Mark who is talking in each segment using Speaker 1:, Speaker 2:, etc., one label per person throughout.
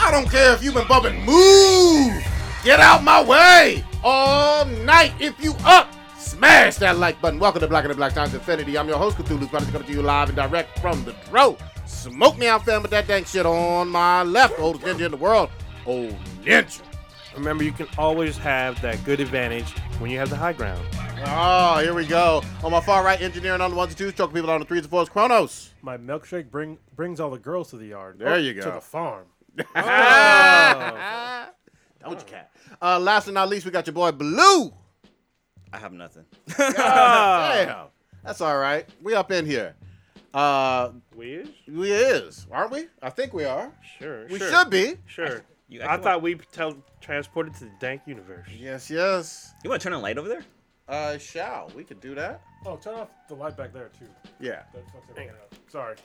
Speaker 1: I don't care if you've been bumping. Move! Get out my way! All night, if you up, smash that like button. Welcome to Black and the Black Times Infinity. I'm your host, Cthulhu Chronicles, coming to you live and direct from the Dro. Smoke me out, fam, with that dang shit on my left. Oldest ninja in the world. Old ninja.
Speaker 2: Remember, you can always have that good advantage when you have the high ground.
Speaker 1: Oh, here we go. On my far right, engineering on the ones and twos, choking people on the threes and fours, Kronos.
Speaker 3: My milkshake bring brings all the girls to the yard. Oh,
Speaker 1: There you go.
Speaker 3: To the farm.
Speaker 1: Told you, cat. Uh, last but not least, we got your boy Blue.
Speaker 4: I have nothing.
Speaker 1: Damn. That's all right. We up in here. Uh,
Speaker 2: We
Speaker 1: we is, aren't we? I think we are.
Speaker 2: Sure.
Speaker 1: We
Speaker 2: sure,
Speaker 1: should be.
Speaker 2: Sure.
Speaker 4: You
Speaker 2: I
Speaker 4: acting
Speaker 2: thought we tel- transported to the dank universe.
Speaker 1: Yes, yes.
Speaker 4: You want to turn a light over there?
Speaker 1: Uh, shall we could do that?
Speaker 3: Oh, turn off the light back there too.
Speaker 1: Yeah.
Speaker 3: That fucks everything up. Sorry.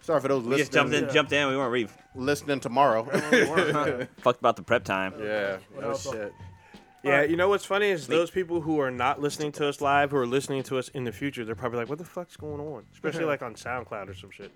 Speaker 1: Sorry for those
Speaker 4: We just jumped in,
Speaker 1: listening.
Speaker 4: jumped in. We weren't really
Speaker 1: Listening tomorrow.
Speaker 4: fucked about the prep time.
Speaker 1: Oh, yeah. No
Speaker 3: else?
Speaker 1: shit.
Speaker 2: Yeah, you know what's funny is those people who are not listening to us live, who are listening to us in the future, they're probably like, "What the fuck's going on?" Especially like on SoundCloud or some shit.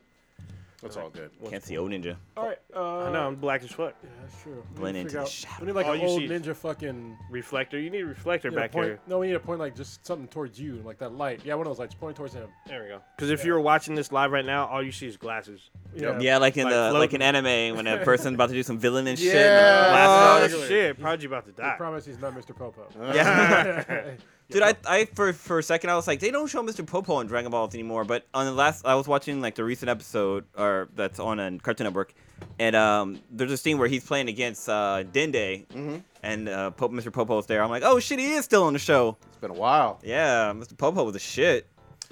Speaker 1: That's all good.
Speaker 4: Can't see old ninja.
Speaker 3: All right. Uh,
Speaker 2: I know I'm black as fuck.
Speaker 3: Yeah, that's true. We need to
Speaker 4: Blend into
Speaker 3: figure
Speaker 4: the
Speaker 3: out-
Speaker 4: shadow.
Speaker 3: We need like
Speaker 2: All
Speaker 3: an
Speaker 2: you
Speaker 3: old
Speaker 2: see-
Speaker 3: ninja fucking.
Speaker 2: Reflector. You need a reflector
Speaker 3: you know,
Speaker 2: back
Speaker 3: point,
Speaker 2: here.
Speaker 3: No, we need to point like just something towards you, like that light. Yeah, one of those lights pointing towards him.
Speaker 2: There we go. Because if you're watching this live right now, all you see is glasses.
Speaker 3: Yeah.
Speaker 4: Yeah, like in
Speaker 2: Like
Speaker 4: the like
Speaker 2: floating.
Speaker 4: in anime when a person's about to do some villain and shit. and
Speaker 1: Yeah.
Speaker 4: glasses
Speaker 2: Oh
Speaker 4: on.
Speaker 2: shit! Prodigy about to
Speaker 3: I
Speaker 2: die.
Speaker 3: promise he's not Mr. Popo.
Speaker 2: Uh-huh.
Speaker 4: yeah. Dude, I, I for for a second I was like, they don't show Mr. Popo in Dragon Ball anymore. But on the last, I was watching like the recent episode or that's on a Cartoon Network, and um, there's a scene where he's playing against uh, Dende, and uh, Pope, Mr. Popo's there. I'm like, oh shit, he is still on the show.
Speaker 1: It's been a while.
Speaker 4: Yeah, Mr. Popo was a shit.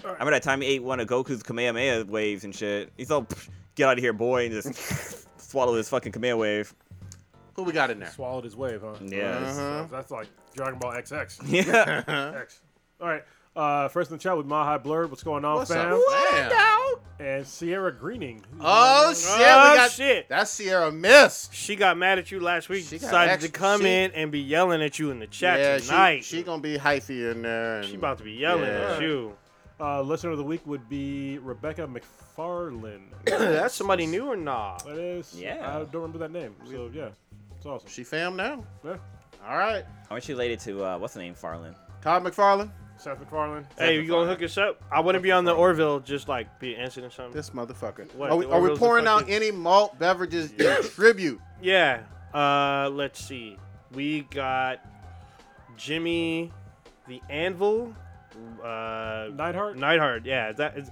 Speaker 4: I remember that time he ate one of Goku's Kamehameha waves and shit. He's all, "Psh, get out of here, boy, and just swallow his fucking Kamehameha wave.
Speaker 1: Who we got in there?
Speaker 3: Swallowed his wave, huh?
Speaker 4: Yeah. it's-
Speaker 3: So that's like Dragon Ball XX.
Speaker 4: Yeah. Uh-huh.
Speaker 3: X. All right. Uh, first in the chat with Mahi Blurred. What's going
Speaker 2: Oh,
Speaker 3: on,
Speaker 1: What's up?
Speaker 3: fam?
Speaker 1: Fam.
Speaker 3: And Sierra Greening.
Speaker 1: Oh shit! we
Speaker 2: Oh,
Speaker 1: got,
Speaker 2: shit.
Speaker 1: That's Sierra Miss.
Speaker 2: She got mad at you last week.
Speaker 1: She got
Speaker 2: Decided
Speaker 1: extra-
Speaker 2: to come
Speaker 1: she-
Speaker 2: in and be yelling at you in the chat
Speaker 1: yeah,
Speaker 2: tonight.
Speaker 1: she, she gonna be hyphy in there. And
Speaker 2: She about to be yelling
Speaker 1: Yeah.
Speaker 2: at you.
Speaker 3: Uh, listener of the week would be Rebecca McFarlane.
Speaker 2: That's somebody new or not?
Speaker 3: that is.
Speaker 4: Yeah.
Speaker 3: I don't remember that name. So yeah, it's awesome.
Speaker 1: She fam now.
Speaker 3: Yeah.
Speaker 1: All right.
Speaker 4: Aren't you related to, uh, what's the name, Farland?
Speaker 1: Todd McFarlane.
Speaker 3: Seth McFarlane.
Speaker 2: Hey, you gonna hook us up? I want to be on the Orville, just like be answering something.
Speaker 1: This motherfucker.
Speaker 2: What,
Speaker 1: are we,
Speaker 2: the
Speaker 1: are we
Speaker 2: Orioles are
Speaker 1: pouring out
Speaker 2: fucking-
Speaker 1: any malt beverages in tribute?
Speaker 2: Yeah. Uh, let's see. We got Jimmy, the Anvil, uh,
Speaker 3: Neidhart.
Speaker 2: Neidhart. Yeah, that is.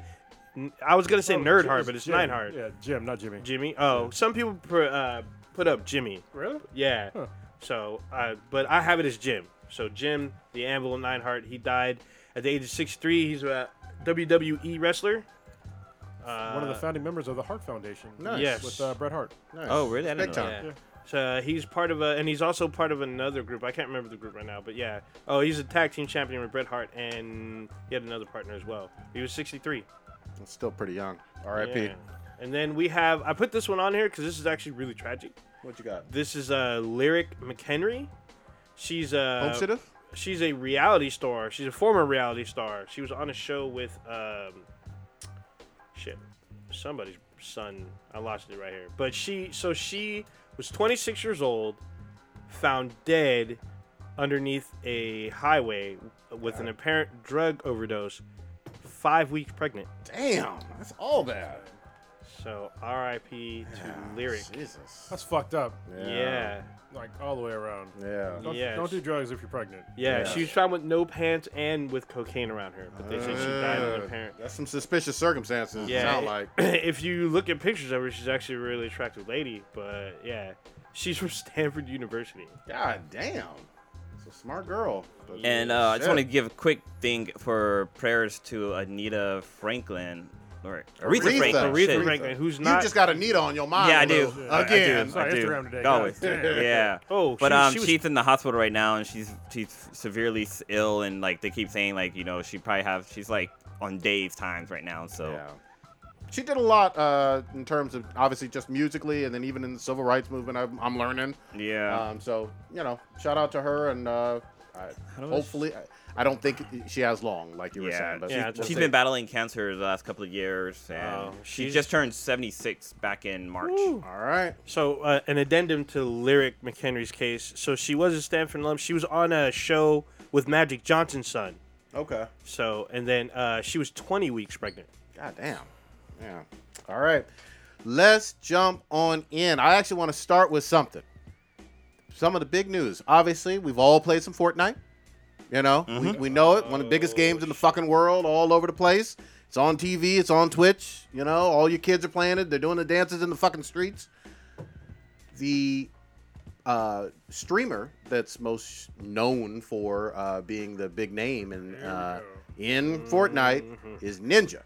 Speaker 2: n- I was gonna say
Speaker 3: Oh,
Speaker 2: Nerdheart,
Speaker 3: Jim-
Speaker 2: but it's
Speaker 3: Jim.
Speaker 2: Neidhart.
Speaker 3: Yeah, Jim, not Jimmy.
Speaker 2: Jimmy. Oh, some people pr- uh, put up Jimmy.
Speaker 3: Really?
Speaker 2: Yeah.
Speaker 3: Huh.
Speaker 2: So, uh, but I have it as Jim. So Jim, the Anvil of Nineheart, he died at the age of 63. He's a WWE wrestler. Uh,
Speaker 3: One of the founding members of the Hart Foundation.
Speaker 1: Nice.
Speaker 2: Yes.
Speaker 3: With uh, Bret Hart.
Speaker 1: Nice.
Speaker 4: Oh, really? I didn't
Speaker 1: Big
Speaker 4: know
Speaker 1: time.
Speaker 2: yeah. So he's part of a, and he's also part of another group. I can't remember the group right now, but yeah. Oh, he's a tag team champion with Bret Hart, and he had another partner as well. He was 63.
Speaker 1: It's still pretty young. R.I.P.
Speaker 2: Yeah. And then we have, I put this one on here because this is actually really tragic.
Speaker 1: What you got?
Speaker 2: This is uh, Lyric McHenry. She's uh, a
Speaker 1: Homesitter?
Speaker 2: she's a reality star. She's a former reality star. She was on a show with um, shit, somebody's son. I lost it right here. But she, so she was 26 years old, found dead underneath a highway with an apparent drug overdose, five weeks pregnant.
Speaker 1: Damn, that's all bad.
Speaker 2: So R.I.P. to Lyric.
Speaker 1: Jesus.
Speaker 3: That's fucked up.
Speaker 2: Yeah.
Speaker 3: Like all the way around.
Speaker 1: Yeah.
Speaker 3: Don't,
Speaker 2: Yes.
Speaker 3: don't do drugs if you're pregnant.
Speaker 2: Yeah,
Speaker 1: Yeah.
Speaker 2: she was found with no pants and with cocaine around her, but they said she died
Speaker 1: Uh,
Speaker 2: of apparent.
Speaker 1: That's some suspicious circumstances. Yeah.
Speaker 2: Yeah,
Speaker 1: Sound
Speaker 2: it-
Speaker 1: like.
Speaker 2: if you look at pictures of her, she's actually a really attractive lady. But yeah, she's from Stanford University.
Speaker 1: God damn. It's a smart girl. But
Speaker 4: And uh, I just
Speaker 1: shit.
Speaker 4: want to give a quick thing for prayers to Anita Franklin or Aretha,
Speaker 1: Aretha.
Speaker 4: Franklin.
Speaker 1: Oh,
Speaker 2: Aretha
Speaker 4: shit.
Speaker 2: Franklin, who's
Speaker 1: You
Speaker 2: not.
Speaker 1: just got Anita on your mind.
Speaker 4: Yeah, I
Speaker 1: a
Speaker 4: do.
Speaker 1: little.
Speaker 4: I- I do.
Speaker 1: Again.
Speaker 4: I
Speaker 3: Sorry,
Speaker 4: do.
Speaker 3: Instagram today,
Speaker 4: Always.
Speaker 3: guys.
Speaker 4: yeah.
Speaker 2: Oh,
Speaker 4: but
Speaker 2: she-
Speaker 4: um,
Speaker 2: she was-
Speaker 4: she's in the hospital right now, and she's she's severely s- ill, and like they keep saying, like you know, she probably have she's like on days times right now. So
Speaker 1: Yeah. She did a lot uh, in terms of obviously just musically, and then even in the civil rights movement, I'm, I'm learning.
Speaker 4: yeah,
Speaker 1: Um, so you know, shout out to her, and uh,
Speaker 3: How do I-
Speaker 1: Hopefully, I- I don't think she has long, like you were
Speaker 4: Yeah,
Speaker 1: saying. But
Speaker 2: Yeah,
Speaker 4: she-
Speaker 2: that's what
Speaker 4: she's
Speaker 2: I'm
Speaker 4: been battling cancer the last couple of years, and
Speaker 2: Oh,
Speaker 4: she
Speaker 2: she's-
Speaker 4: just turned 76 back in March.
Speaker 1: all right.
Speaker 2: So, uh, an addendum to Lyric McHenry's case. So, she was a Stanford alum. She was on a show with Magic Johnson's son.
Speaker 1: Okay.
Speaker 2: So, and then uh, she was 20 weeks pregnant.
Speaker 1: God damn. Yeah. All right. Let's jump on in. I actually want to start with something. Some of the big news. Obviously, we've all played some Fortnite. You know, we, we know it. One of the biggest games in the fucking world, all over the place. It's on TV, it's on Twitch. You know, all your kids are playing it. They're doing the dances in the fucking streets. The uh, streamer that's most known for uh, being the big name in, uh, in Fortnite is Ninja.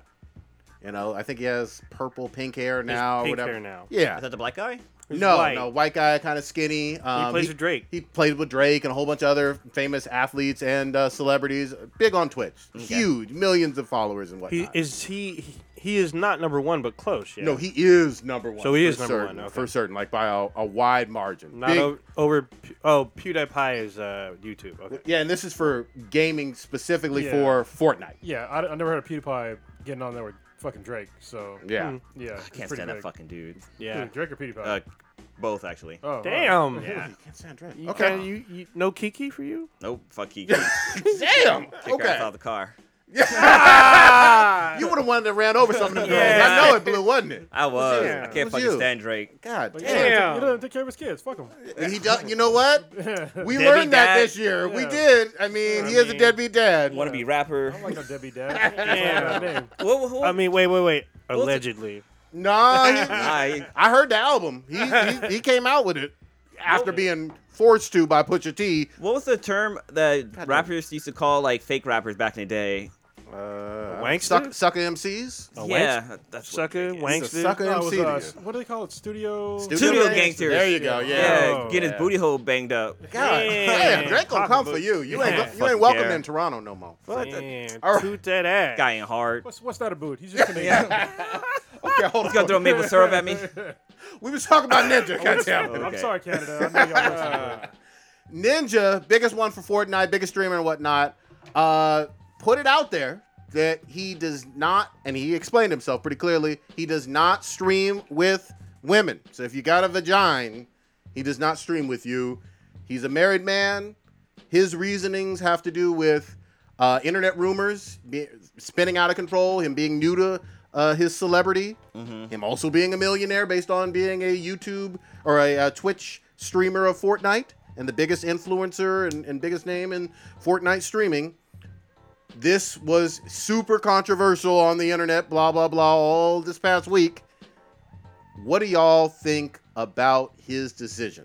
Speaker 1: You know, I think he has purple pink hair
Speaker 2: There's
Speaker 1: now. or
Speaker 2: pink
Speaker 1: whatever.
Speaker 2: hair now.
Speaker 1: Yeah.
Speaker 4: Is that the black guy?
Speaker 2: He's
Speaker 1: no,
Speaker 2: white.
Speaker 1: no, white guy, kind of skinny. Um,
Speaker 2: plays with Drake.
Speaker 1: He played with Drake and a whole bunch of other famous athletes and uh, celebrities. Big on Twitch, huge, millions of followers and
Speaker 2: He
Speaker 1: whatnot.
Speaker 2: is he he is not number one, but close. Yeah.
Speaker 1: No, he is number one.
Speaker 2: So he
Speaker 1: for
Speaker 2: is number
Speaker 1: certain,
Speaker 2: one, okay.
Speaker 1: for certain, like by a, a wide margin.
Speaker 2: not
Speaker 1: Big-
Speaker 2: over, over. Pew- Oh, PewDiePie is uh, YouTube. Okay.
Speaker 1: yeah, and this is for gaming specifically
Speaker 3: Yeah.
Speaker 1: for Fortnite.
Speaker 3: Yeah, I, I never heard of PewDiePie getting on there with fucking Drake. So
Speaker 1: Yeah,
Speaker 3: yeah,
Speaker 4: I can't stand that fucking dude.
Speaker 2: Mm-hmm. Yeah.
Speaker 3: Drake or PewDiePie.
Speaker 4: Uh, both actually.
Speaker 3: oh, alright.
Speaker 2: Damn.
Speaker 4: Yeah.
Speaker 1: You can't stand Drake.
Speaker 2: You
Speaker 1: okay,
Speaker 2: kinda- you, you no Kiki for you?
Speaker 4: Nope. Fuck you. Kick
Speaker 1: damn.
Speaker 4: her ass
Speaker 1: Okay,
Speaker 4: out the car.
Speaker 1: you were the one that ran over some of them girls.
Speaker 2: Yeah.
Speaker 1: I know it blew, wasn't it?
Speaker 4: I was.
Speaker 2: Yeah.
Speaker 4: I
Speaker 1: It
Speaker 4: can't
Speaker 1: was
Speaker 4: fucking
Speaker 1: you.
Speaker 4: stand Drake.
Speaker 1: God
Speaker 3: Like,
Speaker 1: damn.
Speaker 2: Damn.
Speaker 3: He doesn't take care of his kids. Fuck him.
Speaker 1: And He does. You know what? We
Speaker 4: Deadbeat
Speaker 1: learned that
Speaker 4: dad.
Speaker 1: this year. We
Speaker 3: Yeah.
Speaker 1: did. I mean,
Speaker 2: I
Speaker 1: he is a
Speaker 2: mean-
Speaker 1: deadbeat dad.
Speaker 4: Want to be rapper?
Speaker 3: I don't like no Debbie Dad. That's not my name.
Speaker 4: Whoa, whoa,
Speaker 2: I mean, wait, wait, wait.
Speaker 4: it-
Speaker 2: Allegedly.
Speaker 1: Nah, he-
Speaker 4: I,
Speaker 1: I heard the album. He, he he came out with it after
Speaker 4: Oh.
Speaker 1: being forced to by Pusha T.
Speaker 4: what was the term that rappers used to call like fake rappers back in the day?
Speaker 2: Wankster?
Speaker 1: Suck, Uh, sucker MCs.
Speaker 2: A
Speaker 4: yeah, that's what
Speaker 2: Sucker,
Speaker 4: it is.
Speaker 1: He's a
Speaker 2: wankster.
Speaker 1: sucker
Speaker 3: No, it was,
Speaker 1: MC. to
Speaker 3: uh,
Speaker 1: you.
Speaker 3: s- what do they call it? Studio.
Speaker 4: Studio
Speaker 1: Gangs?
Speaker 4: gangsters.
Speaker 1: There you go. Yeah.
Speaker 4: Yeah,
Speaker 2: Oh,
Speaker 4: get his
Speaker 2: yeah.
Speaker 4: booty hole banged up.
Speaker 1: God,
Speaker 2: Yeah.
Speaker 1: damn, Drake gonna
Speaker 2: Papa
Speaker 1: come
Speaker 2: Boo-
Speaker 1: for you. You ain't
Speaker 2: Yeah.
Speaker 1: go- you ain't
Speaker 4: Fucking
Speaker 1: welcome
Speaker 4: care.
Speaker 1: in Toronto no more.
Speaker 4: Fuck that
Speaker 2: Man,
Speaker 1: All right.
Speaker 2: toot that ass.
Speaker 4: guy ain't hard.
Speaker 3: What's what's that about? He's just Canadian.
Speaker 1: Okay, hold
Speaker 4: He's gonna throw Oh,
Speaker 1: on.
Speaker 4: maple syrup at me.
Speaker 1: We was talking about Ninja. Goddamn.
Speaker 3: I'm
Speaker 4: Okay.
Speaker 3: sorry, Canada. I know y'all listen to it.
Speaker 1: Ninja, biggest one for Fortnite, biggest streamer and whatnot, uh, put it out there that he does not, and he explained himself pretty clearly, he does not stream with women. So if you got a vagina, he does not stream with you. He's a married man. His reasonings have to do with uh, internet rumors be, spinning out of control, him being new to uh, his celebrity, him also being a millionaire based on being a YouTube or a, uh Twitch streamer of Fortnite and the biggest influencer and, and biggest name in Fortnite streaming. This was super controversial on the internet, blah, blah, blah, all this past week. What do y'all think about his decision?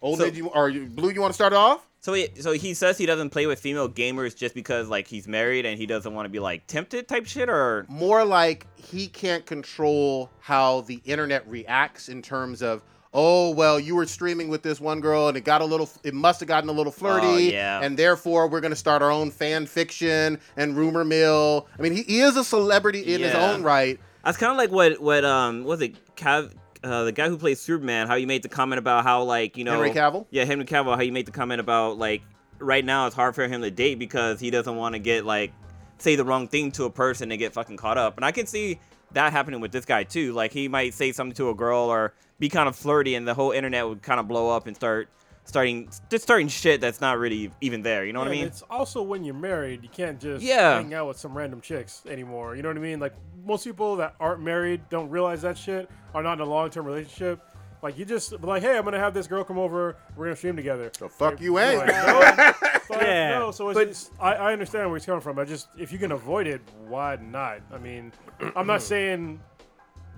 Speaker 1: Old
Speaker 4: So-
Speaker 1: did you, or you, Blue, you want to start off?
Speaker 4: So he, so he says he doesn't play with female gamers just because like he's married and he doesn't want to be like tempted type shit or
Speaker 1: more like he can't control how the internet reacts in terms of oh well you were streaming with this one girl and it got a little it must have gotten a little flirty
Speaker 4: Oh, yeah.
Speaker 1: and therefore we're going to start our own fan fiction and rumor mill i mean he, he is a celebrity in his
Speaker 4: Yeah.
Speaker 1: own right
Speaker 4: That's kind of like what what um what was it Cav, uh, the guy who plays Superman how you made the comment about how like you know
Speaker 1: Henry Cavill?
Speaker 4: yeah Henry Cavill how you made the comment about like right now it's hard for him to date because he doesn't want to get like say the wrong thing to a person and get fucking caught up and I can see that happening with this guy too like he might say something to a girl or be kind of flirty and the whole internet would kind of blow up and start starting just starting shit that's not really even there you know what I
Speaker 3: And
Speaker 4: mean
Speaker 3: It's also when you're married, you can't just
Speaker 4: Yeah.
Speaker 3: hang out with some random chicks anymore. You know what I mean? Like most people that aren't married don't realize that shit. Are not in a long-term relationship. Like you just like, hey, I'm gonna have this girl come over. We're gonna stream together.
Speaker 1: so fuck you eh? ain't
Speaker 3: Like, no. So I-
Speaker 2: Yeah,
Speaker 3: no, so it's,
Speaker 2: but-
Speaker 3: it's- I, I understand where he's coming from. I just if you can avoid it, why not? I mean, I'm not saying.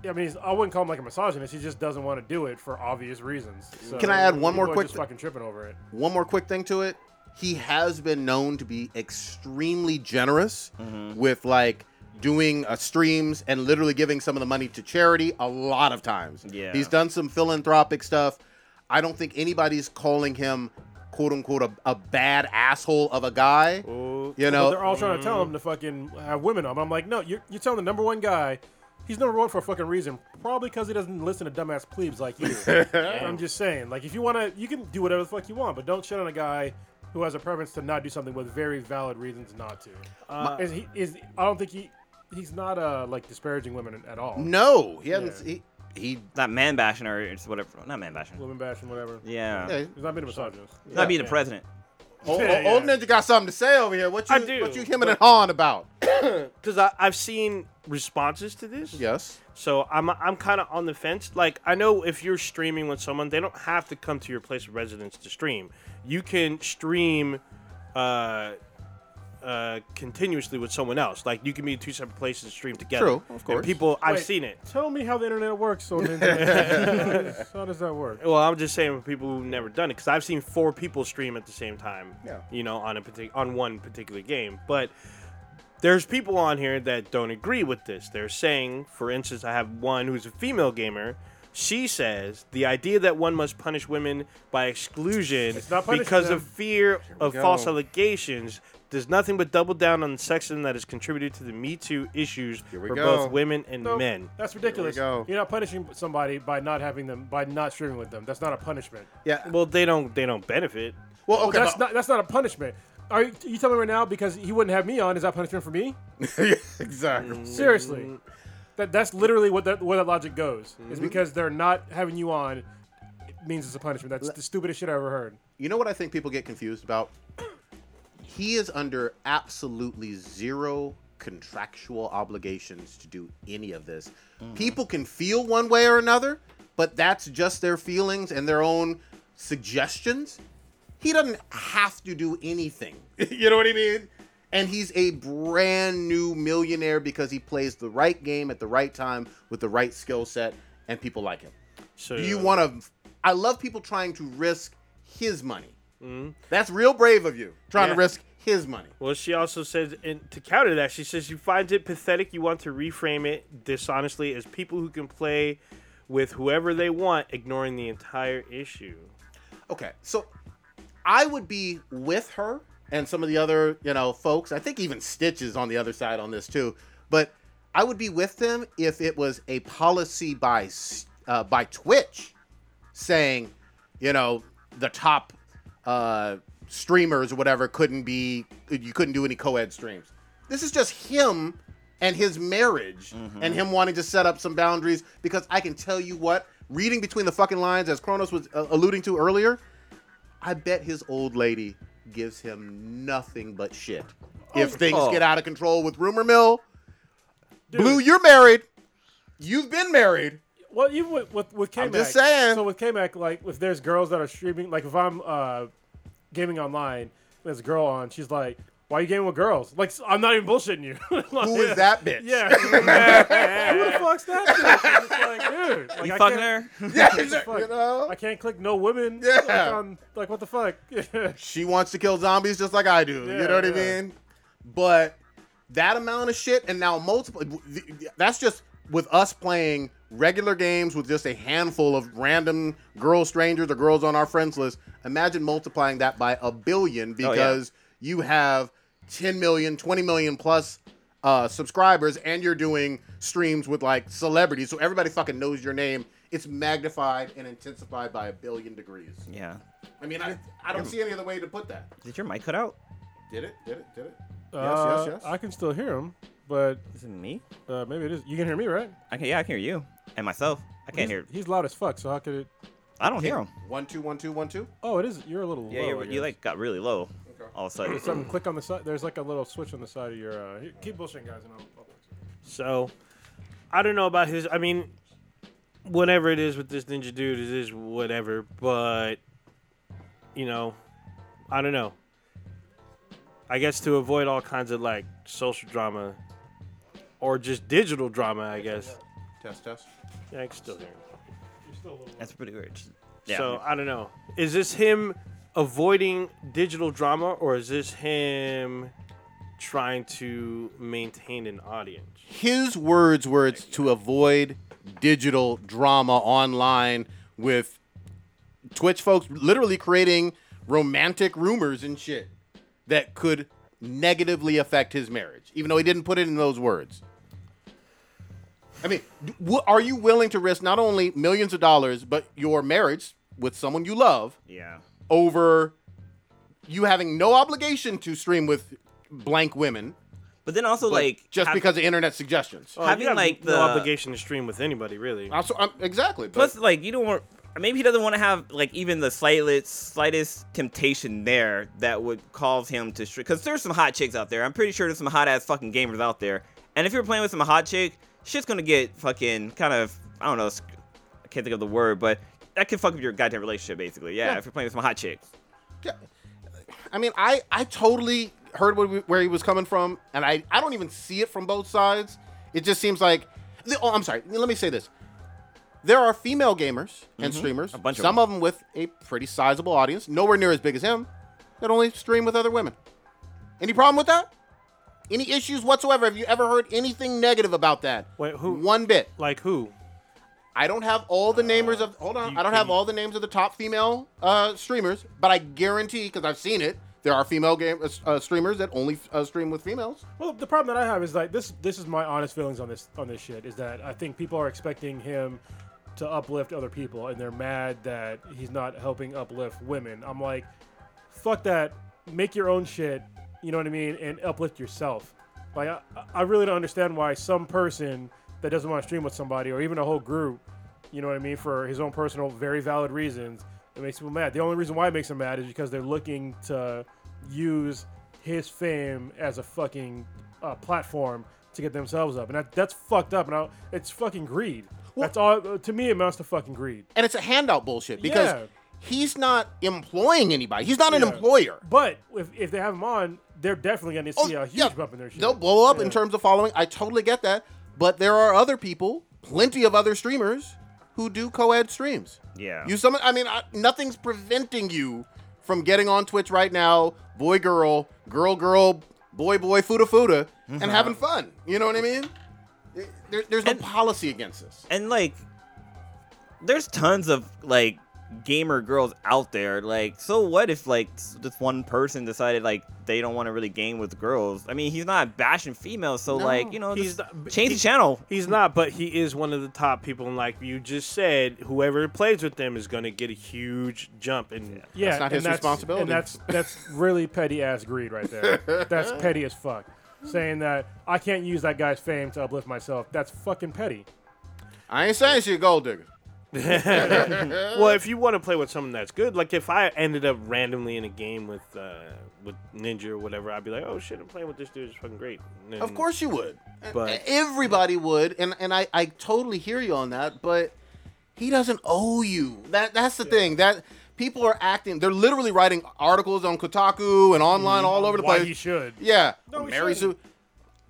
Speaker 3: I mean, he's- I wouldn't call him like a misogynist. He just doesn't want to do it for obvious reasons. So
Speaker 1: Can I add one more
Speaker 3: people are
Speaker 1: quick
Speaker 3: Just
Speaker 1: thi-
Speaker 3: fucking tripping over it.
Speaker 1: one more quick thing to it he has been known to be extremely generous with like doing uh, streams and literally giving some of the money to charity a lot of times
Speaker 4: Yeah.
Speaker 1: he's done some philanthropic stuff i don't think anybody's calling him quote unquote a, a bad asshole of a guy
Speaker 2: Oh,
Speaker 1: you
Speaker 3: But
Speaker 1: know
Speaker 3: they're all trying to tell him to fucking have women on. him. I'm like, no, you're, you're telling the number one guy. He's number one for a fucking reason. Probably because he doesn't listen to dumbass plebes like you. I'm just saying. Like, if you want to, you can do whatever the fuck you want, but don't shit on a guy who has a preference to not do something with very valid reasons not to.
Speaker 2: Uh,
Speaker 3: is he, is, I don't think he he's not uh, like disparaging women at all.
Speaker 1: No, he hasn't. He, he
Speaker 4: Not man bashing or it's whatever. Not man bashing.
Speaker 3: Women bashing, whatever.
Speaker 4: Yeah.
Speaker 1: hey,
Speaker 3: He's not being a misogynist.
Speaker 4: Not being the president.
Speaker 1: old,
Speaker 3: Yeah,
Speaker 1: old
Speaker 3: yeah.
Speaker 1: ninja got something to say over here. What you
Speaker 2: I do,
Speaker 1: what you hemming
Speaker 2: but-
Speaker 1: and hawing about?
Speaker 2: because I've seen responses to this.
Speaker 1: Yes.
Speaker 2: So I'm I'm kind of on the fence. Like I know if you're streaming with someone, they don't have to come to your place of residence to stream. You can stream uh, uh, continuously with someone else. Like you can be in two separate places and stream together.
Speaker 1: True, of
Speaker 2: And
Speaker 1: course.
Speaker 2: people, I've
Speaker 3: Wait.
Speaker 2: seen it.
Speaker 3: Tell me how the internet works, so ninja. how does that work?
Speaker 2: Well, I'm just saying for people who've never done it because I've seen four people stream at the same time.
Speaker 1: Yeah.
Speaker 2: You know, on a partic- on one particular game, but there's people on here that don't agree with this. They're saying, for instance, I have one who's a female gamer. She says the idea that one must punish women by exclusion
Speaker 3: not punishing
Speaker 2: because
Speaker 3: them.
Speaker 2: of fear of
Speaker 1: go.
Speaker 2: false allegations does nothing but double down on the sexism that has contributed to the Me Too issues
Speaker 1: Here we
Speaker 2: for
Speaker 1: go.
Speaker 2: both women and
Speaker 3: No,
Speaker 2: men.
Speaker 3: That's ridiculous.
Speaker 1: go.
Speaker 3: You're not punishing somebody by not having them by not streaming with them. That's not a punishment.
Speaker 1: Yeah.
Speaker 2: Well, they don't they don't benefit.
Speaker 1: Well, okay.
Speaker 3: that's
Speaker 1: but-
Speaker 3: not that's not a punishment. Are you, you tell me right now because he wouldn't have me on? Is that punishment for me?
Speaker 1: Yeah,
Speaker 3: Mm.
Speaker 1: exactly.
Speaker 3: Seriously, that that's literally what that where that logic goes.
Speaker 1: Mm-hmm.
Speaker 3: Is because they're not having you on it means it's a punishment. That's the stupidest shit I ever heard.
Speaker 1: You know what I think people get confused about? He is under absolutely zero contractual obligations to do any of this. People can feel one way or another, but that's just their feelings and their own suggestions. He doesn't have to do anything. you know what I mean? And he's a brand new millionaire because he plays the right game at the right time with the right skill set, and people like him.
Speaker 2: So
Speaker 1: Do you want to? I love people trying to risk his money. That's real brave of you, trying to
Speaker 2: Yeah.
Speaker 1: risk his money.
Speaker 2: Well, she also says, and to counter that, she says she finds it pathetic. You want to reframe it dishonestly as people who can play with whoever they want, ignoring the entire issue.
Speaker 1: Okay, so I would be with her and some of the other, you know, folks. I think even Stitch is on the other side on this too, but I would be with them if it was a policy by s- uh, by Twitch saying, you know, the top uh, streamers or whatever couldn't be, you couldn't do any co-ed streams. This is just him and his marriage
Speaker 3: Mm-hmm.
Speaker 1: and him wanting to set up some boundaries because I can tell you what, reading between the fucking lines, as Kronos was uh, alluding to earlier, I bet his old lady gives him nothing but shit. If things
Speaker 4: oh.
Speaker 1: get out of control with rumor mill, Blue, you're married. You've been married.
Speaker 3: Well, even with with, with K-Mac,
Speaker 1: I'm just saying.
Speaker 3: So with K-Mac, like if there's girls that are streaming, like if I'm uh, gaming online, and there's a girl on, she's like, "Why are you gaming with girls?" Like s- I'm not even bullshitting you. Like,
Speaker 1: Who is that bitch?
Speaker 3: Yeah. Who the fuck's that? Bitch? It's like, dude, like,
Speaker 4: You
Speaker 3: I
Speaker 4: fucking
Speaker 3: can't-
Speaker 4: her?
Speaker 1: Yeah, exactly,
Speaker 3: Fuck.
Speaker 1: you know?
Speaker 3: I can't click no women.
Speaker 1: Yeah.
Speaker 3: Like, on, like what the fuck?
Speaker 1: She wants to kill zombies just like I do. you
Speaker 3: Yeah,
Speaker 1: know what I
Speaker 3: yeah.
Speaker 1: mean? But that amount of shit, and now multiple. That's just with us playing regular games with just a handful of random girl strangers or girls on our friends list. Imagine multiplying that by a
Speaker 3: Oh,
Speaker 1: billion
Speaker 4: yeah.
Speaker 1: because you have 10 million, 20 million plus uh, subscribers, and you're doing streams with like celebrities, so everybody fucking knows your name. It's magnified and intensified by a billion degrees.
Speaker 4: Yeah.
Speaker 1: I mean, I, I don't see any other way to put that.
Speaker 4: Did your mic cut out?
Speaker 1: Did it? Did it? Did it?
Speaker 3: Uh,
Speaker 1: yes, yes, yes.
Speaker 3: I can still hear him, but
Speaker 4: Is it me?
Speaker 3: uh, maybe it is. You can hear me, right?
Speaker 4: I can. Yeah, I can hear you and myself. I can't
Speaker 3: he's,
Speaker 4: hear.
Speaker 3: He's loud as fuck. So how could it?
Speaker 4: I don't hear him.
Speaker 1: One two one two one two.
Speaker 3: Oh, it is. You're a little.
Speaker 4: Yeah,
Speaker 3: low,
Speaker 4: you
Speaker 3: I
Speaker 4: you
Speaker 3: guess.
Speaker 4: like got really low.
Speaker 1: Okay.
Speaker 4: All of a sudden.
Speaker 3: something. Click on the side. There's like a little switch on the side of your. Uh, here- keep bullshitting, guys, and I'll. I'll
Speaker 2: So I don't know about his. I mean, whatever it is with this ninja dude, it is whatever. But you know, I don't know. I guess to avoid all kinds of like social drama or just digital drama, I guess.
Speaker 1: Test test.
Speaker 2: Yeah, I can still hear him.
Speaker 4: That's pretty weird. Yeah.
Speaker 2: So I don't know. Is this him avoiding digital drama, or is this him trying to maintain an audience?
Speaker 1: His words were it's to avoid digital drama online with Twitch folks literally creating romantic rumors and shit that could negatively affect his marriage, even though he didn't put it in those words. I mean, d- w- are you willing to risk not only millions of dollars, but your marriage with someone you love
Speaker 4: yeah.
Speaker 1: over you having no obligation to stream with blank women,
Speaker 4: But then also
Speaker 1: but
Speaker 4: like
Speaker 1: just
Speaker 4: have-
Speaker 1: because of internet suggestions.
Speaker 2: Oh, you
Speaker 4: Having,
Speaker 2: have
Speaker 4: like,
Speaker 2: no
Speaker 4: the-
Speaker 2: obligation to stream with anybody really.
Speaker 1: Also, um, exactly. But
Speaker 4: Plus, like you don't want. Maybe he doesn't want to have like even the slightest slightest temptation there that would cause him to. Because there's some hot chicks out there. I'm pretty sure there's some hot ass fucking gamers out there. And if you're playing with some hot chick, shit's gonna get fucking kind of I don't know. sc- I can't think of the word, but that could fuck up your goddamn relationship basically. Yeah,
Speaker 1: Yeah.
Speaker 4: if you're playing with some hot chicks.
Speaker 1: Yeah. I mean, I, I totally heard what, we- where he was coming from, and I, I don't even see it from both sides. It just seems like. the- Oh, I'm sorry. Let me say this. There are female gamers and streamers,
Speaker 4: Mm-hmm. A bunch of
Speaker 1: some of them with a pretty sizable audience, nowhere near as big as him, that only stream with other women. Any problem with that? Any issues whatsoever? Have you ever heard anything negative about that?
Speaker 2: Wait, who-
Speaker 1: One bit.
Speaker 2: Like who?
Speaker 1: I don't have all the namers of. Hold on,
Speaker 2: you
Speaker 1: I don't have
Speaker 2: can-
Speaker 1: all the names of the top female uh, streamers, but I guarantee because I've seen it, there are female game uh, uh, streamers that only uh, stream with females.
Speaker 3: Well, the problem that I have is like this. This is my honest feelings on this on this shit. Is that I think people are expecting him to uplift other people, and they're mad that he's not helping uplift women. I'm like, fuck that. Make your own shit. You know what I mean, and uplift yourself. Like I, I really don't understand why some person that doesn't want to stream with somebody or even a whole group, you know what I mean, for his own personal, very valid reasons, it makes people mad. The only reason why it makes them mad is because they're looking to use his fame as a fucking uh, platform to get themselves up, and that, that's fucked up. And I, it's fucking greed. that's all. To me, it amounts to fucking greed.
Speaker 1: And it's a handout bullshit because
Speaker 3: Yeah.
Speaker 1: he's not employing anybody. He's not an
Speaker 3: Yeah.
Speaker 1: employer.
Speaker 3: But if, if they have him on, they're definitely going to see a huge
Speaker 1: Oh, yeah,
Speaker 3: bump in their shit.
Speaker 1: They'll blow up in
Speaker 3: Yeah.
Speaker 1: terms of following. I totally get that, but there are other people, plenty of other streamers who do co-ed streams.
Speaker 4: Yeah.
Speaker 1: You some I mean I, nothing's preventing you from getting on Twitch right now, boy girl, girl girl, boy boy, fuda fuda and having fun. You know what I mean? There, there's no policy against this.
Speaker 4: and like there's tons of like gamer girls out there like so what if like s- this one person decided like they don't want to really game with girls i mean he's not bashing females so like you know
Speaker 2: He's
Speaker 4: just
Speaker 2: not-
Speaker 4: change
Speaker 2: he-
Speaker 4: the channel
Speaker 2: He's not, but he is one of the top people. And like you just said, whoever plays with them is going to get a huge jump. And
Speaker 3: Yeah,
Speaker 1: That's not
Speaker 3: and
Speaker 1: his responsibility.
Speaker 3: And that's that's really petty ass greed right there. that's petty as fuck. Saying that I can't use that guy's fame to uplift myself. That's fucking petty.
Speaker 1: I ain't saying she's a gold digger.
Speaker 2: well, if you want to play with someone that's good, like if I ended up randomly in a game with uh, with Ninja or whatever, I'd be like, oh shit, I'm playing with this dude. It's fucking great. And
Speaker 1: Of course you would. E-,
Speaker 2: But-
Speaker 1: everybody would, and and I I totally hear you on that. But he doesn't owe you. That that's the thing that. People are acting. They're literally writing articles on Kotaku and online all over the
Speaker 3: Mm-hmm. Why
Speaker 1: place.
Speaker 3: he should.
Speaker 1: Yeah.
Speaker 3: No, he
Speaker 1: Mary Sue.
Speaker 3: shouldn't.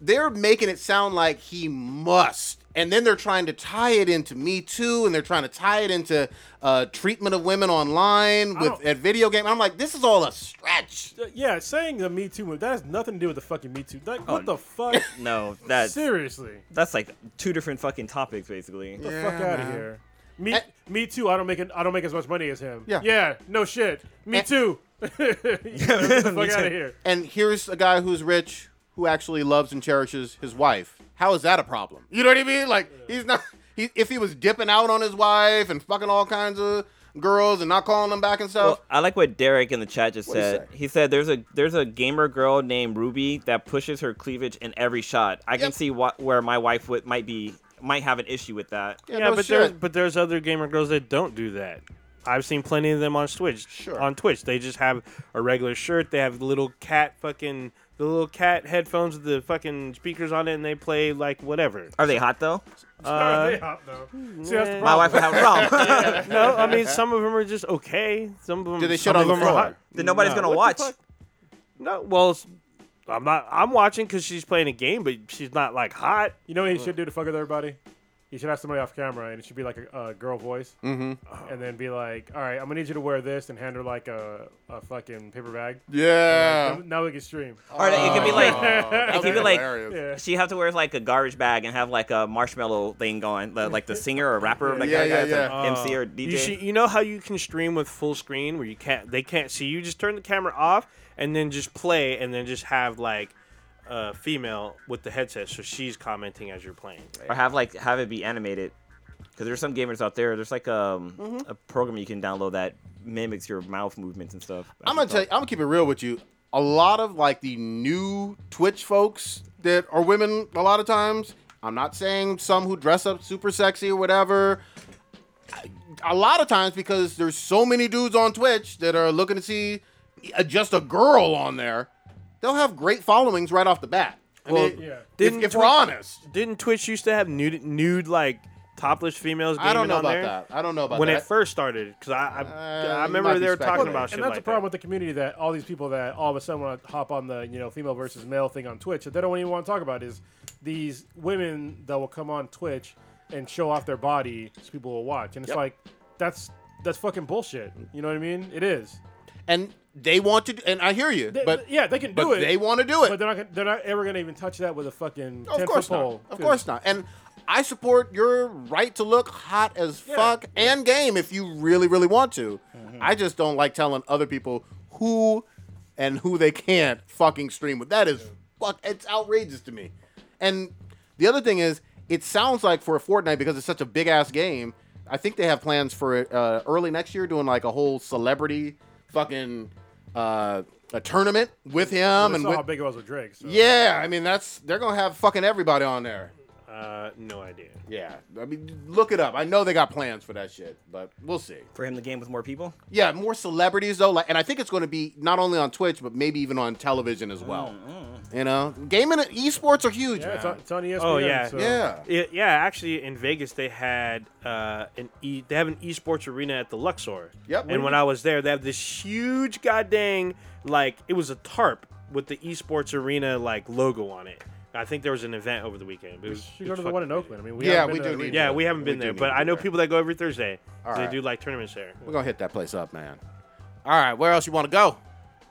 Speaker 1: They're making it sound like he must. And then they're trying to tie it into Me Too, and they're trying to tie it into uh, treatment of women online with
Speaker 3: don't-
Speaker 1: at video game. I'm like, this is all a stretch.
Speaker 3: Uh, Yeah, saying the Me Too move that has nothing to do with the fucking Me Too. Like, what the fuck?
Speaker 4: no that's
Speaker 3: Seriously,
Speaker 4: that's like two different fucking topics basically
Speaker 3: Get the fuck out of here. Me,
Speaker 1: Eh.
Speaker 3: me too. I don't make an, I don't make as much money as him.
Speaker 1: Yeah.
Speaker 3: Yeah. No shit. Me
Speaker 1: Eh.
Speaker 3: too. yeah, get the
Speaker 4: Me
Speaker 3: fuck out
Speaker 4: too.
Speaker 3: of here.
Speaker 1: And here's a guy who's rich who actually loves and cherishes his wife. How is that a problem? You know what I mean? Like he's not. He, if he was dipping out on his wife and fucking all kinds of girls and not calling them back and stuff,
Speaker 4: Well, Oh, I like what Derek in the chat just
Speaker 1: he
Speaker 4: said.
Speaker 1: say?
Speaker 4: He said there's a there's a gamer girl named Ruby that pushes her cleavage in every shot. I can
Speaker 1: Yep.
Speaker 4: see what where my wife would might be might have an issue with that.
Speaker 2: Yeah,
Speaker 1: no
Speaker 2: but
Speaker 1: shit.
Speaker 2: there's but there's other gamer girls that don't do that. I've seen plenty of them on Twitch.
Speaker 1: Sure.
Speaker 2: On Twitch, they just have a regular shirt. They have little cat fucking the little cat headphones with the fucking speakers on it, and they play like whatever.
Speaker 4: Are they hot though?
Speaker 3: They hop, though. See, that's the
Speaker 4: My
Speaker 3: problem.
Speaker 4: wife would have a problem.
Speaker 2: no, I mean some of them are just okay. Some of them.
Speaker 1: Do they
Speaker 2: some
Speaker 1: shit on
Speaker 2: of
Speaker 1: the
Speaker 2: them are
Speaker 1: floor?
Speaker 2: hot.
Speaker 4: Then nobody's gonna
Speaker 2: What the fuck?
Speaker 4: watch.
Speaker 2: No, well, it's- I'm not. I'm watching because she's playing a game, but she's not like hot.
Speaker 3: You know what he should do to fuck with everybody? He should have somebody off camera, and it should be like a, a girl voice, mm-hmm. and then be like, "All right, I'm gonna need you to wear this," and hand her like a, a fucking paper bag.
Speaker 1: yeah.
Speaker 3: Now- Now we can stream.
Speaker 4: Or it could be like
Speaker 1: That
Speaker 4: it could
Speaker 1: would
Speaker 4: be like
Speaker 1: hilarious.
Speaker 3: Yeah.
Speaker 4: she have to wear like a garbage bag and have like a marshmallow thing going, li- like the singer or rapper, like
Speaker 1: Yeah,
Speaker 4: that
Speaker 1: yeah,
Speaker 4: guy's an
Speaker 1: yeah.
Speaker 4: MC or DJ.
Speaker 2: You, should, you know how you can stream with full screen where you can't they can't see you. Just turn the camera off and then just play and then just have like a female with the headset so she's commenting as you're playing.
Speaker 4: or have like have it be animated. because there's some gamers out there. There's like um,
Speaker 1: Mm-hmm.
Speaker 4: a program you can download that mimics your mouth movements and stuff.
Speaker 1: I'm gonna tell you, I'm gonna keep it real with you. A lot of like the new Twitch folks that are women, a lot of times. I'm not saying some who dress up super sexy or whatever. A lot of times because there's so many dudes on Twitch that are looking to see uh, just a girl on there, they'll have great followings right off the bat. Well,
Speaker 2: mean,
Speaker 3: yeah.
Speaker 1: if,
Speaker 2: didn't
Speaker 1: if we're
Speaker 2: Twitch-
Speaker 1: honest,
Speaker 2: Didn't Twitch used to have nude, nude like topless females?
Speaker 1: I don't
Speaker 2: gaming
Speaker 1: know
Speaker 2: on
Speaker 1: about
Speaker 2: there?
Speaker 1: that. I don't know about
Speaker 2: when
Speaker 1: that.
Speaker 2: it first started, because I I,
Speaker 1: Uh,
Speaker 2: I
Speaker 1: you might
Speaker 2: remember
Speaker 1: be
Speaker 2: they were talking
Speaker 1: speculating.
Speaker 2: about shit
Speaker 3: and that's
Speaker 2: like
Speaker 3: the problem
Speaker 2: that.
Speaker 3: with the community that all these people that all of a sudden want to hop on the you know female versus male thing on Twitch that they don't even want to talk about is these women that will come on Twitch and show off their body so people will watch and it's like that's that's fucking bullshit you know what I mean it is
Speaker 1: and they want to, do, and I hear you,
Speaker 3: They-
Speaker 1: but
Speaker 3: yeah they can do
Speaker 1: but
Speaker 3: it
Speaker 1: they want to do it.
Speaker 3: but they're not gonna- they're not ever gonna even touch that with a fucking
Speaker 1: Of
Speaker 3: 10
Speaker 1: course
Speaker 3: foot pole
Speaker 1: not. Of
Speaker 3: too.
Speaker 1: course not. And I support your right to look hot as fuck and game if you really, really want to. I just don't like telling other people who and who they can't fucking stream with. That is fuck. It's outrageous to me. And the other thing is, it sounds like for Fortnite because it's such a big ass game. I think they have plans for uh, early next year doing like a whole celebrity fucking uh, a tournament with him
Speaker 3: I
Speaker 1: and
Speaker 3: saw
Speaker 1: with,
Speaker 3: how big it was with Drake so.
Speaker 1: yeah, I mean that's they're gonna have fucking everybody on there.
Speaker 2: Uh, no idea.
Speaker 1: Yeah, I mean look it up. I know they got plans for that shit, but we'll see.
Speaker 4: for him the game with more people.
Speaker 1: Yeah, more celebrities though, like, and I think it's gonna be not only on Twitch but maybe even on television as well. You know, gaming and esports are huge,
Speaker 3: Mm, yeah
Speaker 1: man.
Speaker 3: it's on, it's on E ESPN
Speaker 2: Oh, yeah.
Speaker 3: so.
Speaker 1: yeah,
Speaker 2: Yeah, yeah, actually, in Vegas they had uh, an e- they have an esports arena at the Luxor.
Speaker 1: Yep.
Speaker 2: And when I was there, they have this huge goddamn like it was a tarp with the esports arena like logo on it. I think there was an event over the weekend. It was,
Speaker 3: should
Speaker 2: it
Speaker 3: go
Speaker 2: was
Speaker 3: to the one in
Speaker 2: fucking-
Speaker 3: Oakland I mean we
Speaker 1: Yeah,
Speaker 3: haven't
Speaker 1: we
Speaker 3: been to
Speaker 1: do
Speaker 3: that
Speaker 1: need
Speaker 3: arena.
Speaker 2: Yeah, we haven't
Speaker 1: We
Speaker 2: been
Speaker 1: do
Speaker 2: there,
Speaker 1: need
Speaker 2: but
Speaker 1: to
Speaker 2: I
Speaker 1: be
Speaker 2: know
Speaker 1: there.
Speaker 2: people that go every Thursday.
Speaker 1: All
Speaker 2: They
Speaker 1: right.
Speaker 2: do like tournaments there.
Speaker 1: we're gonna hit that place up, man. All right, where else you want to go?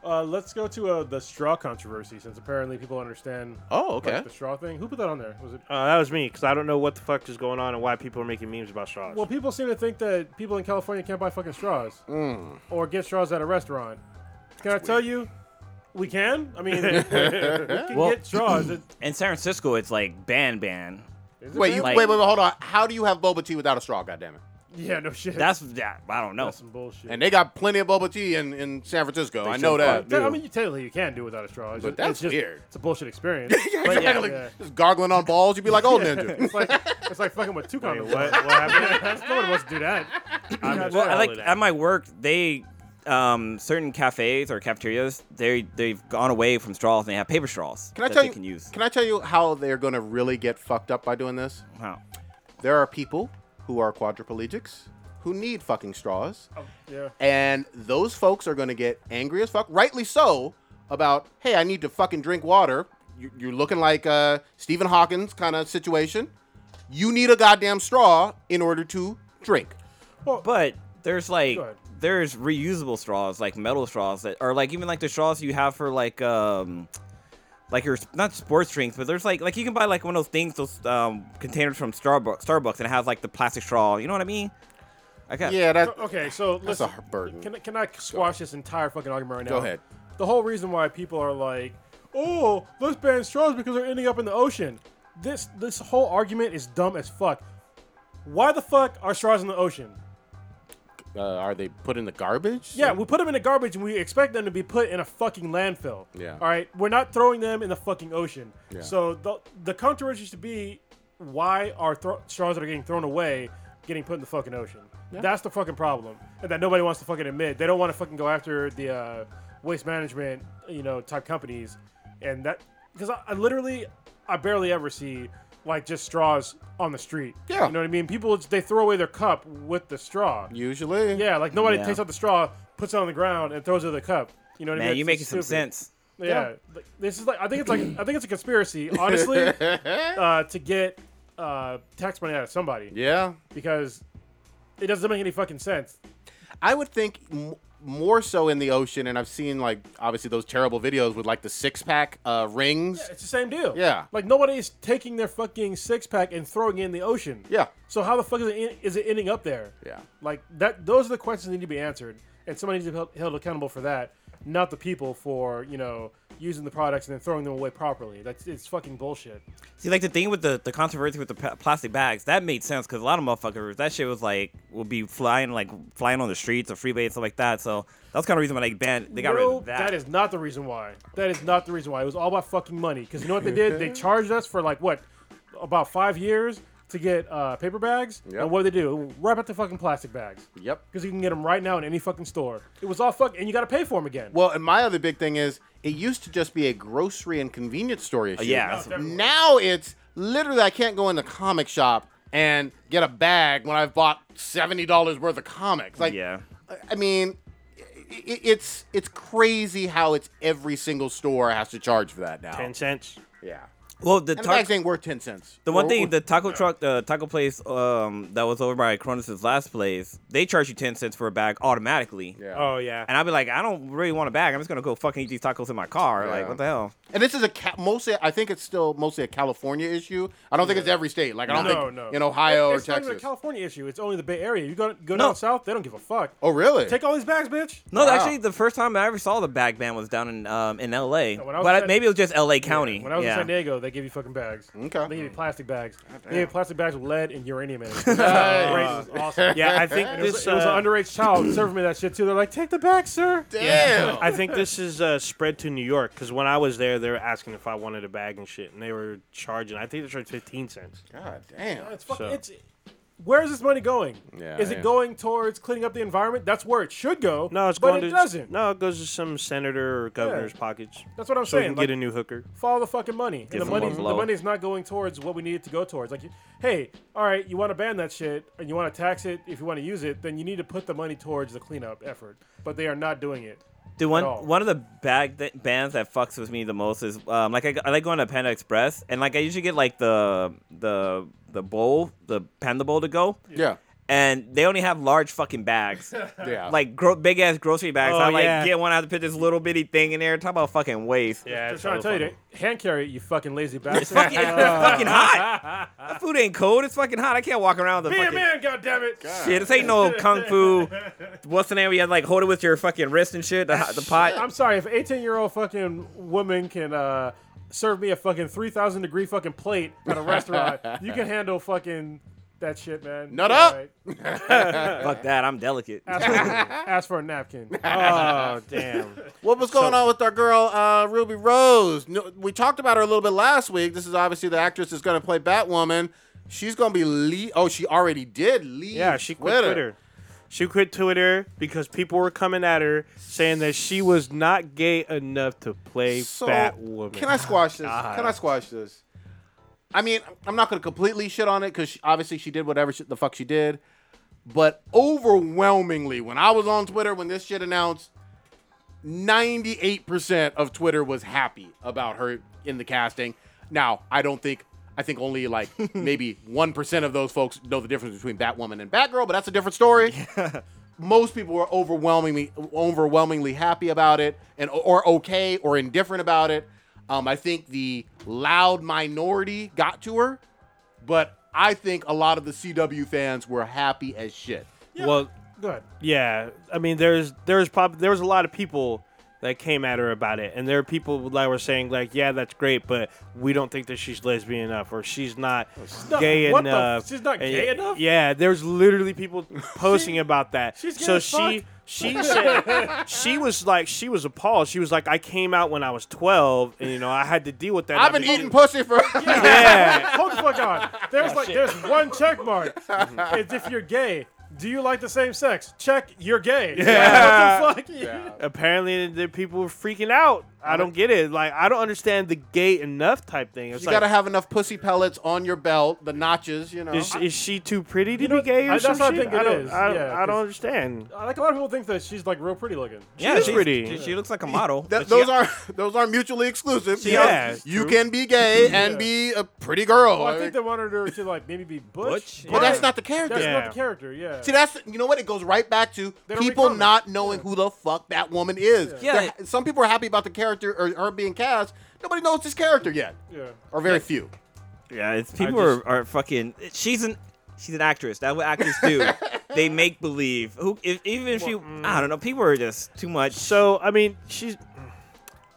Speaker 3: uh, let's go to uh, the straw controversy since apparently people understand
Speaker 1: Oh,
Speaker 3: like,
Speaker 1: okay.
Speaker 3: the straw thing who put that on there was it
Speaker 2: Uh, that was me because I don't know what the fuck is going on and why people are making memes about straws.
Speaker 3: Well, people seem to think that people in California can't buy fucking straws
Speaker 1: Hmm.
Speaker 3: or get straws at a restaurant. Can I tell you, we can? I mean, we can
Speaker 4: Well-
Speaker 3: get straws. It-
Speaker 4: In San Francisco, it's like ban ban.
Speaker 3: is it
Speaker 1: Wait, you,
Speaker 3: bad?
Speaker 4: Like-
Speaker 1: wait, wait, wait, hold on. How do you have boba tea without a straw? Goddamn it!
Speaker 3: Yeah, no shit.
Speaker 4: That's that. I don't know.
Speaker 3: That's some bullshit.
Speaker 1: And they got plenty of boba tea in, in San Francisco. I know that.
Speaker 4: should-
Speaker 3: Te- I mean, you technically you can do without a straw. It's
Speaker 1: But
Speaker 3: ju-
Speaker 1: that's
Speaker 3: it's just,
Speaker 1: weird.
Speaker 3: It's a bullshit experience.
Speaker 1: Yeah,
Speaker 3: But yeah,
Speaker 1: exactly.
Speaker 3: yeah.
Speaker 1: Just gargling on balls, you'd be like, "Oh, ninja."
Speaker 3: it's like it's like fucking with two
Speaker 2: Wait,
Speaker 3: condoms.
Speaker 2: what, what happened?
Speaker 3: That's- no one wants to do that.
Speaker 2: I'm just
Speaker 3: Well,
Speaker 4: Well, I
Speaker 2: following
Speaker 4: like
Speaker 2: that.
Speaker 4: at my work, they um, certain cafes or cafeterias, they they've gone away from straws and they have paper straws
Speaker 1: Can I
Speaker 4: that
Speaker 1: tell
Speaker 4: they
Speaker 1: you?
Speaker 4: can use.
Speaker 1: I tell you how they're going to really get fucked up by doing this?
Speaker 4: Wow.
Speaker 1: There are people who are quadriplegics who need fucking straws,
Speaker 3: Yeah.
Speaker 1: and those folks are going to get angry as fuck, rightly so, about hey, I need to fucking drink water. You- You're looking like uh, Stephen Hawkins kind of situation. You need a goddamn straw in order to drink.
Speaker 4: But there's like
Speaker 3: Go ahead.
Speaker 4: there's reusable straws, like metal straws that are like even like the straws you have for like um like your not sports drinks, but there's like like you can buy like one of those things, those um containers from Starbucks Starbucks and it has like the plastic straw, you know what I mean? I got
Speaker 1: Yeah, that,
Speaker 3: Okay, so
Speaker 1: that's
Speaker 3: listen.
Speaker 1: a burden.
Speaker 3: Can, I- can I squash this entire fucking argument right now?
Speaker 1: Go ahead.
Speaker 3: The whole reason why people are like, oh, let's ban straws because they're ending up in the ocean. This this whole argument is dumb as fuck. Why the fuck are straws in the ocean?
Speaker 1: Uh, are they put in the garbage?
Speaker 3: Yeah, we put them in the garbage and we expect them to be put in a fucking landfill.
Speaker 1: Yeah.
Speaker 3: All right, we're not throwing them in the fucking ocean.
Speaker 1: Yeah.
Speaker 3: So the the controversy should be why are thro- straws that are getting thrown away getting put in the fucking ocean? That's the fucking problem, and that nobody wants to fucking admit. They don't want to fucking go after the uh, waste management, you know, type companies, and that because I, I literally I barely ever see like just straws on the street.
Speaker 1: Yeah.
Speaker 3: You know what I mean? People they throw away their cup with the straw.
Speaker 1: Usually.
Speaker 3: Yeah, like nobody
Speaker 4: Yeah.
Speaker 3: takes out the straw, puts it on the ground, and throws it in the cup. You know what I
Speaker 4: Man,
Speaker 3: mean?
Speaker 4: you
Speaker 3: It's
Speaker 4: making some
Speaker 3: stupid.
Speaker 4: sense.
Speaker 3: Yeah. Like, this is like I think it's like I think it's a conspiracy, honestly, uh, to get uh, tax money out of somebody
Speaker 1: Yeah.
Speaker 3: because it doesn't make any fucking sense.
Speaker 1: I would think m- more so in the ocean, and I've seen like obviously those terrible videos with like the six pack uh, rings.
Speaker 3: It's the same deal.
Speaker 1: Yeah.
Speaker 3: Like nobody is taking their fucking six pack and throwing it in the ocean.
Speaker 1: Yeah.
Speaker 3: So how the fuck is it en- is it ending up there?
Speaker 1: Yeah.
Speaker 3: Like that. Those are the questions that need to be answered, and somebody needs to be held, held accountable for that. not the people for you know using the products and then throwing them away properly. That's it's fucking bullshit.
Speaker 4: See, like the thing with the, the controversy with the pa- plastic bags, that made sense because a lot of motherfuckers, that shit was like, would be flying like flying on the streets or freeways stuff like that. So that's kind of reason why they banned, they got rid
Speaker 3: No,
Speaker 4: of that.
Speaker 3: that is not the reason why. That is not the reason why. It was all about fucking money. Because you know what they did? they charged us for like what, about five years to get uh, paper bags.
Speaker 1: Yep.
Speaker 3: And what did they do? Wrap out the fucking plastic bags.
Speaker 1: Yep.
Speaker 3: Because you can get them right now in any fucking store. It was all fuck, and you got to pay for them again.
Speaker 1: Well, and my other big thing is it used to just be a grocery and convenience store issue.
Speaker 4: Uh, yeah.
Speaker 2: Oh,
Speaker 4: Now it's
Speaker 3: everywhere.
Speaker 1: Now it's literally I can't go in the comic shop and get a bag when I've bought seventy dollars worth of comics. Like,
Speaker 4: Yeah.
Speaker 1: I- I mean, i- i- it's it's crazy how it's every single store has to charge for that now.
Speaker 2: Ten cents.
Speaker 1: Yeah.
Speaker 4: Well, the
Speaker 1: And the
Speaker 4: tar-
Speaker 1: bags ain't worth ten cents.
Speaker 4: The one
Speaker 1: Or-
Speaker 4: thing, the taco truck, the taco place um, that was over by Cronus's last place, they charge you 10 cents for a bag automatically.
Speaker 1: Yeah.
Speaker 2: Oh yeah.
Speaker 4: And I'd be like, I don't really want a bag. I'm just going to go fucking eat these tacos in my car.
Speaker 1: Yeah.
Speaker 4: Like, what the hell?
Speaker 1: And this is a ca- mostly. I think it's still mostly a California issue. I don't think it's every state. Like I don't
Speaker 3: No,
Speaker 1: think
Speaker 3: Oh, no.
Speaker 1: in Ohio
Speaker 3: it's
Speaker 1: or
Speaker 3: not even a
Speaker 1: Texas.
Speaker 3: California issue. It's only the Bay Area. You go go
Speaker 4: No.
Speaker 3: down south, they don't give a fuck.
Speaker 1: oh really?
Speaker 3: Take all these bags, bitch.
Speaker 4: No,
Speaker 1: Wow.
Speaker 4: actually, the first time I ever saw the bag ban was down in um, in L.A.
Speaker 3: when I was
Speaker 4: But
Speaker 3: in
Speaker 4: I-
Speaker 3: San-
Speaker 4: maybe it was just L.A. County.
Speaker 3: When I was
Speaker 4: yeah.
Speaker 3: in San Diego, they gave you fucking bags.
Speaker 1: Okay.
Speaker 3: They gave you plastic bags. They gave you plastic bags with lead and uranium in it. Great, it was awesome.
Speaker 2: yeah, I think
Speaker 3: And It was,
Speaker 2: this.
Speaker 3: it was
Speaker 2: uh,
Speaker 3: an underage child serving me that shit too. They're like, take the bag, sir.
Speaker 1: Damn.
Speaker 2: I think this is uh, spread to New York because when I was there, they were asking if I wanted a bag and shit, and they were charging. I think they charged fifteen cents.
Speaker 1: God damn.
Speaker 3: It's fucking.
Speaker 2: So-
Speaker 3: It's. Where is this money going?
Speaker 1: Yeah,
Speaker 3: is it
Speaker 1: yeah.
Speaker 3: going towards cleaning up the environment? That's where it should go.
Speaker 2: No, it's
Speaker 3: but
Speaker 2: going to
Speaker 3: it doesn't.
Speaker 2: No, it goes to some senator or governor's pockets.
Speaker 3: That's what I'm
Speaker 2: so
Speaker 3: saying,
Speaker 2: you can
Speaker 3: like-
Speaker 2: get a new hooker.
Speaker 3: Follow the fucking money. And the
Speaker 4: them more
Speaker 3: money, the
Speaker 4: blow.
Speaker 3: money's not going towards what we need it to go towards. Like, you- hey, all right, you want to ban that shit and you want to tax it if you want to use it, then you need to put the money towards the cleanup effort. But they are not doing it.
Speaker 4: Dude, one
Speaker 3: all.
Speaker 4: one of the bag th- bands that fucks with me the most is um, like I, I like going to Panda Express and like I usually get like the the the bowl the panda bowl to go.
Speaker 1: Yeah.
Speaker 4: And they only have large fucking bags,
Speaker 1: Yeah.
Speaker 4: like gro- big ass grocery bags.
Speaker 2: Oh,
Speaker 4: I like
Speaker 2: yeah.
Speaker 4: get one. I have to put this little bitty thing in there. Talk about fucking waste.
Speaker 2: Yeah,
Speaker 3: They're trying to tell you to hand carry it, you fucking lazy bastard.
Speaker 4: Fucking, it's fucking hot. That food ain't cold. It's fucking hot. I can't walk around with a
Speaker 3: Be a
Speaker 4: fucking
Speaker 3: man, goddammit. God.
Speaker 4: shit. This ain't no kung fu. What's the name? You had like hold it with your fucking wrist and shit. The, the pot.
Speaker 3: I'm sorry, if an 18 year old fucking woman can uh, serve me a fucking 3,000 degree fucking plate at a restaurant, you can handle fucking that shit, man.
Speaker 1: Nut
Speaker 3: Yeah,
Speaker 1: up.
Speaker 3: right.
Speaker 4: Fuck that. I'm delicate.
Speaker 3: Ask, for, ask for a napkin.
Speaker 2: Oh damn.
Speaker 1: What was going on with our girl uh, Ruby Rose? No, we talked about her a little bit last week. This is obviously the actress that's going to play Batwoman. She's going to be le- oh, she already did leave.
Speaker 2: Yeah, she quit Twitter. She quit Twitter because people were coming at her saying that she was not gay enough to play
Speaker 1: So,
Speaker 2: Batwoman.
Speaker 1: Can I squash this? Can I squash this? I mean, I'm not going to completely shit on it because obviously she did whatever she, the fuck she did. But overwhelmingly, when I was on Twitter when this shit announced, 98% of Twitter was happy about her in the casting. Now, I don't think, I think only like maybe 1% of those folks know the difference between Batwoman and Batgirl, but that's a different story. Most people were overwhelmingly, overwhelmingly happy about it and or okay or indifferent about it. Um, I think the loud minority got to her, but I think a lot of the CW fans were happy as shit.
Speaker 2: Well,
Speaker 3: Good.
Speaker 2: yeah. I mean, there's there's pop there was a lot of people that came at her about it, and there are people that were saying like, yeah, that's great, but we don't think that she's lesbian enough or she's not
Speaker 3: not-
Speaker 2: gay
Speaker 3: what the f-
Speaker 2: enough.
Speaker 3: she's not
Speaker 2: And-
Speaker 3: gay enough?
Speaker 2: Yeah, there's literally people posting about that.
Speaker 3: she's gay
Speaker 2: so
Speaker 3: as
Speaker 2: she
Speaker 3: fuck.
Speaker 2: she said she was like she was appalled. She was like, I came out when I was 12, and you know I had to deal with that.
Speaker 1: I've been eating pussy for
Speaker 2: Yeah.
Speaker 3: Hold the fuck on. There's like there's one check mark.
Speaker 1: Mm-hmm.
Speaker 3: it's if you're gay. Do you like the same sex? Check. You're gay.
Speaker 2: Yeah.
Speaker 3: What the fuck?
Speaker 2: apparently the people were freaking out. I don't get it. Like I don't understand the gay enough type thing. It's
Speaker 1: You
Speaker 2: like,
Speaker 1: gotta have enough pussy pellets on your belt, the notches, you know.
Speaker 2: is, is she too pretty to be gay or
Speaker 3: I- that's
Speaker 2: some
Speaker 3: what I
Speaker 2: shit?
Speaker 3: think it
Speaker 2: I don't,
Speaker 3: is.
Speaker 2: I, don't-
Speaker 3: Yeah,
Speaker 2: I don't
Speaker 3: 'cause-
Speaker 2: understand.
Speaker 3: I Like a lot of people think that she's like real pretty looking.
Speaker 4: Yeah,
Speaker 2: is
Speaker 4: she's-
Speaker 2: pretty.
Speaker 4: She, she looks like a model.
Speaker 1: Th-
Speaker 4: But she-
Speaker 1: those are those are mutually exclusive.
Speaker 2: She-
Speaker 1: You know,
Speaker 2: yeah,
Speaker 1: you
Speaker 2: true.
Speaker 1: can be gay and be a pretty girl.
Speaker 3: Well, I
Speaker 1: I
Speaker 3: think they
Speaker 1: mean,
Speaker 3: wanted her to like maybe be butch.
Speaker 4: Butch?
Speaker 1: but that's not the character.
Speaker 3: That's
Speaker 2: Yeah.
Speaker 3: not the character. Yeah.
Speaker 1: See, that's you know what it goes right back to
Speaker 3: don't
Speaker 1: people
Speaker 3: recall it.
Speaker 1: not knowing who the fuck that woman is.
Speaker 4: Yeah.
Speaker 1: They're- some people are happy about the character or her being cast. Nobody knows this character yet,
Speaker 3: yeah.
Speaker 1: or very few.
Speaker 4: Yeah, it's people are, are fucking. She's an she's an actress. That's what actors do. they make believe. Who if, even if you I don't know, people are just too much.
Speaker 2: So I mean, she's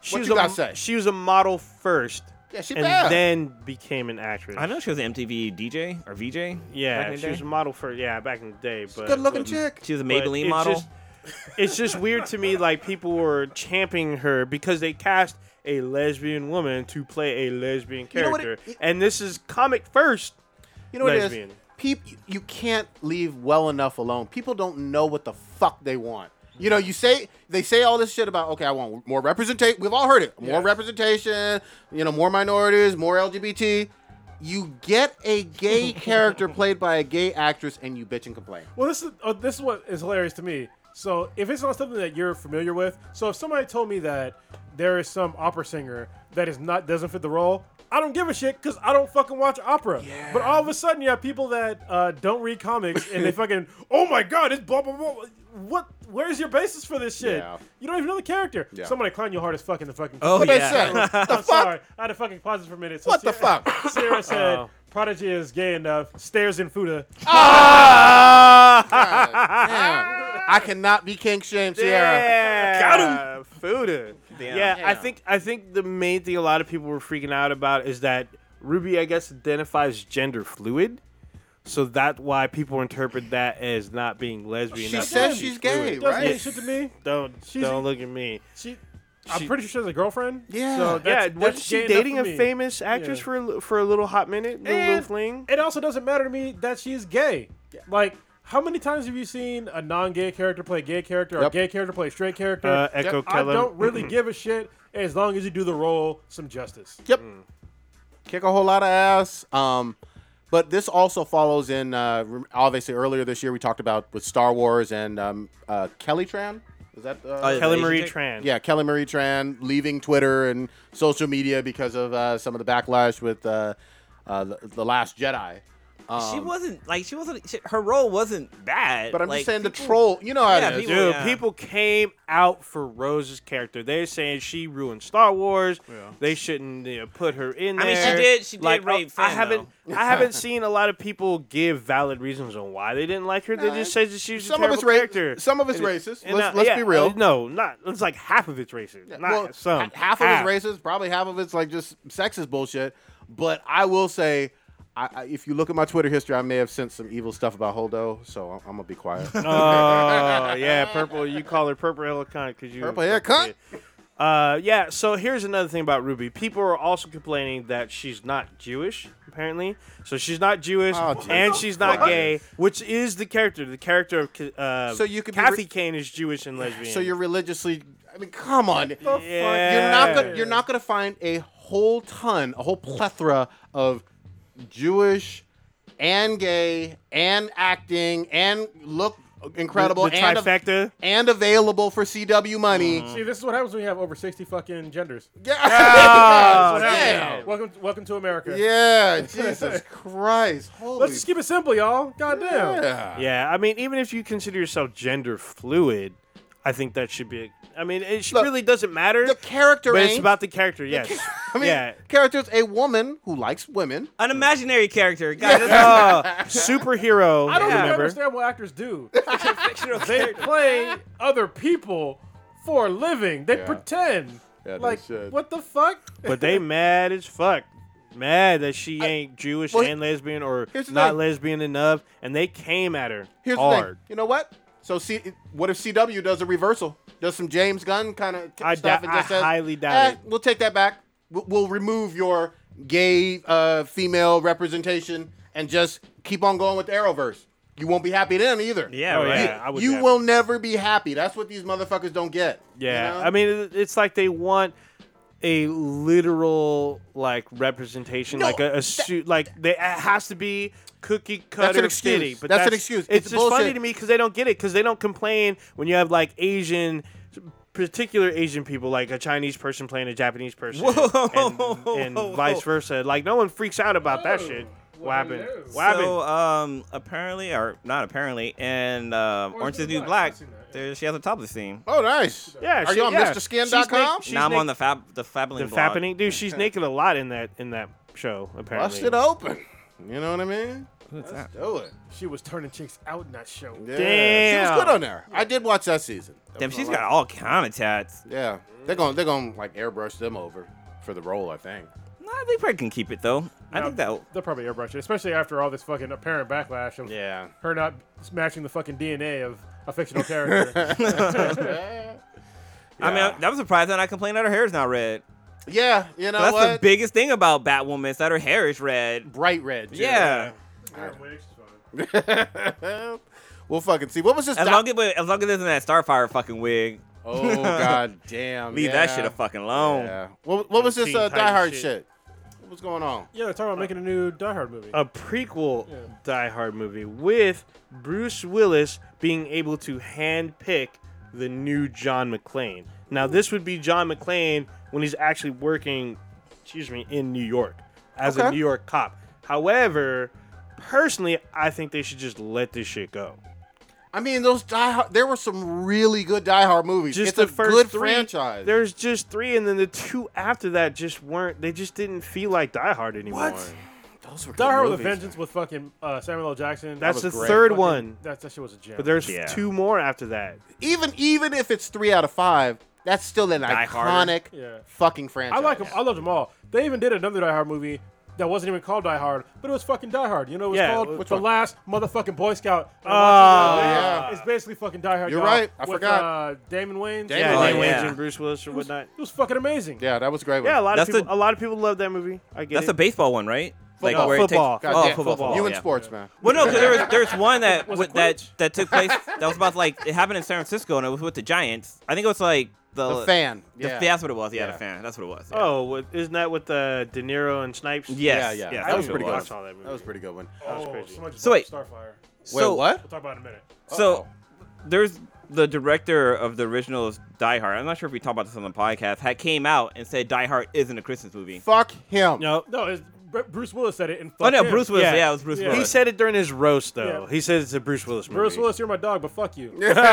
Speaker 2: she
Speaker 1: What
Speaker 2: was
Speaker 1: you
Speaker 2: a,
Speaker 1: gotta say?
Speaker 2: she was a model first,
Speaker 1: Yeah, she
Speaker 2: and
Speaker 1: bad.
Speaker 2: then became an actress.
Speaker 4: I know she was an MTV DJ or VJ. back
Speaker 2: Yeah,
Speaker 4: in the
Speaker 2: she
Speaker 4: day.
Speaker 2: was a model first. Yeah, back in the day. But um,
Speaker 1: Good looking chick.
Speaker 4: She was a
Speaker 2: but
Speaker 4: Maybelline
Speaker 2: it's
Speaker 4: model.
Speaker 2: just- it's just weird to me, like people were champing her because they cast a lesbian woman to play a lesbian
Speaker 1: You know what
Speaker 2: character,
Speaker 1: it-
Speaker 2: and this is comic first.
Speaker 1: You know what it
Speaker 2: Lesbian.
Speaker 1: is? Peep, you can't leave well enough alone. People don't know what the fuck they want. You know, you say they say all this shit about okay, I want more representation. We've all heard it. More representation. You know, more minorities, more LGBT. You get a gay character played by a gay actress, and you bitch and complain.
Speaker 3: Well, this is uh, this is what is hilarious to me. So if it's not something that you're familiar with, so if somebody told me that there is some opera singer that is not doesn't fit the role, I don't give a shit because I don't fucking watch opera. But all of a sudden, you have people that uh, don't read comics and they fucking, oh my god, it's blah blah blah. What? Where's your basis for this shit?
Speaker 1: Yeah.
Speaker 3: You don't even know the character.
Speaker 1: Yeah.
Speaker 3: Somebody clown you hard as fuck in the fucking.
Speaker 4: Oh,
Speaker 1: What
Speaker 4: yeah.
Speaker 1: they say?
Speaker 3: I'm
Speaker 1: the fuck?
Speaker 3: sorry. I had to fucking pause it for a minute. So
Speaker 1: What the
Speaker 3: Sierra-
Speaker 1: fuck?
Speaker 3: Sarah said,
Speaker 2: Oh.
Speaker 3: "Prodigy is gay enough." Stares in Fuda.
Speaker 1: Damn. I cannot be king shamed, Sierra.
Speaker 2: Yeah, got him. Fuda.
Speaker 4: Damn.
Speaker 2: Yeah, I
Speaker 1: Yeah.
Speaker 2: think I think the main thing a lot of people were freaking out about is that Ruby, I guess, identifies gender fluid, so that's why people interpret that as not being lesbian.
Speaker 1: She
Speaker 2: not
Speaker 1: says
Speaker 2: being
Speaker 1: she's
Speaker 2: fluid.
Speaker 1: gay,
Speaker 3: Doesn't mean
Speaker 1: right?
Speaker 3: shit to me.
Speaker 2: Don't
Speaker 3: She's-
Speaker 2: don't look at me.
Speaker 3: She, I'm
Speaker 2: She-
Speaker 3: pretty sure she has a girlfriend.
Speaker 1: Yeah.
Speaker 3: So that's,
Speaker 2: yeah,
Speaker 3: that's
Speaker 2: wasn't
Speaker 3: gay
Speaker 2: she
Speaker 3: enough
Speaker 2: dating
Speaker 3: for
Speaker 2: a
Speaker 3: me.
Speaker 2: famous actress
Speaker 3: Yeah.
Speaker 2: for a, li- for a little hot minute, little, little
Speaker 3: And-
Speaker 2: fling?
Speaker 3: It also doesn't matter to me that she's gay. Like, how many times have you seen a non-gay character play a gay character or a
Speaker 1: Yep.
Speaker 3: gay character play a straight character?
Speaker 2: Uh, Echo
Speaker 1: Yep.
Speaker 3: I
Speaker 2: Kellum.
Speaker 3: don't really give a shit as long as you do the role some justice.
Speaker 1: Yep. Mm. Kick a whole lot of ass. Um, but this also follows in, uh, rem- obviously, earlier this year we talked about with Star Wars and um, uh, Kelly Tran. Is that? Uh,
Speaker 4: Oh, yeah.
Speaker 2: Kelly
Speaker 4: Asian
Speaker 2: Marie
Speaker 4: chick?
Speaker 2: Tran.
Speaker 1: yeah, Kelly Marie Tran leaving Twitter and social media because of uh, some of the backlash with uh, uh, the, the Last Jedi. Um,
Speaker 4: she wasn't like she wasn't. She, her role wasn't bad.
Speaker 1: But I'm
Speaker 4: like,
Speaker 1: just saying the
Speaker 4: people-
Speaker 1: troll. You know how
Speaker 4: Yeah,
Speaker 1: it is.
Speaker 4: people-
Speaker 2: Dude,
Speaker 4: Yeah.
Speaker 2: people came out for Rose's character. They're saying she ruined Star Wars. They shouldn't you know, put her in
Speaker 4: I
Speaker 2: there.
Speaker 4: mean, she did- she did
Speaker 2: Like,
Speaker 4: rape
Speaker 2: I, I
Speaker 4: Finn,
Speaker 2: haven't. I haven't seen a lot of people give valid reasons on why they didn't like her. They
Speaker 1: Nah,
Speaker 2: just
Speaker 4: eh?
Speaker 2: said that she was
Speaker 1: some
Speaker 2: a
Speaker 1: of
Speaker 2: terrible
Speaker 1: it's ra-
Speaker 2: character.
Speaker 1: some of it's
Speaker 2: And-
Speaker 1: racist.
Speaker 2: and,
Speaker 1: Let's-
Speaker 2: uh,
Speaker 1: let's
Speaker 2: yeah,
Speaker 1: be real.
Speaker 2: uh, no, not. It's like half of it's racist. Not
Speaker 1: well,
Speaker 2: some.
Speaker 1: h- half, of it's racist. Probably half of it's like just sexist bullshit. But I will say, I, I, if you look at my Twitter history, I may have sent some evil stuff about Holdo, so I'm, I'm gonna be quiet.
Speaker 2: Oh yeah, purple. You call her purple hair cunt because you
Speaker 1: Purple hair cunt?
Speaker 2: Uh, yeah. So here's another thing about Ruby. People are also complaining that she's not Jewish, apparently. So she's not Jewish
Speaker 1: Oh, Jesus
Speaker 2: and she's not
Speaker 1: Christ.
Speaker 2: gay, which is the character. The character of Ca- uh,
Speaker 1: So you could be
Speaker 2: Kathy
Speaker 1: re-
Speaker 2: Kane is Jewish and lesbian.
Speaker 1: so you're religiously. I mean, come on.
Speaker 2: yeah.
Speaker 1: You're not gonna you're not gonna find a whole ton, a whole plethora of Jewish and gay and acting and look incredible
Speaker 2: The
Speaker 1: and,
Speaker 2: trifecta. Mm-hmm.
Speaker 1: and available for CW money.
Speaker 3: See, this is what happens when you have over 60 fucking genders.
Speaker 1: Yeah.
Speaker 2: Oh,
Speaker 3: What happens?
Speaker 1: Damn.
Speaker 3: Welcome, welcome to America.
Speaker 1: Yeah, Jesus Christ. Holy
Speaker 3: Let's just keep it simple, y'all. Goddamn.
Speaker 1: yeah.
Speaker 2: Yeah. I mean, even if you consider yourself gender fluid, I think that should be. I mean, it sh-
Speaker 1: Look,
Speaker 2: really doesn't matter.
Speaker 1: The character
Speaker 2: but
Speaker 1: ain't.
Speaker 2: it's about the character. Yes.
Speaker 1: I mean,
Speaker 2: yeah.
Speaker 1: character's a woman who likes women.
Speaker 4: An imaginary character. Guys, that's
Speaker 2: Uh, superhero.
Speaker 3: I don't even
Speaker 2: remember.
Speaker 3: understand what actors do.
Speaker 4: a fictional
Speaker 3: they
Speaker 4: character.
Speaker 3: play other people for a living. They
Speaker 1: Yeah.
Speaker 3: pretend.
Speaker 1: Yeah, they
Speaker 3: like,
Speaker 1: should.
Speaker 3: what the fuck?
Speaker 2: But they mad as fuck. Mad that she ain't Jewish
Speaker 1: well,
Speaker 2: and lesbian or
Speaker 1: here's the
Speaker 2: not
Speaker 1: thing.
Speaker 2: lesbian enough, and they came at her
Speaker 1: Here's the
Speaker 2: hard.
Speaker 1: thing. You know what? So, C- what if CW does a reversal? Does some James Gunn kind of
Speaker 2: I
Speaker 1: stuff
Speaker 2: dou-
Speaker 1: and just
Speaker 2: I
Speaker 1: says,
Speaker 2: highly doubt
Speaker 1: "Eh,
Speaker 2: it."
Speaker 1: We'll take that back. We'll, we'll remove your gay uh, female representation and just keep on going with the Arrowverse. You won't be happy then either.
Speaker 4: Yeah,
Speaker 2: Oh,
Speaker 4: right.
Speaker 2: yeah.
Speaker 1: You,
Speaker 2: I would
Speaker 1: you
Speaker 2: be happy.
Speaker 1: will never be happy. That's what these motherfuckers don't get. you
Speaker 2: Yeah,
Speaker 1: know?
Speaker 2: I mean, it- it's like they want a literal like representation,
Speaker 1: No,
Speaker 2: like a, a suit, like they it has to be cookie cutter
Speaker 1: excuse.
Speaker 2: fitty, But
Speaker 1: That's an
Speaker 2: that's,
Speaker 1: excuse.
Speaker 2: It's,
Speaker 1: It's
Speaker 2: just funny
Speaker 1: bullshit.
Speaker 2: to me because they don't get it because they don't complain when you have like Asian. Particular Asian people, like a Chinese person playing a Japanese person,
Speaker 4: Whoa.
Speaker 2: and, and vice versa. Like no one freaks out about that shit. What happened?
Speaker 3: hello.
Speaker 2: What happened?
Speaker 4: So, um, apparently, or not apparently, and uh, Orange is the New Black,
Speaker 3: I've seen that, yeah.
Speaker 4: there, she has a topless theme.
Speaker 1: Oh, nice.
Speaker 2: Yeah,
Speaker 1: Are
Speaker 2: she-
Speaker 1: you on
Speaker 2: yeah.
Speaker 1: MrSkin.com?
Speaker 2: She's naked.
Speaker 4: Now I'm
Speaker 2: na-
Speaker 4: on the fab, the fabuling
Speaker 2: the
Speaker 4: blog.
Speaker 2: fappening dude, she's naked a lot in that in that show. Apparently,
Speaker 1: Bust it open. You know what I mean?
Speaker 4: What is that?
Speaker 1: Let's do it.
Speaker 3: She was turning chicks out in that show.
Speaker 1: Yeah. She
Speaker 2: Damn.
Speaker 1: was good on there. I did watch that season.
Speaker 4: Damn, she's got all kind of tats.
Speaker 1: Yeah, they're gonna they're gonna like airbrush them over for the role, I think.
Speaker 4: Nah, they probably can keep it though. I
Speaker 3: Now,
Speaker 4: think that.
Speaker 3: they'll probably airbrush it, especially after all this fucking apparent backlash of
Speaker 1: Yeah.
Speaker 3: her not matching the fucking DNA of a fictional character.
Speaker 4: I mean, I, that was surprised that I complained that her hair is not red.
Speaker 1: Yeah, you know
Speaker 4: That's
Speaker 1: what?
Speaker 4: the biggest thing about Batwoman is that her hair is red.
Speaker 1: bright red. too.
Speaker 4: Yeah.
Speaker 1: we'll fucking see. What was this?
Speaker 4: As
Speaker 1: doc-
Speaker 4: long as, but as long as it isn't that Starfire fucking wig,
Speaker 1: oh god damn!
Speaker 4: leave
Speaker 1: yeah.
Speaker 4: that shit a fucking alone.
Speaker 1: Yeah. What, what was this
Speaker 2: Teen
Speaker 1: uh,
Speaker 2: Titan
Speaker 1: Die Hard
Speaker 2: shit.
Speaker 1: shit? What was going on?
Speaker 3: yeah, they're talking about making a new Die Hard movie.
Speaker 2: a prequel Die Hard movie with Bruce Willis being able to handpick the new John McClane. Now, this would be John McClane when he's actually working, excuse me, in New York as a
Speaker 1: Okay.
Speaker 2: New York cop. However, personally, I think they should just let this shit go.
Speaker 1: I mean, those Die Hard. There were some really good Die Hard movies.
Speaker 2: Just
Speaker 1: it's
Speaker 2: the
Speaker 1: a
Speaker 2: first
Speaker 1: good
Speaker 2: three,
Speaker 1: franchise.
Speaker 2: There's just three, and then the two after that just weren't. They just didn't feel like Die Hard anymore.
Speaker 1: What? Those were good
Speaker 3: Die Hard with a
Speaker 1: movies.
Speaker 3: Vengeance with fucking uh, Samuel L. Jackson.
Speaker 2: That's
Speaker 1: was
Speaker 2: the
Speaker 1: great.
Speaker 2: third
Speaker 3: Fucking-
Speaker 2: one.
Speaker 3: That, that shit was a gem.
Speaker 2: But there's
Speaker 4: Yeah.
Speaker 2: two more after that.
Speaker 1: Even even if it's three out of five, that's still an
Speaker 4: Die Harder.
Speaker 1: iconic
Speaker 3: Yeah.
Speaker 1: fucking franchise.
Speaker 3: I like them. I loved them all. They even did another Die Hard movie that wasn't even called Die Hard, but it was fucking Die Hard. You know, it was
Speaker 2: Yeah,
Speaker 3: called
Speaker 2: which
Speaker 3: The
Speaker 1: one?
Speaker 3: Last Motherfucking Boy Scout. Oh,
Speaker 1: yeah.
Speaker 3: It's basically fucking Die Hard.
Speaker 1: You're
Speaker 3: y'all,
Speaker 1: right. I
Speaker 3: with,
Speaker 1: forgot.
Speaker 3: Uh, Damon Wayans.
Speaker 1: Damon
Speaker 2: Yeah,
Speaker 4: Oh,
Speaker 2: Wayne
Speaker 4: yeah.
Speaker 2: and Bruce Willis or
Speaker 3: It was,
Speaker 2: whatnot.
Speaker 3: it was fucking amazing.
Speaker 1: Yeah, that was a great.
Speaker 2: Yeah, a
Speaker 1: one.
Speaker 2: lot
Speaker 4: That's
Speaker 2: of people.
Speaker 4: the-
Speaker 2: a lot of people love that movie. I get
Speaker 4: That's a
Speaker 2: it.
Speaker 4: baseball one, right? Like
Speaker 2: Football.
Speaker 4: it takes-
Speaker 2: Football.
Speaker 1: God
Speaker 4: oh,
Speaker 1: damn.
Speaker 4: football, football.
Speaker 1: You in
Speaker 4: yeah.
Speaker 1: sports, man.
Speaker 4: Well, no, 'cause there was there's one that
Speaker 3: Was it
Speaker 4: with- that
Speaker 3: Quidditch?
Speaker 4: that took place that was about like it happened in San Francisco and it was with the Giants. I think it was like the,
Speaker 1: The fan.
Speaker 4: the-
Speaker 1: Yeah.
Speaker 4: that's what it was. Yeah,
Speaker 1: Yeah.
Speaker 4: the fan. That's what it was. yeah.
Speaker 2: Oh, what, isn't that with uh, De Niro and Snipes?
Speaker 4: Yes.
Speaker 1: Yeah, yeah.
Speaker 2: yeah,
Speaker 1: That
Speaker 2: that
Speaker 1: was
Speaker 2: was
Speaker 1: pretty
Speaker 2: pretty
Speaker 1: good.
Speaker 2: good. I saw that movie.
Speaker 1: That was a pretty good one.
Speaker 3: That was
Speaker 2: Oh,
Speaker 3: crazy.
Speaker 2: so
Speaker 4: So wait.
Speaker 3: Starfire.
Speaker 1: Wait,
Speaker 4: So-
Speaker 1: what?
Speaker 3: We'll talk about it in a minute.
Speaker 4: So there's the director of the original Die Hard. I'm not sure if we talked about this on the podcast. Had came out and said Die Hard isn't a Christmas movie.
Speaker 1: Fuck him.
Speaker 2: No,
Speaker 3: No, it's, Br- Bruce Willis said it. And
Speaker 4: Oh
Speaker 3: fuck
Speaker 4: no,
Speaker 3: him.
Speaker 4: Bruce Willis.
Speaker 2: Yeah.
Speaker 4: Yeah, it was Bruce
Speaker 3: He
Speaker 4: Willis.
Speaker 2: he said it during his roast though.
Speaker 3: Yeah.
Speaker 2: He said it's a Bruce Willis movie.
Speaker 3: Bruce Willis, you're my dog, but fuck you. it's a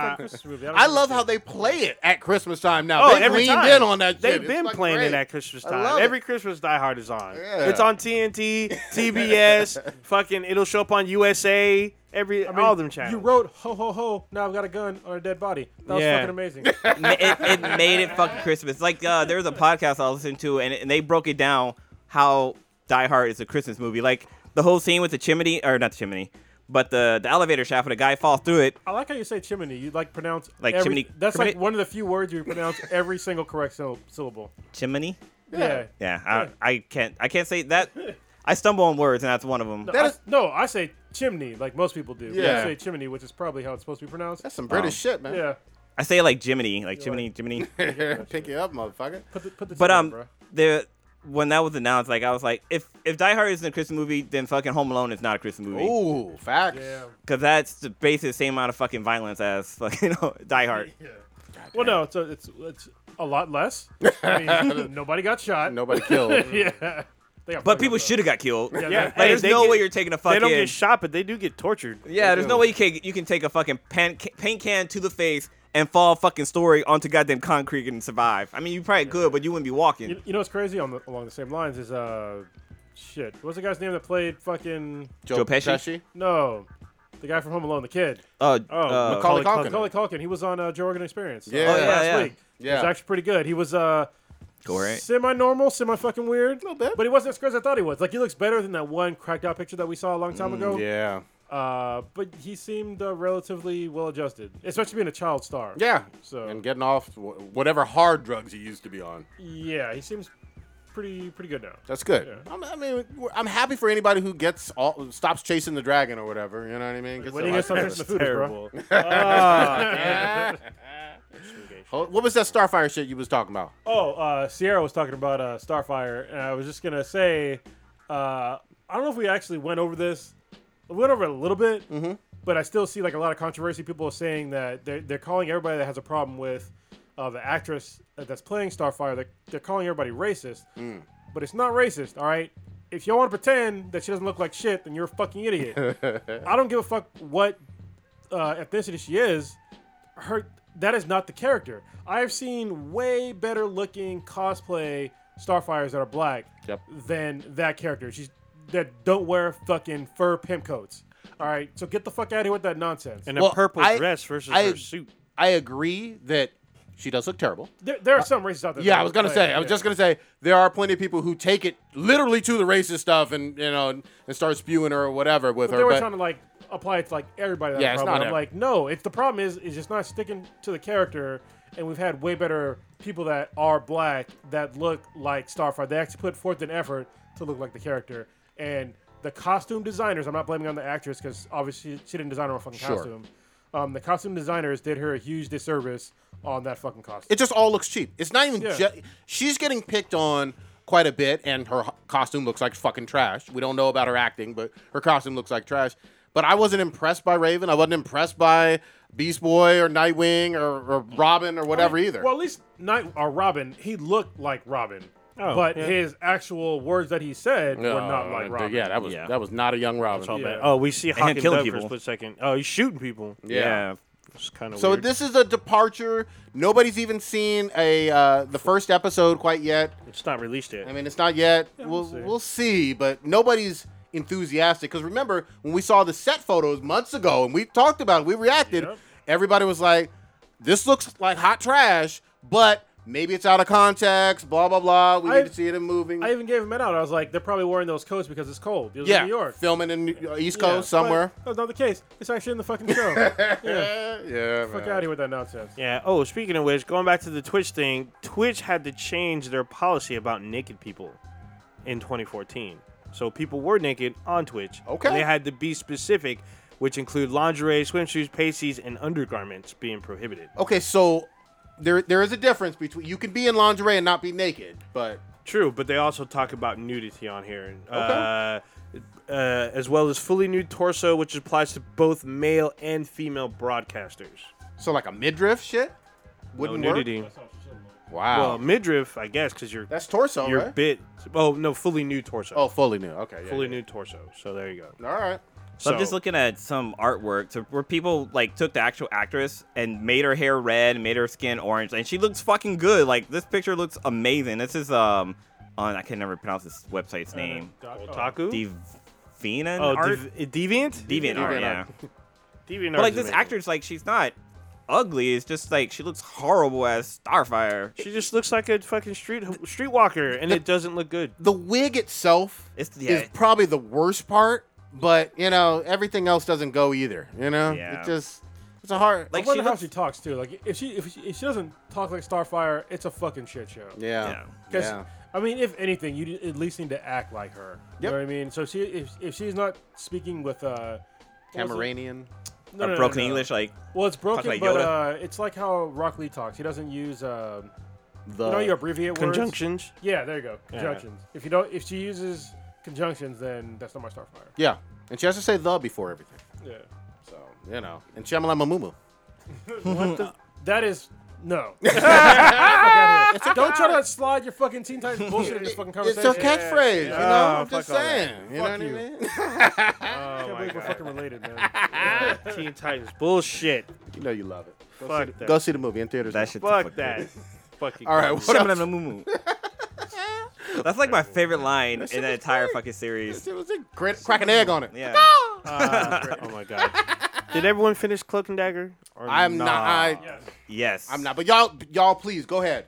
Speaker 3: fucking Christmas movie. don't
Speaker 1: I
Speaker 3: give a
Speaker 1: love
Speaker 3: shit.
Speaker 1: how they play it at Christmas time now.
Speaker 2: Oh,
Speaker 1: they
Speaker 2: every
Speaker 1: leaned
Speaker 2: time.
Speaker 1: in on that.
Speaker 2: They've
Speaker 1: shit. It's
Speaker 2: been
Speaker 1: fucking
Speaker 2: playing
Speaker 1: great.
Speaker 2: it at Christmas
Speaker 1: I
Speaker 2: time.
Speaker 1: love it.
Speaker 2: Every Christmas, Die Hard is on.
Speaker 1: Yeah.
Speaker 2: It's on TNT, TBS, fucking. It'll show up on USA. Every
Speaker 3: I mean,
Speaker 2: all of them channels.
Speaker 3: You wrote ho ho ho. Now I've got a gun on a dead body. That was
Speaker 2: Yeah.
Speaker 3: fucking amazing.
Speaker 4: Ma- it, it made it fucking Christmas. Like uh, there was a podcast I listened to, and, and they broke it down how Die Hard is a Christmas movie. Like the whole scene with the chimney, or not the chimney, but the the elevator shaft when the guy falls through it.
Speaker 3: I like how you say chimney. You like pronounce
Speaker 4: Like
Speaker 3: every-
Speaker 4: chimney-
Speaker 3: That's like
Speaker 4: chimney?
Speaker 3: one of the few words you pronounce every single correct syl- syllable.
Speaker 4: Chimney.
Speaker 3: Yeah.
Speaker 4: Yeah, I, I can't I can't say that. I stumble on words, and that's one of them.
Speaker 1: That
Speaker 3: I-
Speaker 1: is-
Speaker 3: no, I say chimney like most people do.
Speaker 1: Yeah.
Speaker 3: I say chimney, which is probably how it's supposed to be pronounced.
Speaker 1: That's some
Speaker 4: Oh.
Speaker 1: British shit,
Speaker 4: Um,
Speaker 1: man.
Speaker 3: yeah.
Speaker 4: I say it like Jiminy, like Jiminy, Jiminy.
Speaker 1: Pick you up, motherfucker.
Speaker 3: Put the, put the
Speaker 4: But
Speaker 3: chimney,
Speaker 4: um,
Speaker 3: bruh.
Speaker 4: the when that was announced, like I was like, if if Die Hard isn't a Christmas movie, then fucking Home Alone is not a Christmas movie,
Speaker 1: Ooh, facts.
Speaker 3: Yeah.
Speaker 4: because that's the basically the same amount of fucking violence as fucking Die Hard.
Speaker 3: Well, no, it's a, it's it's a lot less. I mean, nobody got shot.
Speaker 1: Nobody killed.
Speaker 3: Yeah. They got
Speaker 4: But
Speaker 3: fucked
Speaker 4: people
Speaker 3: up, though.
Speaker 4: should have got killed.
Speaker 3: Yeah,
Speaker 2: Yeah,
Speaker 3: they-
Speaker 4: Like, there's
Speaker 2: they
Speaker 4: no
Speaker 2: get-
Speaker 4: way you're taking a
Speaker 2: They
Speaker 4: fucking.
Speaker 2: don't get shot, but they do get tortured.
Speaker 4: yeah, there's no way you can you can take a fucking pan, ca- paint can to the face and fall fucking story onto goddamn concrete and survive. I mean, you probably could, but you wouldn't be walking.
Speaker 3: You, you know what's crazy on the, along the same lines is uh, shit. What's the guy's name that played fucking
Speaker 1: Joe,
Speaker 4: Joe Pesci?
Speaker 3: no, the guy from Home Alone, the kid.
Speaker 4: Uh,
Speaker 2: Oh,
Speaker 4: uh,
Speaker 1: Macaulay Culkin.
Speaker 3: Macaulay Culkin. He was on uh, Joe Rogan Experience. uh,
Speaker 1: Yeah. Oh, yeah,
Speaker 3: last
Speaker 4: yeah.
Speaker 3: week.
Speaker 1: Yeah.
Speaker 3: It was actually pretty good. He was uh,
Speaker 4: Go right.
Speaker 3: semi-normal, semi-fucking weird. A little
Speaker 1: bit.
Speaker 3: But he wasn't as good as I thought he was. Like, he looks better than that one cracked-out picture that we saw a long
Speaker 1: Mm,
Speaker 3: time ago.
Speaker 1: Yeah.
Speaker 3: Uh, but he seemed uh, relatively well-adjusted, especially being a child star.
Speaker 1: Yeah.
Speaker 3: So-
Speaker 1: and getting off wh- whatever hard drugs he used to be on.
Speaker 3: Yeah, he seems pretty pretty good now.
Speaker 1: That's good.
Speaker 3: Yeah.
Speaker 1: I'm, I mean, we're- I'm happy for anybody who gets all, stops chasing the dragon or whatever. You know what I mean? Gets
Speaker 3: When
Speaker 1: their
Speaker 3: you get
Speaker 1: life
Speaker 3: something from the food, bro.
Speaker 2: terrible.
Speaker 1: together. Oh, What was that Starfire shit you was talking about?
Speaker 3: Oh, uh, Sierra was talking about uh, Starfire, and I was just gonna say, uh, I don't know if we actually went over this. We went over it a little bit, but I still see like a lot of controversy. People are saying that they're, they're calling everybody that has a problem with uh, the actress that's playing Starfire. They're, they're calling everybody racist, but it's not racist. All right, if y'all want to pretend that she doesn't look like shit, then you're a fucking idiot. I don't give a fuck what uh, ethnicity she is her that is not the character. I've seen way better looking cosplay Starfires that are black
Speaker 1: Yep.
Speaker 3: than that character. She's that don't wear fucking fur pimp coats. All right, so get the fuck out of here with that nonsense.
Speaker 2: And a
Speaker 1: Well,
Speaker 2: purple
Speaker 1: I-
Speaker 2: dress versus
Speaker 1: I-
Speaker 2: her suit.
Speaker 1: I agree that she does look terrible.
Speaker 3: there, there are some races out there.
Speaker 1: Yeah,
Speaker 3: that
Speaker 1: I was gonna
Speaker 3: play
Speaker 1: say.
Speaker 3: it,
Speaker 1: I was
Speaker 3: oh, yeah.
Speaker 1: just gonna say there are plenty of people who take it literally to the racist stuff and you know and start spewing her or whatever with
Speaker 3: But they
Speaker 1: her.
Speaker 3: were
Speaker 1: But
Speaker 3: trying to like apply it to like everybody. That
Speaker 1: Yeah,
Speaker 3: yeah,
Speaker 1: it's
Speaker 3: problem.
Speaker 1: not
Speaker 3: I'm
Speaker 1: ev-
Speaker 3: like, no, it's the problem is is just not sticking to the character. And we've had way better people that are black that look like Starfire. They actually put forth an effort to look like the character. And the costume designers, I'm not blaming on the actress because obviously she didn't design her own fucking
Speaker 1: Sure.
Speaker 3: costume. Um, the costume designers did her a huge disservice on that fucking costume.
Speaker 1: it just all looks cheap. It's not even.
Speaker 3: Yeah.
Speaker 1: ju- she's getting picked on quite a bit, and her ho- costume looks like fucking trash. We don't know about her acting, but her costume looks like trash. But I wasn't impressed by Raven. I wasn't impressed by Beast Boy or Nightwing or, or Robin or whatever either.
Speaker 3: Well, at least Night or Robin, he looked like Robin,
Speaker 2: Oh,
Speaker 3: but
Speaker 2: yeah.
Speaker 3: his actual words that he said
Speaker 1: No,
Speaker 3: were not like
Speaker 1: th-
Speaker 3: Robin.
Speaker 1: Yeah, that was
Speaker 4: Yeah.
Speaker 1: that was not a young Robin.
Speaker 2: Oh, man.
Speaker 3: Yeah.
Speaker 2: oh, we see Hawk and,
Speaker 4: killing
Speaker 2: Dove for a
Speaker 4: people.
Speaker 2: split second. Oh, he's shooting people.
Speaker 1: Yeah.
Speaker 2: It's kind of
Speaker 1: So
Speaker 2: weird.
Speaker 1: this is a departure. Nobody's even seen a uh, the first episode quite yet.
Speaker 2: it's not released yet.
Speaker 1: I mean, it's not yet. we'll
Speaker 3: we'll
Speaker 1: we'll see.
Speaker 3: see.
Speaker 1: but nobody's enthusiastic because remember when we saw the set photos months ago and we talked about it, we reacted.
Speaker 3: Yep.
Speaker 1: Everybody was like, "This looks like hot trash," but maybe it's out of context. Blah blah blah. We
Speaker 3: I-
Speaker 1: need to see it in moving.
Speaker 3: I even gave him an out. I was like, they're probably wearing those coats because it's cold. It was
Speaker 1: yeah,
Speaker 3: in New York.
Speaker 1: filming in New- uh, East
Speaker 3: Yeah,
Speaker 1: Coast somewhere.
Speaker 3: but That's not the case. It's actually in the fucking show. yeah,
Speaker 1: Yeah, yeah.
Speaker 3: fuck
Speaker 1: man.
Speaker 3: out of here with that nonsense.
Speaker 2: yeah. Oh, speaking of which, going back to the Twitch thing, Twitch had to change their policy about naked people in 2014. So people were naked on Twitch.
Speaker 1: Okay.
Speaker 2: And they had to be specific, which include lingerie, swimsuits, pasties, and undergarments being prohibited.
Speaker 1: Okay, so there there is a difference between you can be in lingerie and not be naked, but
Speaker 2: True, but they also talk about nudity on here, uh, uh, as well as fully nude torso, which applies to both male and female broadcasters.
Speaker 1: so like a midriff shit
Speaker 2: No
Speaker 1: wouldn't
Speaker 2: nudity.
Speaker 1: work. Wow,
Speaker 2: Well, midriff, I guess, because you're
Speaker 1: that's torso,
Speaker 2: you're
Speaker 1: right?
Speaker 2: bit. Oh no, fully nude torso.
Speaker 1: oh, fully nude. Okay, yeah,
Speaker 2: fully
Speaker 1: yeah.
Speaker 2: nude torso. So there you go.
Speaker 1: All right.
Speaker 4: So, I'm
Speaker 2: So-
Speaker 4: just looking at some artwork to, where people like took the actual actress and made her hair red and made her skin orange, and she looks fucking good. Like this picture looks amazing. This is um on I can never pronounce this website's name.
Speaker 2: Otaku.
Speaker 4: Divina
Speaker 2: oh,
Speaker 4: art,
Speaker 2: Div- deviant.
Speaker 4: Deviant art,
Speaker 1: DeviantArt.
Speaker 4: yeah.
Speaker 2: Deviant
Speaker 4: But like this actress, like she's not ugly. It's just like she looks horrible as Starfire.
Speaker 2: She just looks like a fucking street streetwalker, and it doesn't look good.
Speaker 1: The wig itself
Speaker 4: It's- yeah.
Speaker 1: is probably the worst part, but you know everything else doesn't go either. You know,
Speaker 4: Yeah.
Speaker 1: it just it's a hard
Speaker 3: I
Speaker 4: Like
Speaker 3: wonder
Speaker 4: she
Speaker 3: how
Speaker 4: looks.
Speaker 3: she talks too. Like if she if she, if she doesn't talk like Starfire, it's a fucking shit show.
Speaker 1: yeah,
Speaker 4: Yeah.
Speaker 1: yeah.
Speaker 3: 'Cause, I mean, if anything, you at least need to act like her.
Speaker 1: Yep.
Speaker 3: You know what I mean? So she if, if she's not speaking with uh what was it?
Speaker 1: Cameranian.
Speaker 3: no,
Speaker 4: a
Speaker 3: no, no,
Speaker 4: uh, broken
Speaker 3: no.
Speaker 4: English, like
Speaker 3: Well, it's broken,
Speaker 4: like
Speaker 3: but
Speaker 4: Yoda.
Speaker 3: uh, it's like how Rock Lee talks. He doesn't use um,
Speaker 1: The
Speaker 3: you know you abbreviate words.
Speaker 2: Conjunctions.
Speaker 3: Yeah, there you go. Conjunctions. If you don't, if she uses conjunctions, then that's not my Starfire.
Speaker 1: yeah, and she has to say the before everything.
Speaker 3: Yeah.
Speaker 1: So you know, and Shyamalan Mamumu.
Speaker 3: That is no. Fuck outta here. don't try to slide your fucking Teen Titans bullshit in this fucking
Speaker 1: It's
Speaker 3: conversation.
Speaker 1: her catchphrase, you know.
Speaker 2: Ah,
Speaker 1: I'm just
Speaker 2: fuck all that.
Speaker 1: saying. You know
Speaker 3: Fuck
Speaker 1: what I
Speaker 3: you.
Speaker 1: mean?
Speaker 3: I
Speaker 2: Oh
Speaker 3: can't
Speaker 2: my
Speaker 3: believe we're
Speaker 2: god.
Speaker 3: fucking related, man.
Speaker 2: Teen Titans. Bullshit.
Speaker 1: You know you love it. Go
Speaker 2: Fuck
Speaker 1: see the,
Speaker 2: that.
Speaker 1: Go see the movie in theaters.
Speaker 4: that
Speaker 1: now.
Speaker 4: shit.
Speaker 2: Fuck that. Fucking.
Speaker 1: All right. What
Speaker 4: Shimma
Speaker 1: else?
Speaker 4: Mumu. That's like my favorite line in the entire fucking series.
Speaker 1: It was a crack, crack an egg on it.
Speaker 4: Yeah.
Speaker 2: oh my god. Did everyone finish Cloak and Dagger? Or
Speaker 1: I'm not. I,
Speaker 4: Yes.
Speaker 1: I'm not. But y'all, y'all, please go ahead.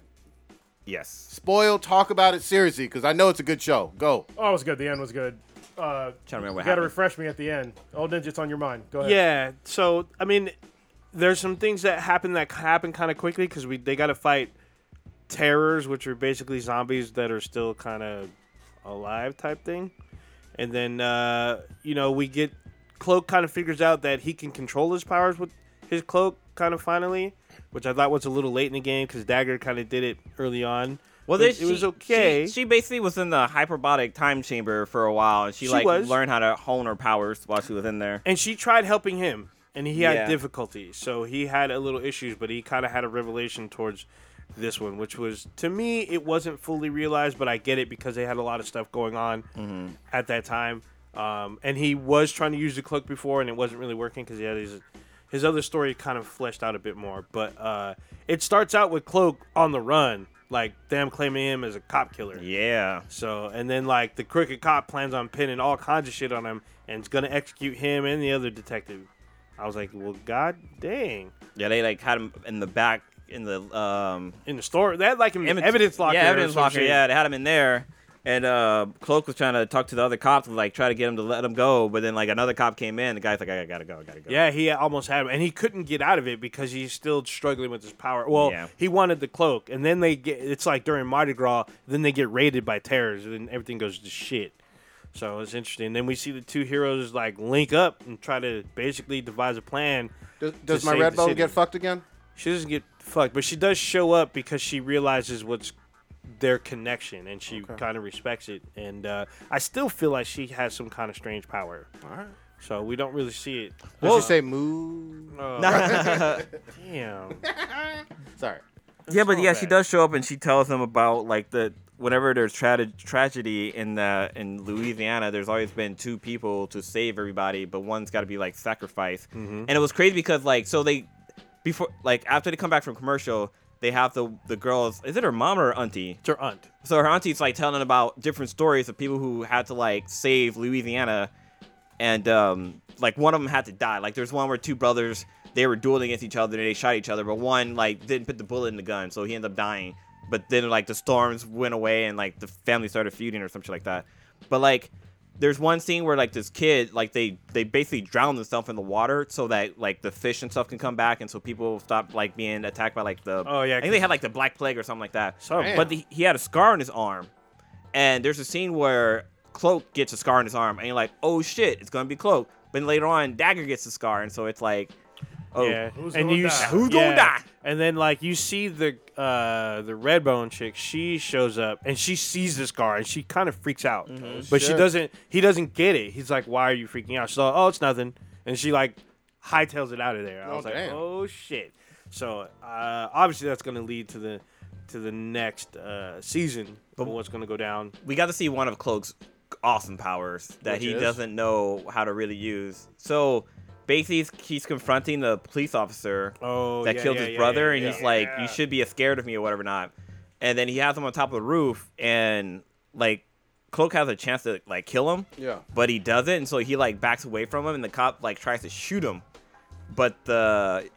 Speaker 4: Yes.
Speaker 1: Spoil. Talk about it seriously, because I know it's a good show. Go.
Speaker 3: Oh, it was good. The end was good. Uh,
Speaker 4: Trying to remember
Speaker 3: you
Speaker 4: what
Speaker 3: gotta
Speaker 4: happened.
Speaker 3: refresh me at the end. Old ninja, it's on your mind. Go ahead.
Speaker 2: Yeah. So I mean, there's some things that happen that happen kind of quickly because we they got to fight terrors, which are basically zombies that are still kind of alive type thing, and then uh, you know we get cloak kind of figures out that he can control his powers with his cloak kind of finally, which I thought was a little late in the game because Dagger kind of did it early on.
Speaker 4: Well,
Speaker 2: But
Speaker 4: they,
Speaker 2: it was
Speaker 4: she-
Speaker 2: okay.
Speaker 4: She, she basically was in the hyperbolic time chamber for a while, and she,
Speaker 2: She
Speaker 4: like
Speaker 2: was.
Speaker 4: learned how to hone her powers while she was in there.
Speaker 2: and she tried helping him and he had
Speaker 4: Yeah.
Speaker 2: difficulty so he had a little issues but he kind of had a revelation towards this one which was to me it wasn't fully realized but i get it because they had a lot of stuff going on
Speaker 4: Mm-hmm.
Speaker 2: at that time um, and he was trying to use the cloak before and it wasn't really working because he had his his other story kind of fleshed out a bit more but uh, it starts out with cloak on the run like them claiming him as a cop killer.
Speaker 4: Yeah.
Speaker 2: So, and then like the crooked cop plans on pinning all kinds of shit on him and is gonna execute him and the other detective. I was like, well, god dang.
Speaker 4: Yeah, they like had him in the back in the um
Speaker 2: In the store, they had like an
Speaker 4: Emmett-
Speaker 2: evidence locker.
Speaker 4: Yeah,
Speaker 2: or
Speaker 4: evidence
Speaker 2: some
Speaker 4: locker.
Speaker 2: shit.
Speaker 4: Yeah, they had him in there, and uh, Cloak was trying to talk to the other cops, and, like try to get him to let him go. But then like another cop came in. The guy's like, I gotta go, I gotta go.
Speaker 2: Yeah, he almost had him, and he couldn't get out of it because he's still struggling with his power. Well,
Speaker 4: Yeah.
Speaker 2: he wanted the cloak, and then they get. It's like during Mardi Gras, then they get raided by terrors, and then everything goes to shit. So it's interesting. Then we see the two heroes like link up and try to basically devise a plan.
Speaker 1: Does, does
Speaker 2: to
Speaker 1: my
Speaker 2: save
Speaker 1: red
Speaker 2: the
Speaker 1: bone
Speaker 2: city.
Speaker 1: get fucked again?
Speaker 2: She doesn't get fucked, but she does show up because she realizes what's their connection, and she kind of respects it. And uh, I still feel like she has some kind of strange power.
Speaker 1: All right.
Speaker 2: So we don't really see it.
Speaker 1: Did you say moo?
Speaker 2: Oh, damn.
Speaker 1: Sorry.
Speaker 4: yeah, but
Speaker 2: all
Speaker 4: yeah, she
Speaker 2: bad.
Speaker 4: does show up and she tells them about like the whenever there's tra- tragedy in the in Louisiana, there's always been two people to save everybody, but one's got to be like sacrificed.
Speaker 2: Mm-hmm.
Speaker 4: And it was crazy because like so they before like after they come back from commercial, they have the the girls. Is it her mom or her auntie?
Speaker 2: It's her aunt.
Speaker 4: so her auntie's like telling about different stories of people who had to like save Louisiana, and um, like one of them had to die. Like there's one where two brothers they were dueling against each other and they shot each other, but one like didn't put the bullet in the gun, so he ended up dying. But then like the storms went away and like the family started feuding or something like that. But like there's one scene where like this kid like they they basically drown themselves in the water so that like the fish and stuff can come back and so people stop like being attacked by like the
Speaker 2: Oh, yeah,
Speaker 4: I think they had like the black plague or something like that.
Speaker 2: Some-
Speaker 1: Man.
Speaker 4: But the, he had a scar on his arm, and there's a scene where Cloak gets a scar on his arm, and you're like, oh shit, it's gonna be Cloak. But later on, Dagger gets a scar, and so it's like, oh,
Speaker 2: Yeah.
Speaker 3: Who's
Speaker 2: and
Speaker 3: gonna
Speaker 2: you
Speaker 3: die?
Speaker 2: s-
Speaker 4: Who's gonna
Speaker 2: yeah.
Speaker 4: die?
Speaker 2: And then like you see the uh the redbone chick, she shows up and she sees this car and she kind of freaks out.
Speaker 4: Mm-hmm.
Speaker 2: but she
Speaker 1: shit.
Speaker 2: doesn't he doesn't get it. He's like, Why are you freaking out? She's like, Oh, it's nothing. And she like hightails it out of there. I
Speaker 1: Oh,
Speaker 2: was like,
Speaker 1: damn.
Speaker 2: Oh shit. So uh obviously that's gonna lead to the to the next uh season but what's gonna go down.
Speaker 4: we got to see one of Cloak's awesome powers that
Speaker 2: Which
Speaker 4: he
Speaker 2: is?
Speaker 4: doesn't know how to really use. So basically, he's, he's confronting the police officer
Speaker 2: Oh
Speaker 4: that
Speaker 2: yeah,
Speaker 4: killed
Speaker 2: yeah,
Speaker 4: his
Speaker 2: yeah,
Speaker 4: brother,
Speaker 2: yeah,
Speaker 4: and
Speaker 2: yeah.
Speaker 4: he's like, "You should be scared of me or whatever." Not, and then he has him on top of the roof, and like, Cloak has a chance to like kill him.
Speaker 1: Yeah.
Speaker 4: but he doesn't, and so he like backs away from him, and the cop like tries to shoot him, but the,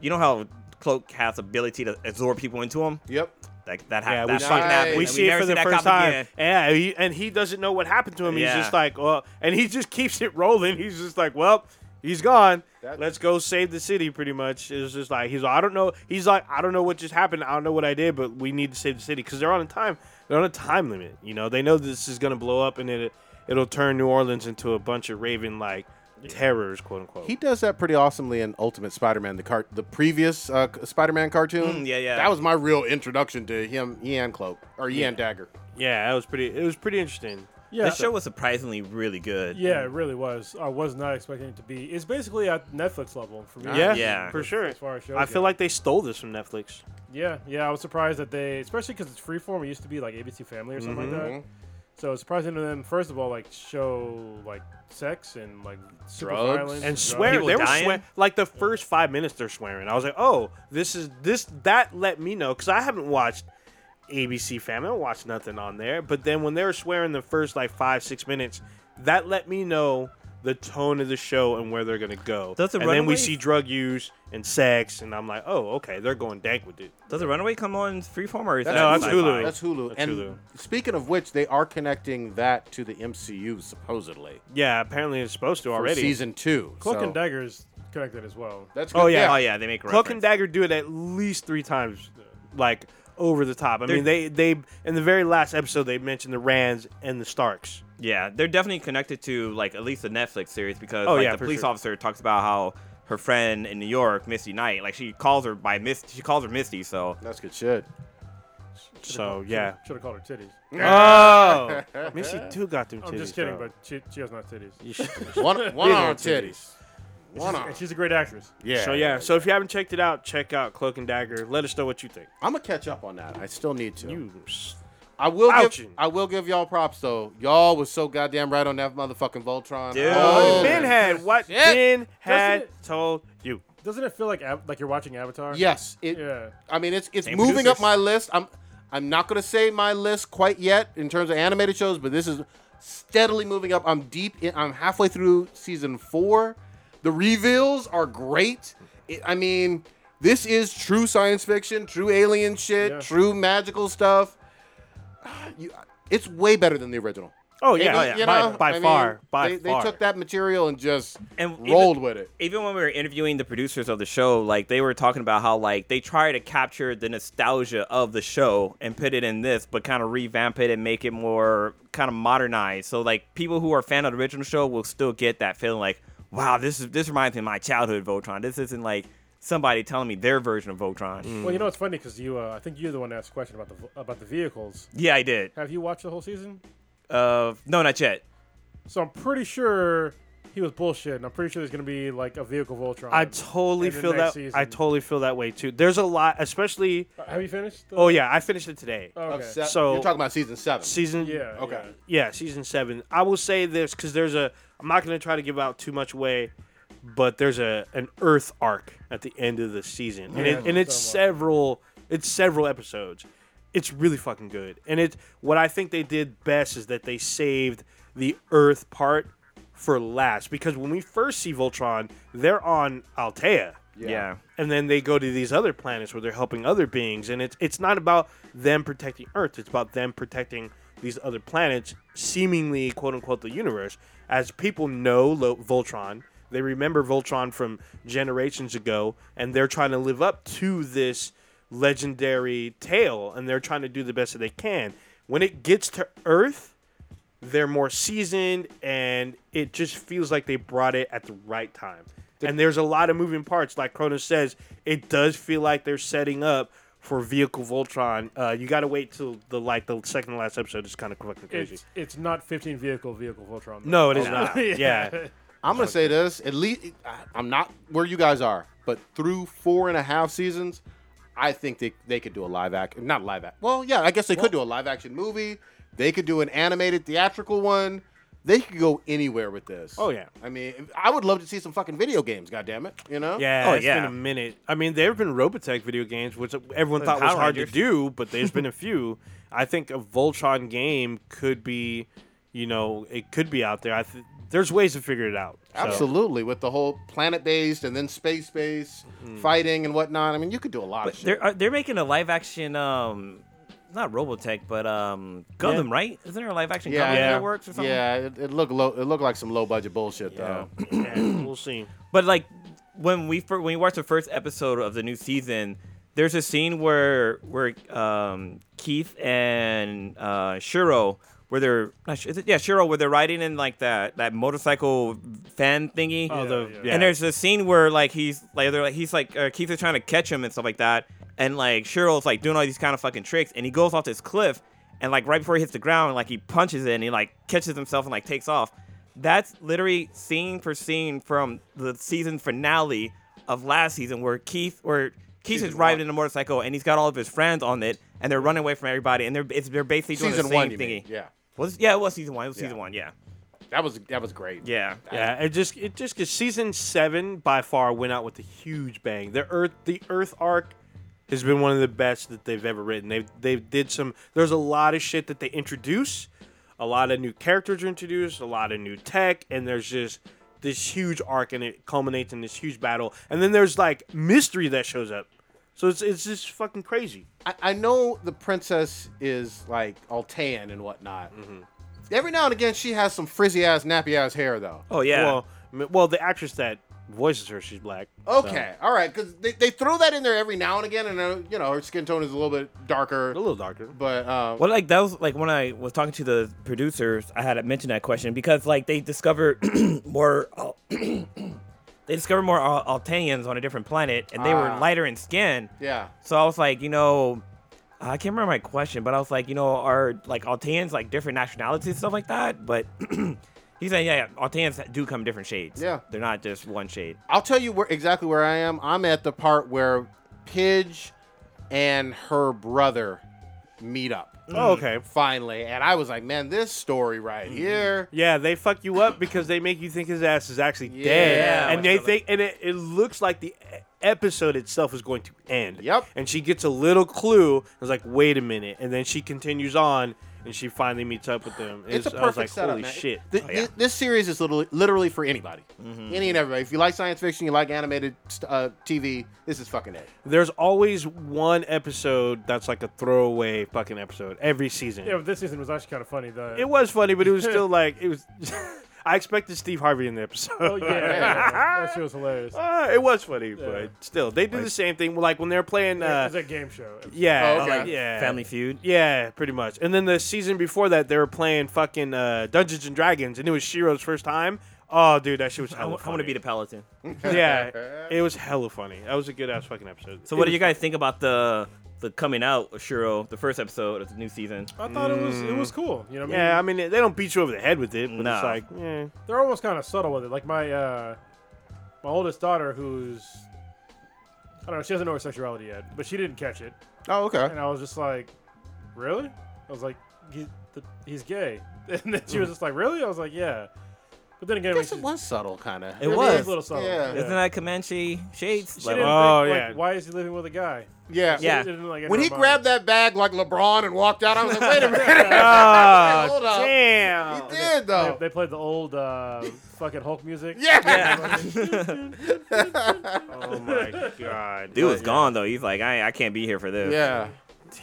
Speaker 4: you know how Cloak has the ability to absorb people into him,
Speaker 1: Yep.
Speaker 4: like that. Ha-
Speaker 2: Yeah,
Speaker 4: that
Speaker 2: we
Speaker 1: see-
Speaker 2: see,
Speaker 4: fucking happened,
Speaker 2: we
Speaker 4: and
Speaker 2: see it
Speaker 4: never
Speaker 2: for the
Speaker 4: that
Speaker 2: first
Speaker 4: cop
Speaker 2: time.
Speaker 4: again.
Speaker 2: Yeah, he, and he doesn't know what happened to him.
Speaker 4: Yeah.
Speaker 2: He's just like, well, and he just keeps it rolling. He's just like, well, he's gone.
Speaker 1: That-
Speaker 2: Let's go save the city. Pretty much, it's just like he's. I don't know. He's like, I don't know what just happened. I don't know what I did, but we need to save the city because they're on a time. They're on a time limit. You know, they know this is gonna blow up, and it it'll turn New Orleans into a bunch of raven like terrors, quote unquote.
Speaker 1: He does that pretty awesomely in Ultimate Spider-Man, the cart, the previous uh, Spider-Man cartoon.
Speaker 4: Mm, yeah, yeah.
Speaker 1: That was my real introduction to him, Ian Cloak or Ian Dagger.
Speaker 2: yeah, that was pretty. It was pretty interesting.
Speaker 3: Yeah,
Speaker 4: This show was surprisingly really good.
Speaker 3: yeah, it really was. I was not expecting it to be. It's basically at Netflix level for me.
Speaker 2: Yeah,
Speaker 4: Yeah.
Speaker 2: for sure.
Speaker 3: As far as shows
Speaker 2: I feel
Speaker 3: go.
Speaker 2: like they stole this from Netflix.
Speaker 3: Yeah, yeah, I was surprised that they, especially because it's freeform. It used to be like ABC Family or something like that. So it's surprising to them. First of all, like show like sex and like super
Speaker 1: Drugs.
Speaker 3: violence
Speaker 2: and
Speaker 3: drugs.
Speaker 2: swear
Speaker 4: People
Speaker 2: they were
Speaker 4: dying?
Speaker 2: swear like the first five minutes they're swearing. I was like, oh, this is this that let me know because I haven't watched ABC Family, I don't watch nothing on there. But then when they were swearing the first like five six minutes, that let me know the tone of the show and where they're gonna go.
Speaker 4: Does the
Speaker 2: and then we
Speaker 4: Runaways-
Speaker 2: see drug use and sex, and I'm like, oh, okay, they're going dank with it.
Speaker 4: Does the Runaway come on Freeform or is
Speaker 1: That's
Speaker 4: that
Speaker 2: No, that's
Speaker 4: sci-fi?
Speaker 2: Hulu.
Speaker 1: That's Hulu.
Speaker 2: That's
Speaker 1: and
Speaker 2: Hulu.
Speaker 1: speaking of which, they are connecting that to the MCU supposedly
Speaker 2: Yeah, apparently it's supposed to
Speaker 1: for
Speaker 2: already.
Speaker 1: season two.
Speaker 3: Cloak
Speaker 1: so
Speaker 3: and Dagger's connected as well.
Speaker 1: That's
Speaker 2: Oh,
Speaker 1: good.
Speaker 2: yeah.
Speaker 4: Oh yeah, they make
Speaker 2: Cloak and
Speaker 4: reference.
Speaker 2: Dagger do it at least three times, like over the top. I
Speaker 4: They're-
Speaker 2: mean, they they in the very last episode they mentioned the Rands and the Starks.
Speaker 4: Yeah, they're definitely connected to like at least the Netflix series because
Speaker 2: Oh,
Speaker 4: like,
Speaker 2: yeah,
Speaker 4: the
Speaker 2: for
Speaker 4: police
Speaker 2: sure.
Speaker 4: officer talks about how her friend in New York, Misty Knight, like she calls her by Misty. She calls her Misty. So
Speaker 1: That's good shit.
Speaker 2: So Oh, yeah.
Speaker 3: should have called her titties.
Speaker 2: Oh, Missy too got them titties.
Speaker 3: I'm just kidding,
Speaker 2: bro.
Speaker 3: but she, she has not titties.
Speaker 1: One, one arm titties. One arm.
Speaker 3: And she's a great actress.
Speaker 1: Yeah.
Speaker 2: so yeah, so if you haven't checked it out, check out Cloak and Dagger. Let us know what you think. Oh,
Speaker 1: I'm gonna catch up on that. I still need to.
Speaker 2: You,
Speaker 1: I will give
Speaker 2: Ouchie.
Speaker 1: I will give y'all props though. Y'all was so goddamn right on that motherfucking Voltron.
Speaker 4: Dude.
Speaker 2: oh,
Speaker 4: Oh,
Speaker 2: Ben had what
Speaker 1: shit.
Speaker 2: Ben had
Speaker 3: Doesn't
Speaker 2: told you.
Speaker 3: Doesn't it feel like av- like you're watching Avatar?
Speaker 1: Yes, it.
Speaker 3: Yeah.
Speaker 1: I mean, it's it's
Speaker 4: Same
Speaker 1: moving up
Speaker 4: producers.
Speaker 1: my list. I'm I'm not gonna say my list quite yet in terms of animated shows, but this is steadily moving up. I'm deep. In, I'm halfway through season four. The reveals are great. It, I mean, this is true science fiction, true alien shit,
Speaker 3: Yeah.
Speaker 1: true magical stuff. You, it's way better than the original.
Speaker 2: Oh yeah,
Speaker 1: Maybe,
Speaker 2: oh, yeah.
Speaker 1: you
Speaker 2: by,
Speaker 1: know,
Speaker 2: by
Speaker 1: I mean,
Speaker 2: far, by
Speaker 1: they, they
Speaker 2: far.
Speaker 1: took that material and just
Speaker 4: And even-
Speaker 1: rolled with it.
Speaker 4: even when we were interviewing the producers of the show, like they were talking about how like they try to capture the nostalgia of the show and put it in this, but kind of revamp it and make it more kind of modernized. So like people who are a fan of the original show will still get that feeling like, wow, this is this reminds me of my childhood Voltron. This isn't like somebody telling me their version of Voltron.
Speaker 2: Mm.
Speaker 3: Well, you know it's funny because you, uh, I think you're the one that asked the question about the v- about the vehicles.
Speaker 4: Yeah, I did.
Speaker 3: Have you watched the whole season?
Speaker 4: Uh, no, not yet.
Speaker 3: So I'm pretty sure he was bullshit, and I'm pretty sure there's gonna be like a vehicle Voltron.
Speaker 2: I totally
Speaker 3: in the
Speaker 2: feel that.
Speaker 3: next
Speaker 2: I
Speaker 3: season. Uh,
Speaker 2: totally feel that way too. There's a lot, especially.
Speaker 3: Have you finished? the-
Speaker 2: Oh yeah, I finished it today.
Speaker 3: Okay.
Speaker 1: Of se-
Speaker 2: So-
Speaker 1: you're talking about season seven.
Speaker 2: Season
Speaker 3: Oh. Yeah.
Speaker 1: Okay.
Speaker 3: yeah.
Speaker 2: yeah, season seven. I will say this because there's a. I'm not gonna try to give out too much away, but there's a an Earth arc at the end of the season, and it,
Speaker 3: Yeah,
Speaker 2: and it's
Speaker 3: so much.
Speaker 2: several. It's several episodes. It's really fucking good, and it. What I think they did best is that they saved the Earth part for last because when we first see Voltron, they're on Altea
Speaker 4: Yeah.
Speaker 2: and then they go to these other planets where they're helping other beings and it's it's not about them protecting earth it's about them protecting these other planets seemingly quote unquote the universe as people know Lo- Voltron they remember Voltron from generations ago and they're trying to live up to this legendary tale and they're trying to do the best that they can when it gets to earth they're more seasoned and it just feels like they brought it at the right time and there's a lot of moving parts like Cronus says it does feel like they're setting up for vehicle voltron uh, you gotta wait till the like the second to last episode is kind of fucking crazy
Speaker 3: It's, it's not 15 vehicle vehicle Voltron. though.
Speaker 2: no it is
Speaker 4: Oh,
Speaker 2: not yeah
Speaker 1: I'm gonna say this. At least I'm not where you guys are, but through four and a half seasons, I think they they could do a live action. Not live act. Well, yeah, I guess they could do a live action movie. They could do an animated theatrical one. They could go anywhere with this.
Speaker 2: Oh, yeah.
Speaker 1: I mean, I would love to see some fucking video games. God damn it, you know.
Speaker 2: yeah
Speaker 4: Oh,
Speaker 2: it's been
Speaker 4: yeah.
Speaker 2: a minute i mean there have been robotech video games which everyone
Speaker 4: And
Speaker 2: thought was
Speaker 4: Power
Speaker 2: hard to
Speaker 4: Rangers.
Speaker 2: do but there's been a few i think a voltron game could be you know it could be out there i th- there's ways to figure it out so.
Speaker 1: Absolutely, with the whole planet-based and then space-based
Speaker 2: Mm-hmm.
Speaker 1: fighting and whatnot. I mean, you could do a lot
Speaker 4: But
Speaker 1: of shit.
Speaker 4: they're uh, they're making a live action um. Not Robotech, but um, Gundam, right? Isn't there a live action Gundam
Speaker 1: yeah,
Speaker 4: that works or something?
Speaker 1: yeah. It, it looked low. It looked like some low-budget bullshit though.
Speaker 2: Yeah, we'll see.
Speaker 4: But like when we fir- when we watched the first episode of the new season, there's a scene where where um, Keith and uh, Shiro where they're not Shi- is it, yeah Shiro where they're riding in like that that motorcycle fan thingy.
Speaker 2: Oh, the- yeah.
Speaker 4: And there's a scene where like he's like they're like he's like uh, Keith is trying to catch him and stuff like that, and like Shiro's like doing all these kind of fucking tricks, and he goes off this cliff, and like right before he hits the ground, like he punches it and he like catches himself and like takes off. That's literally scene for scene from the season finale of last season where Keith where Keith is
Speaker 1: Season
Speaker 4: riding
Speaker 1: one.
Speaker 4: in a motorcycle and he's got all of his friends on it and they're running away from everybody and they're it's, they're basically doing
Speaker 1: Season
Speaker 4: the same
Speaker 1: one, you
Speaker 4: thingy.
Speaker 1: mean? Yeah,
Speaker 4: Was yeah, it was season one. It was
Speaker 1: Yeah.
Speaker 4: season one. Yeah.
Speaker 1: that was that was great.
Speaker 4: Yeah.
Speaker 2: Yeah, it just it just because season seven by far went out with a huge bang. The Earth the Earth arc has been one of the best that they've ever written. They they did some. There's a lot of shit that they introduce, a lot of new characters are introduced, a lot of new tech, and there's just this huge arc, and it culminates in this huge battle. And then there's like mystery that shows up. So it's it's just fucking crazy.
Speaker 1: I, I know the princess is like all tan and whatnot. Every now and again, she has some frizzy ass, nappy ass hair though.
Speaker 4: Oh yeah.
Speaker 2: Well, m- well, the actress that voices her, she's black. so-
Speaker 1: Okay, all right, because they, they throw that in there every now and again, and uh, you know her skin tone is a little bit darker,
Speaker 2: a little darker.
Speaker 1: but uh,
Speaker 4: Well, like that was like when I was talking to the producers, I had mentioned that question because like they discovered more, Al- they discovered more Al- Altanians on a different planet, and they
Speaker 1: Ah.
Speaker 4: were lighter in skin.
Speaker 1: yeah,
Speaker 4: So I was like, you know, I can't remember my question, but I was like, you know, are like Altanians like different nationalities and stuff like that? But he's saying, yeah, yeah, Altanians do come in different shades.
Speaker 1: Yeah.
Speaker 4: they're not just one shade.
Speaker 1: I'll tell you where exactly where I am. I'm at the part where Pidge and her brother meet up
Speaker 2: Oh, okay. Mm-hmm.
Speaker 1: finally, and I was like, man, this story right here.
Speaker 2: Yeah, they fuck you up because they make you think his ass is actually
Speaker 1: Yeah.
Speaker 2: dead,
Speaker 1: Yeah,
Speaker 2: and
Speaker 4: much
Speaker 2: they
Speaker 4: better.
Speaker 2: think, and it, it looks like the e, episode itself is going to end.
Speaker 1: Yep.
Speaker 2: And she gets a little clue. I was like, wait a minute, and then she continues on, and she finally meets up with them.
Speaker 1: It's a
Speaker 2: I was
Speaker 1: perfect
Speaker 2: like,
Speaker 1: setup,
Speaker 2: holy
Speaker 1: man.
Speaker 2: shit.
Speaker 1: Th-
Speaker 4: Oh, yeah.
Speaker 1: th- This series is literally, literally for anybody, any and everybody. If you like science fiction, you like animated st- uh, TV, this is fucking it.
Speaker 2: There's always one episode that's like a throwaway fucking episode every season.
Speaker 3: Yeah, but this season was actually kind of funny. The
Speaker 2: It was funny, but it was still like it was. I expected Steve Harvey in the episode.
Speaker 3: oh yeah, yeah, yeah. that shit was hilarious.
Speaker 2: Uh, it was funny, but still, they do the same thing. Like when they're playing,
Speaker 3: it
Speaker 2: uh,
Speaker 3: was a game show.
Speaker 2: yeah,
Speaker 1: Oh, okay.
Speaker 2: like, yeah,
Speaker 4: Family Feud.
Speaker 2: yeah, pretty much. And then the season before that, they were playing fucking uh, Dungeons and Dragons, and it was Shiro's first time. Oh, dude, that shit was
Speaker 4: I,
Speaker 2: hella
Speaker 4: w- I want to be the paladin.
Speaker 2: funny. Yeah, it was hella funny. That was a good ass fucking episode.
Speaker 4: So, what do you guys think about the the coming out of Shiro, the first episode of the new season?
Speaker 3: I thought it was it was cool. You know, what I mean,
Speaker 2: Yeah, I mean they don't beat you over the head with it, but
Speaker 4: No.
Speaker 2: it's like, eh.
Speaker 3: they're almost kind of subtle with it. Like my uh, my oldest daughter, who's I don't know, she doesn't know her sexuality yet, but she didn't catch it,
Speaker 1: Oh, okay.
Speaker 3: and I was just like, really? I was like, he, th- he's gay, and then she was just like, really? I was like, yeah. But then again,
Speaker 1: I
Speaker 3: when
Speaker 1: guess
Speaker 3: she,
Speaker 1: it was subtle, kind of.
Speaker 4: It was.
Speaker 3: a little subtle.
Speaker 1: Yeah.
Speaker 4: Isn't that Comanche Shades?
Speaker 3: she
Speaker 4: Like,
Speaker 3: didn't
Speaker 2: Oh,
Speaker 3: think,
Speaker 2: yeah.
Speaker 3: like, why is he living with a guy?
Speaker 1: Yeah.
Speaker 3: She
Speaker 4: Yeah.
Speaker 3: didn't, like,
Speaker 1: When he grabbed that bag like LeBron and walked out, I was like, wait a minute.
Speaker 2: oh,
Speaker 1: Hold up.
Speaker 2: damn. Oh
Speaker 1: he did,
Speaker 3: they,
Speaker 1: though.
Speaker 3: they played the old uh, fucking Hulk music.
Speaker 1: Yeah.
Speaker 4: yeah.
Speaker 2: Oh my god,
Speaker 4: Dude was gone though. He's like, I, I can't be here for this.
Speaker 1: Yeah.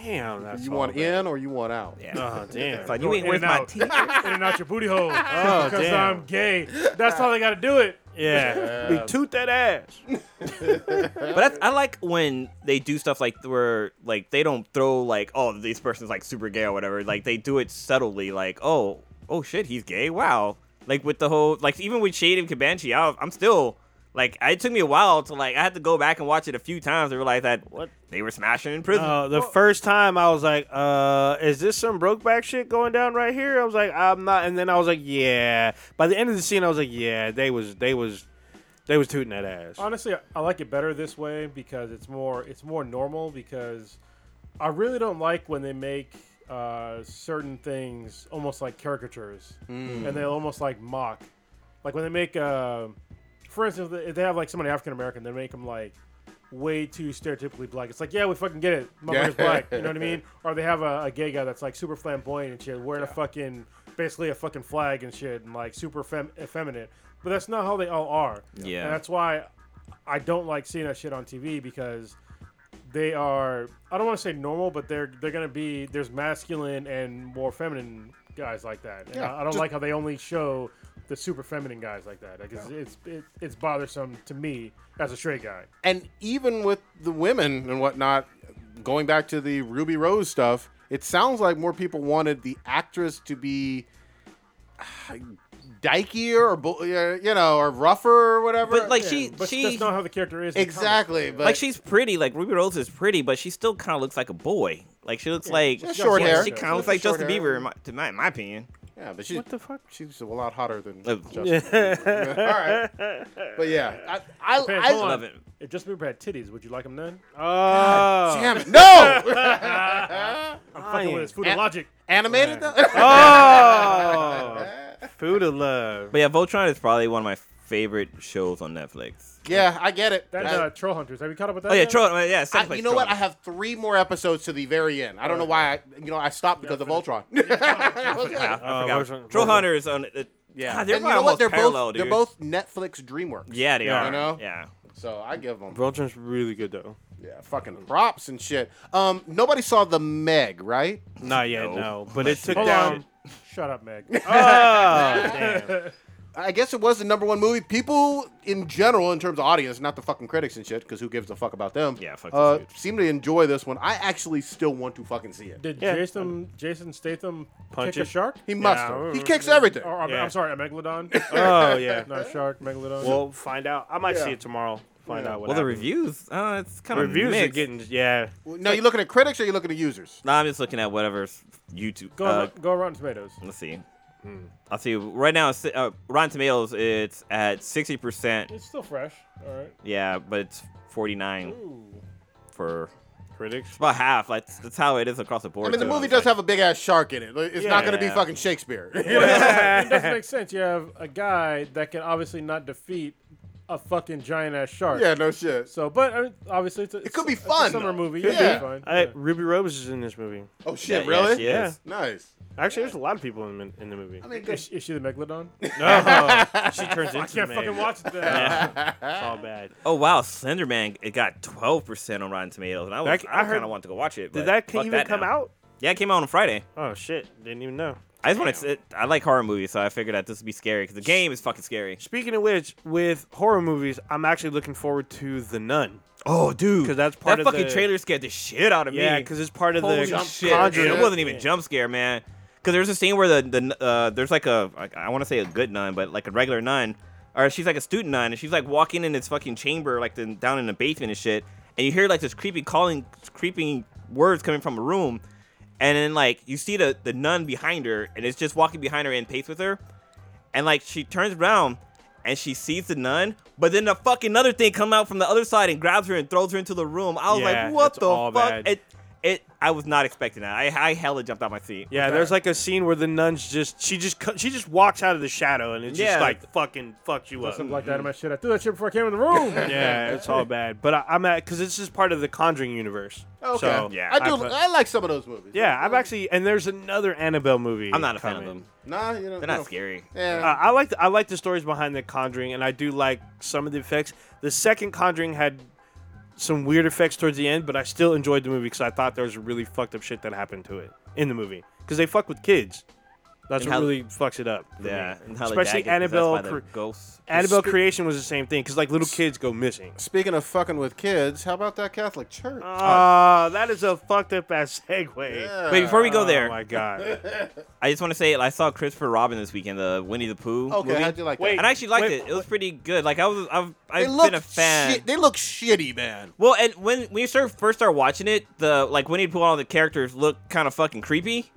Speaker 2: Damn, that's
Speaker 1: You want
Speaker 2: horrible.
Speaker 1: in or you want out?
Speaker 4: Yeah.
Speaker 2: Oh damn.
Speaker 4: It's like, you ain't
Speaker 3: Uh-huh. in
Speaker 4: worth my
Speaker 3: and out, in
Speaker 4: teeth.
Speaker 3: and out your booty
Speaker 2: Oh,
Speaker 3: hole. because
Speaker 2: damn.
Speaker 3: I'm gay. That's how they got to do it.
Speaker 2: Yeah, we toot that ass.
Speaker 4: But that's, I like when they do stuff like where like they don't throw like, oh, this person's like super gay or whatever. Like they do it subtly, like, oh, oh shit, he's gay. Wow. Like with the whole like even with Shade and Comanche, I, I'm still like it took me a while to like I had to go back and watch it a few times to realize that what they were smashing in prison.
Speaker 2: Uh, the first time I was like, uh, is this some Brokeback shit going down right here? I was like, I'm not. And then I was like, yeah. By the end of the scene, I was like, yeah, they was they was they was tooting that ass.
Speaker 3: Honestly, I- I like it better this way because it's more it's more normal. Because I really don't like when they make uh, certain things almost like caricatures, and they'll almost like mock, like when they make, uh, for instance, if they have like somebody African American, they make them like way too stereotypically black. It's like, yeah, we fucking get it, motherfucker's
Speaker 1: Yeah.
Speaker 3: black. You know what I mean? Or they have a, a gay guy that's like super flamboyant and shit, wearing a fucking basically a fucking flag and shit, and like super fem- effeminate. But that's not how they all are.
Speaker 4: Yeah.
Speaker 3: and that's why I don't like seeing that shit on TV because they are I don't want to say normal, but they're they're gonna be there's masculine and more feminine guys like that. And
Speaker 1: Yeah,
Speaker 3: I, I don't
Speaker 1: just-
Speaker 3: like how they only show the super feminine guys like that. Like it's it's, it, it's bothersome to me as a straight guy.
Speaker 1: and even with the women and whatnot, going back to the Ruby Rose stuff, it sounds like more people wanted the actress to be ah, dykier or bu- yeah, you know or rougher or whatever.
Speaker 4: but like she
Speaker 3: But
Speaker 4: she
Speaker 3: that's not how the character is. in comics.
Speaker 1: exactly, but
Speaker 4: like she's pretty. Like Ruby Rose is pretty, but she still kind of looks like a boy. Like she looks like
Speaker 1: She's got short
Speaker 4: yeah,
Speaker 1: hair.
Speaker 4: She
Speaker 1: She's got
Speaker 4: kind of looks like
Speaker 1: short
Speaker 4: Justin
Speaker 1: hair.
Speaker 4: Bieber, in my, to my, in my opinion.
Speaker 1: yeah, but she's
Speaker 2: what the fuck?
Speaker 1: she's a lot hotter than
Speaker 4: Oh.
Speaker 1: Justin. All right, but yeah, I I,
Speaker 3: Depends,
Speaker 1: I,
Speaker 3: hold on.
Speaker 4: love it.
Speaker 3: If Justin Bieber had titties, would you like him then?
Speaker 2: Oh,
Speaker 1: damn it, no
Speaker 3: I'm fucking with his food
Speaker 1: An-
Speaker 3: and logic.
Speaker 1: animated though.
Speaker 2: oh, food of love.
Speaker 4: But yeah, Voltron is probably one of my favorite shows on Netflix.
Speaker 1: yeah, I get it.
Speaker 3: That
Speaker 1: I-
Speaker 3: uh, Troll Hunters. Have you caught up with that?
Speaker 4: Oh yeah,
Speaker 3: yet?
Speaker 4: Troll. Yeah,
Speaker 1: Uh, I-
Speaker 4: Cineplex
Speaker 1: you know what? I
Speaker 4: Troll.
Speaker 1: have three more episodes to the very end. I don't know why. I, you know, I stopped because of Ultron.
Speaker 4: I
Speaker 2: Oh,
Speaker 4: forgot.
Speaker 2: Voltron-
Speaker 4: Troll
Speaker 2: Voltron.
Speaker 4: Hunter is on. It, yeah,
Speaker 1: yeah,
Speaker 4: they're
Speaker 1: and you know
Speaker 4: almost
Speaker 1: what? They're
Speaker 4: parallel,
Speaker 1: both
Speaker 4: dude.
Speaker 1: they're both Netflix DreamWorks.
Speaker 4: Yeah, they are.
Speaker 1: You know?
Speaker 4: Yeah.
Speaker 1: So I give them
Speaker 2: Voltron's really good though.
Speaker 1: yeah, fucking props and shit. Um, nobody saw the Meg, right?
Speaker 2: Not yet, no. But it took
Speaker 3: Hold
Speaker 2: down.
Speaker 3: on. Shut up, Meg.
Speaker 2: Oh, damn.
Speaker 1: I guess it was the number one movie. People in general, in terms of audience, not the fucking critics and shit, because who gives a fuck about them?
Speaker 4: Yeah, fuck
Speaker 1: uh,
Speaker 4: those dudes.
Speaker 1: Seem to enjoy this one. I actually still want to fucking see it.
Speaker 3: Did
Speaker 2: Yeah.
Speaker 3: Jason Jason Statham
Speaker 2: Punch it.
Speaker 3: kick a shark?
Speaker 1: He must.
Speaker 2: Yeah,
Speaker 1: have.
Speaker 2: I
Speaker 1: he kicks everything.
Speaker 3: Or, I'm,
Speaker 2: Yeah.
Speaker 3: I'm sorry, a megalodon.
Speaker 2: Oh yeah.
Speaker 3: Not a shark, megalodon.
Speaker 2: We'll find out. I might
Speaker 1: Yeah.
Speaker 2: see it tomorrow. Find
Speaker 1: Yeah.
Speaker 2: out what.
Speaker 4: Well, the
Speaker 2: happened.
Speaker 4: reviews. Uh, it's kind of
Speaker 2: Reviews
Speaker 4: mixed.
Speaker 2: are getting yeah.
Speaker 1: No, you looking at critics or you looking at users?
Speaker 4: Nah, I'm just looking at whatever's YouTube.
Speaker 3: go,
Speaker 4: uh,
Speaker 3: on, go on Rotten Tomatoes.
Speaker 4: let's see.
Speaker 1: Hmm.
Speaker 4: I'll see. Right now, it's, uh, Rotten Tomatoes. It's at sixty percent.
Speaker 3: It's still fresh. All right.
Speaker 4: Yeah, but it's forty nine
Speaker 3: Ooh.
Speaker 4: for
Speaker 2: Critics.
Speaker 4: about half. Like that's how it is across the board.
Speaker 1: I mean, the
Speaker 4: too.
Speaker 1: movie
Speaker 4: It's
Speaker 1: does
Speaker 4: like-
Speaker 1: have a big ass shark in it. Like, It's not going to be
Speaker 4: Yeah.
Speaker 1: fucking Shakespeare.
Speaker 3: Well, it doesn't make sense. You have a guy that can obviously not defeat a fucking giant ass shark.
Speaker 1: Yeah, no shit.
Speaker 3: So, but I mean, obviously, it's a,
Speaker 1: It could be
Speaker 3: it's a
Speaker 1: fun,
Speaker 3: summer
Speaker 1: though.
Speaker 3: movie.
Speaker 1: Could
Speaker 3: yeah,
Speaker 1: be.
Speaker 3: fun.
Speaker 2: I, Ruby Rose is in this movie.
Speaker 1: Oh shit,
Speaker 4: Yeah, yeah,
Speaker 1: really?
Speaker 4: she is.
Speaker 1: Nice.
Speaker 2: Actually, there's a lot of people in, in the movie.
Speaker 1: I mean,
Speaker 3: Is, is she the megalodon? I
Speaker 2: No, she turns into. Oh. I
Speaker 3: can't fucking watch that.
Speaker 2: It's all bad.
Speaker 4: Oh wow, Slenderman! It got twelve percent on Rotten Tomatoes, and I was
Speaker 2: That- I
Speaker 4: I, kind
Speaker 2: heard-
Speaker 4: of want to go watch it. but
Speaker 2: Did that
Speaker 4: fuck
Speaker 2: even come
Speaker 4: now.
Speaker 2: out?
Speaker 4: Yeah, it came out on Friday.
Speaker 2: Oh shit! Didn't even know.
Speaker 4: I just want to. I like horror movies, so I figured that this would be scary because the game is fucking scary.
Speaker 2: Speaking of which, with horror movies, I'm actually looking forward to The Nun.
Speaker 4: Oh, dude,
Speaker 2: 'Cause that's part
Speaker 4: that
Speaker 2: of
Speaker 4: fucking
Speaker 2: the-
Speaker 4: trailer scared the shit out of me.
Speaker 2: Yeah, because it's part of
Speaker 4: Holy
Speaker 2: the
Speaker 4: shit,
Speaker 2: Conjuring.
Speaker 4: dude, it wasn't even jump scare, man. Because there's a scene where the, the uh, there's like a I, want to say a good nun, but like a regular nun, or she's like a student nun, and she's like walking in this fucking chamber, like the, down in the basement and shit, and you hear like this creepy calling, creeping words coming from a room, and then like you see the the nun behind her, and it's just walking behind her in pace with her, and like she turns around. And she sees the nun, but then the fucking other thing come out from the other side and grabs her and throws her into the room. I was
Speaker 2: Yeah,
Speaker 4: like, "What
Speaker 2: it's
Speaker 4: the
Speaker 2: all
Speaker 4: fuck?"
Speaker 2: bad.
Speaker 4: It- it I was not expecting that. I I hella jumped out my seat.
Speaker 2: Yeah, there's like a scene where the nun's just she just co- she just walks out of the shadow and it's
Speaker 4: Yeah.
Speaker 2: just like fucking fucks you up.
Speaker 3: Something like that in my shit. I threw that shit before I came in the room.
Speaker 2: yeah, it's all bad. But I, I'm at because this is part of the Conjuring universe.
Speaker 1: Okay.
Speaker 2: So,
Speaker 4: Yeah. uh,
Speaker 1: I do.
Speaker 2: I-
Speaker 1: I, like some of those movies.
Speaker 2: Yeah, I've actually and there's another Annabelle movie.
Speaker 4: I'm not a fan of
Speaker 2: coming.
Speaker 4: them.
Speaker 1: Nah, you know
Speaker 4: They're
Speaker 1: no.
Speaker 4: not scary.
Speaker 2: Uh,
Speaker 1: Yeah.
Speaker 2: I like the, I like the stories behind the Conjuring, and I do like some of the effects. The second Conjuring had some weird effects towards the end, but I still enjoyed the movie because I thought there was really fucked up shit that happened to it in the movie because they fuck with kids. That's
Speaker 4: And
Speaker 2: what
Speaker 4: how-
Speaker 2: really fucks it up. for me.
Speaker 4: Yeah, and how the
Speaker 2: especially
Speaker 4: dad gets possessed
Speaker 2: Annabelle
Speaker 4: by the
Speaker 2: cre-
Speaker 4: ghosts.
Speaker 2: Annabelle creation was the same thing because like little kids go missing.
Speaker 1: Speaking of fucking with kids, how about that Catholic church?
Speaker 4: Uh,
Speaker 2: Ah, that is a fucked up ass segue.
Speaker 1: Yeah.
Speaker 4: Wait, before we go
Speaker 2: Oh
Speaker 4: there,
Speaker 2: my god.
Speaker 4: I just want to say I saw Christopher Robin this weekend, the Winnie the Pooh
Speaker 1: okay,
Speaker 4: movie,
Speaker 1: how'd you like
Speaker 2: Wait,
Speaker 1: that?
Speaker 4: and I actually liked
Speaker 2: Wait,
Speaker 4: it. It was pretty good. Like I was, I've,
Speaker 1: They
Speaker 4: I've
Speaker 1: look
Speaker 4: been a fan.
Speaker 1: shit- they look shitty, man.
Speaker 4: Well, and when when you start, first start watching it, the like Winnie the Pooh and all the characters look kind of fucking creepy,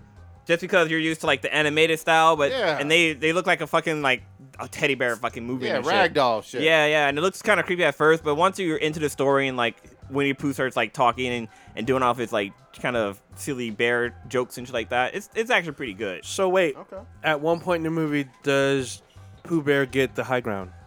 Speaker 4: just because you're used to like the animated style, but
Speaker 1: Yeah.
Speaker 4: and they they look like a fucking like a teddy bear fucking moving.
Speaker 1: Yeah,
Speaker 4: and shit.
Speaker 1: ragdoll shit.
Speaker 4: Yeah, yeah, and it looks kind of creepy at first, but once you're into the story and like Winnie the Pooh starts like talking and, and doing all of his like kind of silly bear jokes and shit like that, it's it's actually pretty good.
Speaker 2: So wait,
Speaker 1: Okay.
Speaker 2: at one point in the movie, does Pooh Bear get the high ground?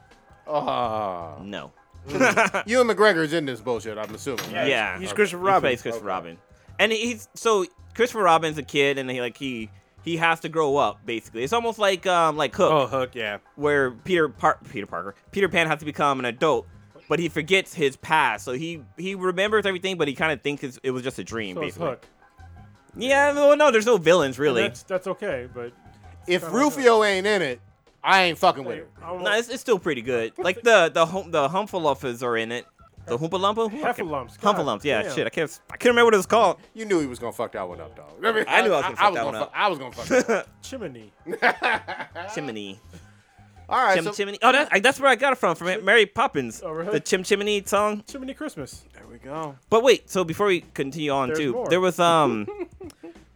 Speaker 1: Ah.
Speaker 4: No,
Speaker 1: Ewan McGregor's in this bullshit. I'm assuming. Right?
Speaker 4: yeah,
Speaker 2: he's
Speaker 4: Okay.
Speaker 2: Christopher
Speaker 4: He
Speaker 2: Robin.
Speaker 4: plays Christopher Robin, and he's so Christopher Robin's a kid, and he like he he has to grow up basically. It's almost like um like Hook,
Speaker 2: Oh, Hook, yeah.
Speaker 4: where Peter Par- Peter Parker Peter Pan has to become an adult. But he forgets his past, so he he remembers everything, but he kind of thinks it's, it was just a dream,
Speaker 3: So it's
Speaker 4: basically.
Speaker 3: Hook.
Speaker 4: Yeah, well, no, there's no villains really.
Speaker 3: That's that's okay, but
Speaker 1: If Rufio ain't in it, I ain't fucking with it.
Speaker 2: um,
Speaker 3: I won't-
Speaker 4: No, it's, it's still pretty good. Like the the hum, the Humphalumpas are in it. The Hoompa Lumpa?
Speaker 3: Heffalumps, God
Speaker 4: Humphalumps, yeah,
Speaker 3: damn.
Speaker 4: shit. I can't I can't remember what it was called.
Speaker 1: You knew he was gonna fuck that one up, dog. I, mean,
Speaker 4: I knew I was gonna fuck that
Speaker 1: gonna
Speaker 4: one up.
Speaker 1: I was gonna fuck. That one up.
Speaker 3: chimney.
Speaker 4: Chimney.
Speaker 1: All right,
Speaker 4: Chim
Speaker 1: so
Speaker 4: Chimney. Oh, that, I, that's where I got it from, from Mary Poppins.
Speaker 3: Oh, really?
Speaker 4: The Chim Chimney song.
Speaker 3: Chimney Christmas.
Speaker 1: there we go.
Speaker 4: But wait, so before we continue on,
Speaker 3: There's
Speaker 4: too,
Speaker 3: more.
Speaker 4: there was, um,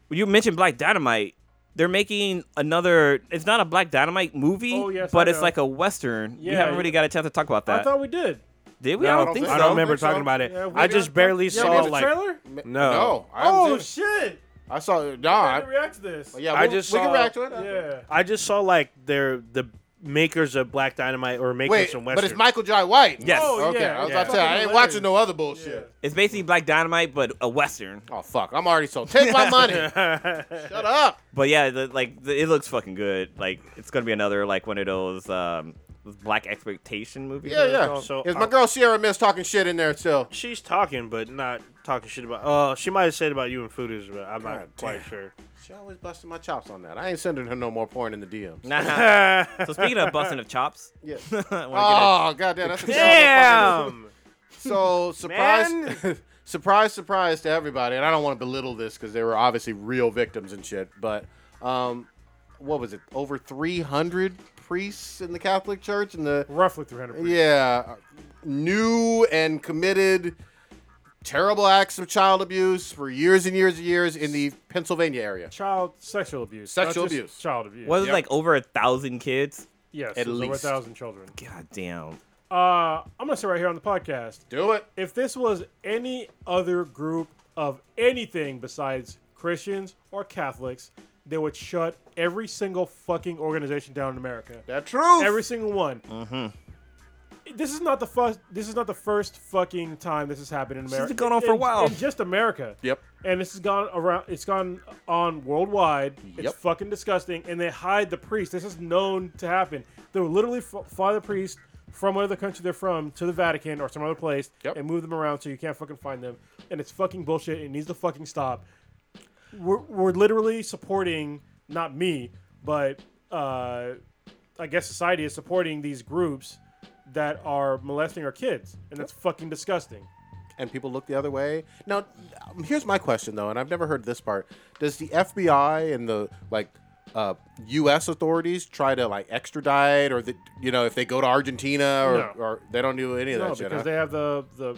Speaker 4: you mentioned Black Dynamite. They're making another, it's not a Black Dynamite movie,
Speaker 3: Oh, yes,
Speaker 4: but
Speaker 3: I
Speaker 4: it's
Speaker 3: know.
Speaker 4: like a Western. we
Speaker 3: Yeah,
Speaker 4: haven't
Speaker 3: yeah.
Speaker 4: really got a chance to talk about that.
Speaker 3: I thought we did.
Speaker 4: Did we?
Speaker 2: No,
Speaker 4: I
Speaker 2: I
Speaker 4: don't think
Speaker 1: don't
Speaker 4: so.
Speaker 2: I don't remember
Speaker 1: Think so.
Speaker 2: talking about it.
Speaker 3: Yeah, we
Speaker 2: I just
Speaker 3: did.
Speaker 2: barely
Speaker 3: Yeah, we
Speaker 2: saw
Speaker 3: did the
Speaker 2: like
Speaker 3: trailer?
Speaker 2: No.
Speaker 1: no. I haven't seen
Speaker 3: Oh
Speaker 1: it.
Speaker 3: shit!
Speaker 1: I saw it.
Speaker 3: I
Speaker 1: Nah,
Speaker 3: didn't react to this.
Speaker 1: I- yeah,
Speaker 2: I
Speaker 1: we,
Speaker 2: just
Speaker 1: we can
Speaker 2: saw-
Speaker 1: react to it.
Speaker 3: Yeah.
Speaker 2: I just saw like they're the makers of Black Dynamite or makers
Speaker 1: Wait,
Speaker 2: some
Speaker 1: but
Speaker 2: Western.
Speaker 1: it's Michael J. White.
Speaker 4: Yes.
Speaker 3: Oh,
Speaker 1: okay,
Speaker 3: yeah,
Speaker 1: I was
Speaker 2: yeah.
Speaker 1: about to say I ain't
Speaker 3: Fucking
Speaker 1: watching
Speaker 3: hilarious.
Speaker 1: no other bullshit.
Speaker 4: It's basically Black Dynamite, but a Western.
Speaker 1: Oh fuck, I'm already sold. Take my money. Shut up.
Speaker 4: But yeah, the, like the, it looks fucking good. Like it's gonna be another like one of those um black expectation movies.
Speaker 1: Yeah, yeah.
Speaker 2: So,
Speaker 1: Is
Speaker 2: uh,
Speaker 1: my girl Sierra Miss talking shit in there too?
Speaker 2: She's talking, but not talking shit about. Oh, she might have said about you and Fooders, but I'm not
Speaker 1: God
Speaker 2: quite
Speaker 1: damn.
Speaker 2: sure.
Speaker 1: She always busting my chops on that. I ain't sending her no more porn in the DM.
Speaker 4: Nah. so speaking of busting of chops,
Speaker 1: Yeah.
Speaker 4: I wanna
Speaker 1: Oh goddamn, that's a terrible fucking-
Speaker 2: Damn.
Speaker 1: So surprise, surprise, surprise to everybody. And I don't want to belittle this because they were obviously real victims and shit. But um, what was it? Over 300 priests in the Catholic Church and the
Speaker 3: Roughly 300.
Speaker 1: yeah, new and committed terrible acts of child abuse for years and years and years in the Pennsylvania area.
Speaker 3: Child sexual abuse.
Speaker 1: Sexual
Speaker 3: not just
Speaker 1: abuse.
Speaker 3: Child abuse.
Speaker 4: get was it
Speaker 1: Yep.
Speaker 4: like over a thousand kids?
Speaker 3: yes.
Speaker 1: at
Speaker 3: it was over
Speaker 1: least.
Speaker 3: a thousand children.
Speaker 4: God damn.
Speaker 3: Uh, I'm gonna say right here on the podcast.
Speaker 1: Do it.
Speaker 3: if this was any other group of anything besides Christians or Catholics, they would shut every single fucking organization down in America.
Speaker 1: That truth.
Speaker 4: Mm-hmm.
Speaker 3: Every single one. this is not the first. This is not the first fucking time this has happened in
Speaker 4: has
Speaker 3: America.
Speaker 4: been going on for a
Speaker 3: in-
Speaker 4: while.
Speaker 3: in just America.
Speaker 1: Yep.
Speaker 3: And this has gone around. It's gone on worldwide.
Speaker 1: Yep.
Speaker 3: It's fucking disgusting. And they hide the priest. This is known to happen. They will literally f- fly the priest from whatever country they're from to the Vatican or some other place
Speaker 1: Yep.
Speaker 3: and move them around so you can't fucking find them. And it's fucking bullshit. It needs to fucking stop. We're, we're literally supporting not me, but uh, I guess society is supporting these groups that are molesting our kids, and that's fucking disgusting.
Speaker 1: and people look the other way. Now, um, here's my question though, and I've never heard this part. Does the FBI and the like uh, U.S. authorities try to like extradite, or the, you know, if they go to Argentina, or,
Speaker 3: No.
Speaker 1: or they don't do any of that
Speaker 3: No,
Speaker 1: shit?
Speaker 3: because
Speaker 1: huh?
Speaker 3: they have the the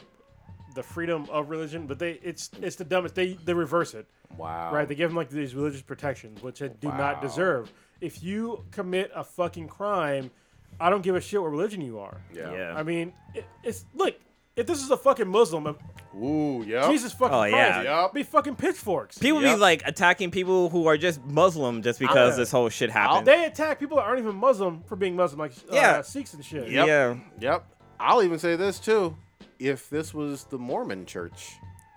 Speaker 3: the freedom of religion, but they it's it's the dumbest. They they reverse it,
Speaker 1: wow,
Speaker 3: right? They give them like these religious protections, which they do
Speaker 1: Wow.
Speaker 3: not deserve. If you commit a fucking crime, I don't give a shit what religion you are.
Speaker 1: yeah.
Speaker 4: Yeah.
Speaker 3: I mean, it, it's look. If this is a fucking Muslim,
Speaker 1: Ooh, yeah.
Speaker 3: Jesus fucking
Speaker 4: Oh,
Speaker 3: Christ,
Speaker 4: yeah.
Speaker 1: Yep.
Speaker 3: be fucking pitchforks.
Speaker 4: People
Speaker 1: Yep.
Speaker 4: be like attacking people who are just Muslim
Speaker 1: Oh,
Speaker 4: just because this whole shit happened.
Speaker 3: They attack people that aren't even Muslim for being Muslim, like uh,
Speaker 4: Yeah.
Speaker 3: Sikhs and shit.
Speaker 1: Yep.
Speaker 4: Yeah.
Speaker 1: Yep. I'll even say this too. If this was the Mormon Church,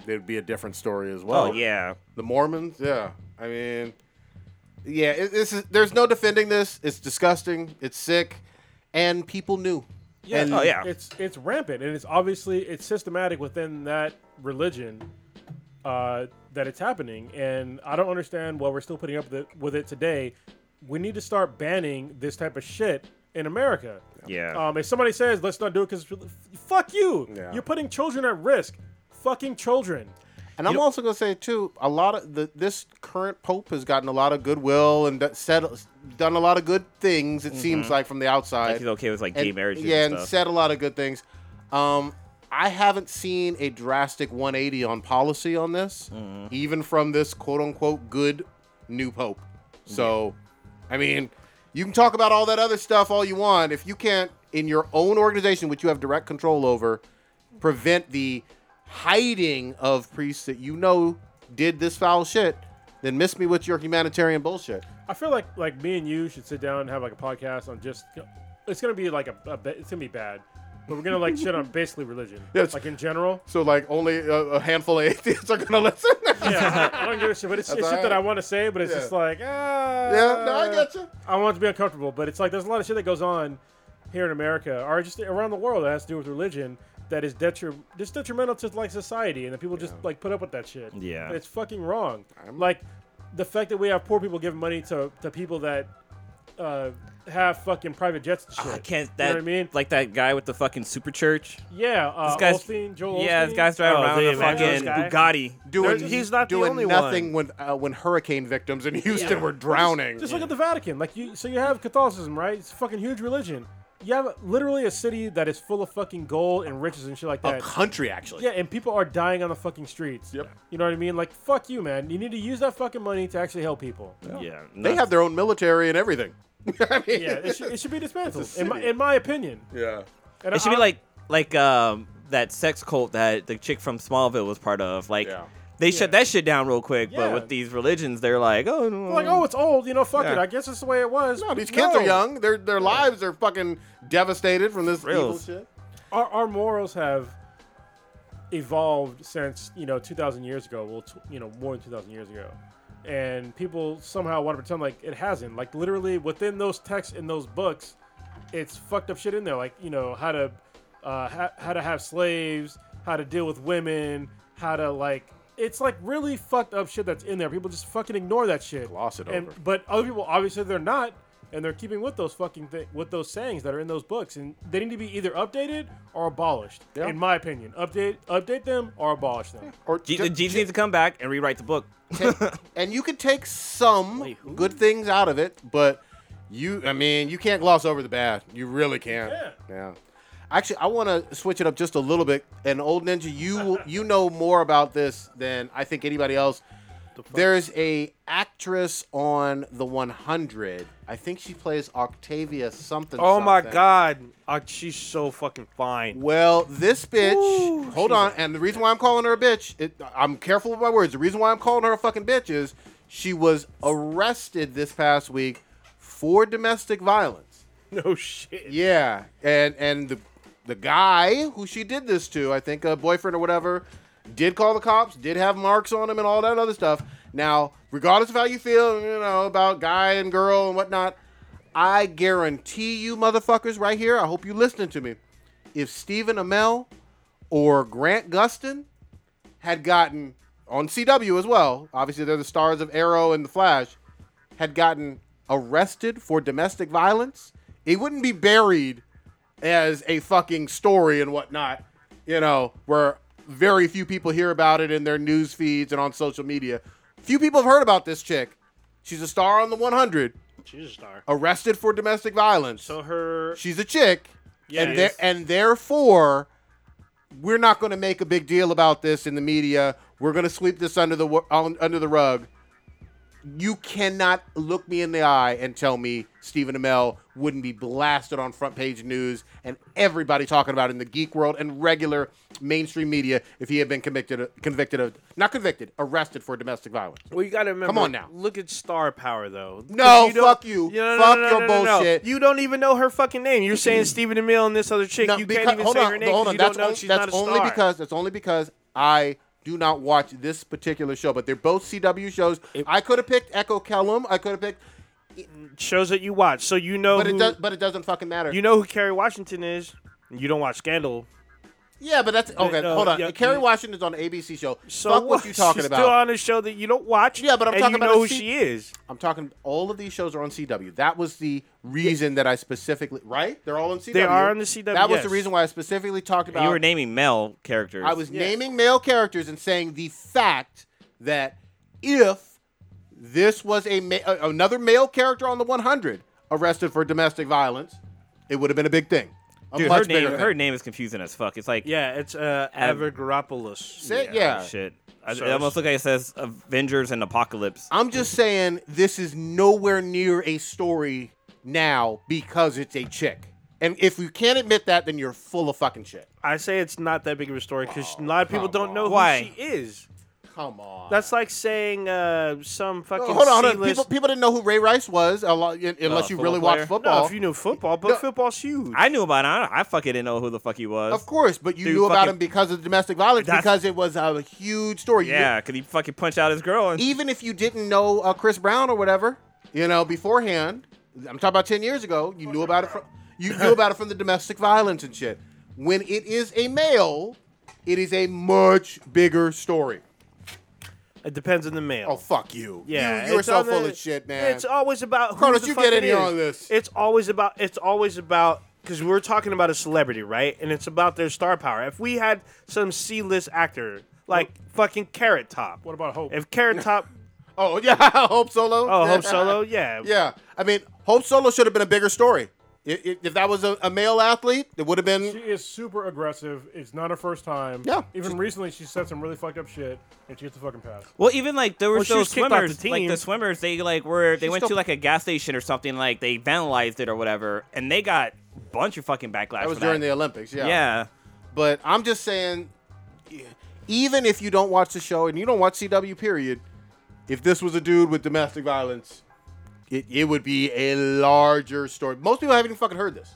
Speaker 1: there'd be a different story as well.
Speaker 4: Oh yeah.
Speaker 1: The Mormons, yeah. I mean, yeah. It, this is there's no defending this. It's disgusting. It's sick, and people knew.
Speaker 3: Yeah,
Speaker 1: And-
Speaker 4: Oh, yeah.
Speaker 3: It's it's rampant, and it's obviously it's systematic within that religion uh, that it's happening. And I don't understand why we're still putting up with it, with it today. We need to start banning this type of shit in America.
Speaker 4: Yeah.
Speaker 3: Um, if somebody says let's not do it because fuck you,
Speaker 1: Yeah.
Speaker 3: you're putting children at risk. Fucking children.
Speaker 1: And I'm also gonna say too, a lot of the this current pope has gotten a lot of goodwill and d- said done a lot of good things.
Speaker 4: Mm-hmm.
Speaker 1: It seems like from the outside,
Speaker 4: Like he's okay with like gay
Speaker 1: And-
Speaker 4: marriages
Speaker 1: Yeah,
Speaker 4: and
Speaker 1: and
Speaker 4: stuff.
Speaker 1: said a lot of good things. Um, I haven't seen a drastic 180 on policy on this,
Speaker 4: Mm-hmm.
Speaker 1: even from this quote unquote good new pope. So, I mean, you can talk about all that other stuff all you want. If you can't, in your own organization, which you have direct control over, prevent the hiding of priests that you know did this foul shit, then miss me with your humanitarian bullshit.
Speaker 3: I feel like like me and you should sit down and have like a podcast on just. It's gonna be like a, a ba- it's gonna be bad, but we're gonna like shit on basically religion.
Speaker 1: Yes.
Speaker 3: Like in general.
Speaker 1: So, like, only a, a handful of atheists are going to listen.
Speaker 3: yeah, I don't give a shit. But it's, it's
Speaker 1: all
Speaker 3: shit that
Speaker 1: right.
Speaker 3: I want to say, but it's
Speaker 1: Yeah.
Speaker 3: just like, ah.
Speaker 1: yeah, no, I got you.
Speaker 3: I want to be uncomfortable, but it's like there's a lot of shit that goes on here in America or just around the world that has to do with religion that is detri- just detrimental to like society, and that people just like put up with that shit.
Speaker 4: Yeah.
Speaker 3: And it's fucking wrong. Like the fact that we have poor people giving money to to people that uh, have fucking private jets and shit.
Speaker 4: I Ah, can't
Speaker 3: You
Speaker 4: that
Speaker 3: know what I mean?
Speaker 4: like that guy with the fucking super church.
Speaker 3: Yeah, uh,
Speaker 4: guy's-
Speaker 3: Olstein, Joel
Speaker 4: Yeah, this
Speaker 3: Osteen.
Speaker 4: guy's driving
Speaker 2: Oh,
Speaker 4: around in a
Speaker 2: the evangelist guy?
Speaker 4: fucking Bugatti.
Speaker 1: doing
Speaker 2: They're- he's not the
Speaker 1: doing
Speaker 2: only
Speaker 1: nothing when uh, when hurricane victims in Houston were drowning.
Speaker 3: Just look at the Vatican. Like you, so you have Catholicism, right? It's a fucking huge religion. You have literally a city that is full of fucking gold and riches and shit like
Speaker 1: a
Speaker 3: that.
Speaker 1: country actually.
Speaker 3: Yeah, and people are dying on the fucking streets.
Speaker 1: Yep.
Speaker 3: You know what I mean? Like, fuck you, man. You need to use that fucking money to actually help people.
Speaker 4: Yeah.
Speaker 1: They have their own military and everything. I mean,
Speaker 3: Yeah, it, should, it should be dismantled,
Speaker 1: It's a
Speaker 3: in my,
Speaker 1: city.
Speaker 3: in my opinion.
Speaker 1: yeah.
Speaker 3: And I-
Speaker 4: It should be
Speaker 3: I-
Speaker 4: like like um that sex cult that the chick from Smallville was part of. Like
Speaker 1: Yeah.
Speaker 4: they shut that shit down real quick, but
Speaker 3: Yeah.
Speaker 4: with these religions they're like, oh no.
Speaker 3: like, oh, it's old. You know, fuck it.
Speaker 4: Yeah.
Speaker 3: I guess that's the way it was.
Speaker 1: No, these kids are young. Their their lives are fucking devastated from this evil
Speaker 4: Reals.
Speaker 1: shit.
Speaker 3: Our, our morals have evolved since you know 2,000 years ago. Well, tw- you know, more than 2,000 years ago. And people somehow want to pretend like it hasn't. Like literally within those texts in those books, it's fucked up shit in there. Like you know how to uh, ha- how to have slaves, how to deal with women, how to like it's like really fucked up shit that's in there. People just fucking ignore that shit.
Speaker 1: Gloss it
Speaker 3: and,
Speaker 1: over.
Speaker 3: But other people obviously they're not, and they're keeping with those fucking thi- with those sayings that are in those books, and they need to be either updated or abolished.
Speaker 1: Yeah.
Speaker 3: In my opinion, update update them or abolish them.
Speaker 1: Or
Speaker 4: Je-
Speaker 1: ju-
Speaker 4: Jesus needs to come back and rewrite the book.
Speaker 1: ta- and you could take some
Speaker 4: Wait, who?
Speaker 1: good things out of it, but you, I mean, you can't gloss over the bad. You really can't.
Speaker 3: Yeah.
Speaker 1: Actually, I want to switch it up just a little bit. And old ninja, you you know more about this than I think anybody else. There's a actress on the 100. I think she plays Octavia something.
Speaker 2: Oh my
Speaker 1: something.
Speaker 2: god, Ah, she's so fucking fine.
Speaker 1: Well, this bitch.
Speaker 2: Ooh,
Speaker 1: hold
Speaker 2: she's
Speaker 1: on. And the reason why I'm calling her a bitch, it, I'm careful with my words. The reason why I'm calling her a fucking bitch is she was arrested this past week for domestic violence.
Speaker 2: No shit.
Speaker 1: Yeah, and and the the guy who she did this to, I think a boyfriend or whatever, did call the cops, did have marks on him and all that other stuff. Now, regardless of how you feel, you know, about guy and girl and whatnot, I guarantee you motherfuckers right here, I hope you listening to me. If Stephen Amell or Grant Gustin had gotten on CW as well, obviously they're the stars of Arrow and The Flash, had gotten arrested for domestic violence, it wouldn't be buried as a fucking story and whatnot, you know, where very few people hear about it in their news feeds and on social media. Few people have heard about this chick. She's a star on the 100,
Speaker 2: She's a star.
Speaker 1: arrested for domestic violence.
Speaker 2: So her.
Speaker 1: She's a chick,
Speaker 2: Yeah,
Speaker 1: and
Speaker 2: it
Speaker 1: there
Speaker 2: is.
Speaker 1: and therefore, we're not going to make a big deal about this in the media. We're going to sweep this under the wo- un- under the rug. You cannot look me in the eye and tell me Stephen Amell wouldn't be blasted on front page news and everybody talking about it in the geek world and regular mainstream media if he had been convicted convicted of not convicted arrested for domestic violence.
Speaker 2: Well, you gotta remember.
Speaker 1: on now.
Speaker 2: Look at star power, though. 'Cause
Speaker 1: No,
Speaker 2: don't-
Speaker 1: fuck you.
Speaker 2: No, no, no,
Speaker 1: Fuck
Speaker 2: no, no,
Speaker 1: your
Speaker 2: no, no, no.
Speaker 1: bullshit.
Speaker 2: You don't even know her fucking name. You're saying Stephen Amell and this other chick.
Speaker 1: No,
Speaker 2: you
Speaker 1: because-
Speaker 2: can't even
Speaker 1: hold
Speaker 2: say
Speaker 1: on,
Speaker 2: her name.
Speaker 1: hold
Speaker 2: 'cause
Speaker 1: on.
Speaker 2: You
Speaker 1: That's,
Speaker 2: don't know
Speaker 1: on-
Speaker 2: she's
Speaker 1: that's
Speaker 2: not a
Speaker 1: only
Speaker 2: star.
Speaker 1: because that's only because I do not watch this particular show, but they're both CW shows. I could have picked Echo Kellum. I could have picked,
Speaker 2: shows that you watch, so you know.
Speaker 1: but
Speaker 2: who,
Speaker 1: it does. But it doesn't fucking matter.
Speaker 2: You know who Kerry Washington is. You don't watch Scandal.
Speaker 1: yeah, but that's okay.
Speaker 2: no,
Speaker 1: hold on.
Speaker 2: uh, yeah,
Speaker 1: Kerry
Speaker 2: you-
Speaker 1: Washington's on the ABC show.
Speaker 2: So
Speaker 1: Fuck what you talking
Speaker 2: She's
Speaker 1: about.
Speaker 2: Still on a show that you don't watch.
Speaker 1: Yeah, but I'm
Speaker 2: and
Speaker 1: talking
Speaker 2: you
Speaker 1: about
Speaker 2: know
Speaker 1: a
Speaker 2: who
Speaker 1: se-
Speaker 2: she is.
Speaker 1: I'm talking. All of these shows are on CW. That was the reason that I specifically right. They're all on CW.
Speaker 2: are on the CW,
Speaker 1: That was the
Speaker 2: yes.
Speaker 1: reason why I specifically talked about.
Speaker 4: You were naming male characters.
Speaker 1: I was
Speaker 2: Yes.
Speaker 1: naming male characters and saying the fact that if this was a ma- a- another male character on the 100 arrested for domestic violence, it would have been a big thing. A
Speaker 4: Dude,
Speaker 1: much
Speaker 4: her name,
Speaker 1: bigger
Speaker 4: her
Speaker 1: thing.
Speaker 4: name is confusing as fuck. It's like
Speaker 2: Yeah, it's uh,
Speaker 4: Av-
Speaker 2: Avagaropoulos.
Speaker 1: Say- yeah.
Speaker 4: shit. I,
Speaker 2: So
Speaker 4: it
Speaker 2: it's-
Speaker 4: almost look like it says Avengers and Apocalypse.
Speaker 1: I'm just saying this is nowhere near a story now because it's a chick. And if you can't admit that, then you're full of fucking shit.
Speaker 2: I say it's not that big of a story because a lot of people
Speaker 1: come
Speaker 2: don't know
Speaker 4: on. Why?
Speaker 2: who she is.
Speaker 1: Come on.
Speaker 2: That's like saying uh, some fucking.
Speaker 1: hold on. Hold on.
Speaker 2: C-list-
Speaker 1: People, people didn't know who Ray Rice was a lot, unless you
Speaker 4: Uh, football
Speaker 1: really
Speaker 4: player?
Speaker 1: watched
Speaker 4: No,
Speaker 1: football.
Speaker 2: No, if you knew football, but
Speaker 1: No.
Speaker 2: football's huge.
Speaker 4: I knew about it. I, I fucking didn't know who the fuck he was.
Speaker 1: Of course, but you
Speaker 4: Dude,
Speaker 1: knew about
Speaker 4: fucking-
Speaker 1: him because of domestic violence
Speaker 4: That's-
Speaker 1: because it was a huge story. You- E
Speaker 4: Yeah, because he fucking punched out his girl. And,
Speaker 1: even if you didn't know uh, Chris Brown or whatever, you know, beforehand, I'm talking about 10 years ago, you knew about it from you knew about it from the domestic violence and shit. When it is a male, it is a much bigger story.
Speaker 2: it depends on the male.
Speaker 1: Oh fuck you.
Speaker 2: yeah,
Speaker 1: you, you're
Speaker 2: it's
Speaker 1: so
Speaker 2: on the-
Speaker 1: full of shit, man.
Speaker 2: It's always about who
Speaker 1: Cronus,
Speaker 2: the
Speaker 1: you
Speaker 2: fuck
Speaker 1: get
Speaker 2: it
Speaker 1: in here
Speaker 2: is.
Speaker 1: on this.
Speaker 2: It's always about. It's always about because we're talking about a celebrity, right? And it's about their star power. If we had some C-list actor like fucking Carrot Top,
Speaker 3: What about Hope?
Speaker 2: if Carrot Top?
Speaker 1: oh yeah, Hope Solo.
Speaker 2: Oh, Hope Solo, yeah,
Speaker 1: yeah, I mean, Hope Solo should have been a bigger story. I i if that was a, a male athlete, it would have been
Speaker 3: She is super aggressive. It's not her first time.
Speaker 1: Yeah.
Speaker 3: Even recently, she said some really fucked up shit, and she gets the fucking pass.
Speaker 4: well, even like there were
Speaker 2: Well, she was
Speaker 4: those
Speaker 2: kicked off
Speaker 4: swimmers,
Speaker 2: the
Speaker 4: like
Speaker 2: team.
Speaker 4: the swimmers, they like were they
Speaker 1: She's
Speaker 4: went
Speaker 1: still-
Speaker 4: to like a gas station or something, like they vandalized it or whatever, and they got a bunch of fucking backlash.
Speaker 1: That was
Speaker 4: for
Speaker 1: during the
Speaker 4: that.
Speaker 1: Olympics, yeah.
Speaker 4: yeah.
Speaker 1: But I'm just saying, even if you don't watch the show and you don't watch CW, period, if this was a dude with domestic violence, it, it would be a larger story. Most people haven't even fucking heard this.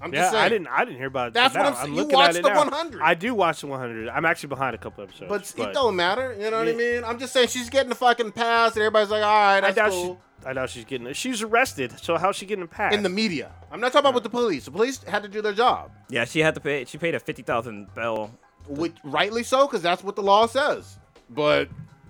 Speaker 1: I'm
Speaker 2: Yeah,
Speaker 1: just saying.
Speaker 2: I didn't. I didn't hear about it.
Speaker 1: That's what
Speaker 2: now.
Speaker 1: I'm saying. You
Speaker 2: looking at
Speaker 1: watched
Speaker 2: it
Speaker 1: the
Speaker 2: now.
Speaker 1: 100.
Speaker 2: I do watch the 100. I'm actually behind a couple episodes.
Speaker 1: But, it don't matter. You know what I
Speaker 2: Yeah.
Speaker 1: mean? I'm just saying she's getting the fucking pass, and everybody's like, all right,
Speaker 2: I
Speaker 1: that's
Speaker 2: doubt
Speaker 1: cool.
Speaker 2: she. I doubt she's getting. She's arrested. So how's she getting a pass?
Speaker 1: In the media. I'm not talking about with the police. The police had to do their job,
Speaker 4: Yeah, she had to pay. She paid a fifty thousand bill.
Speaker 1: which rightly so, because that's what the law says. But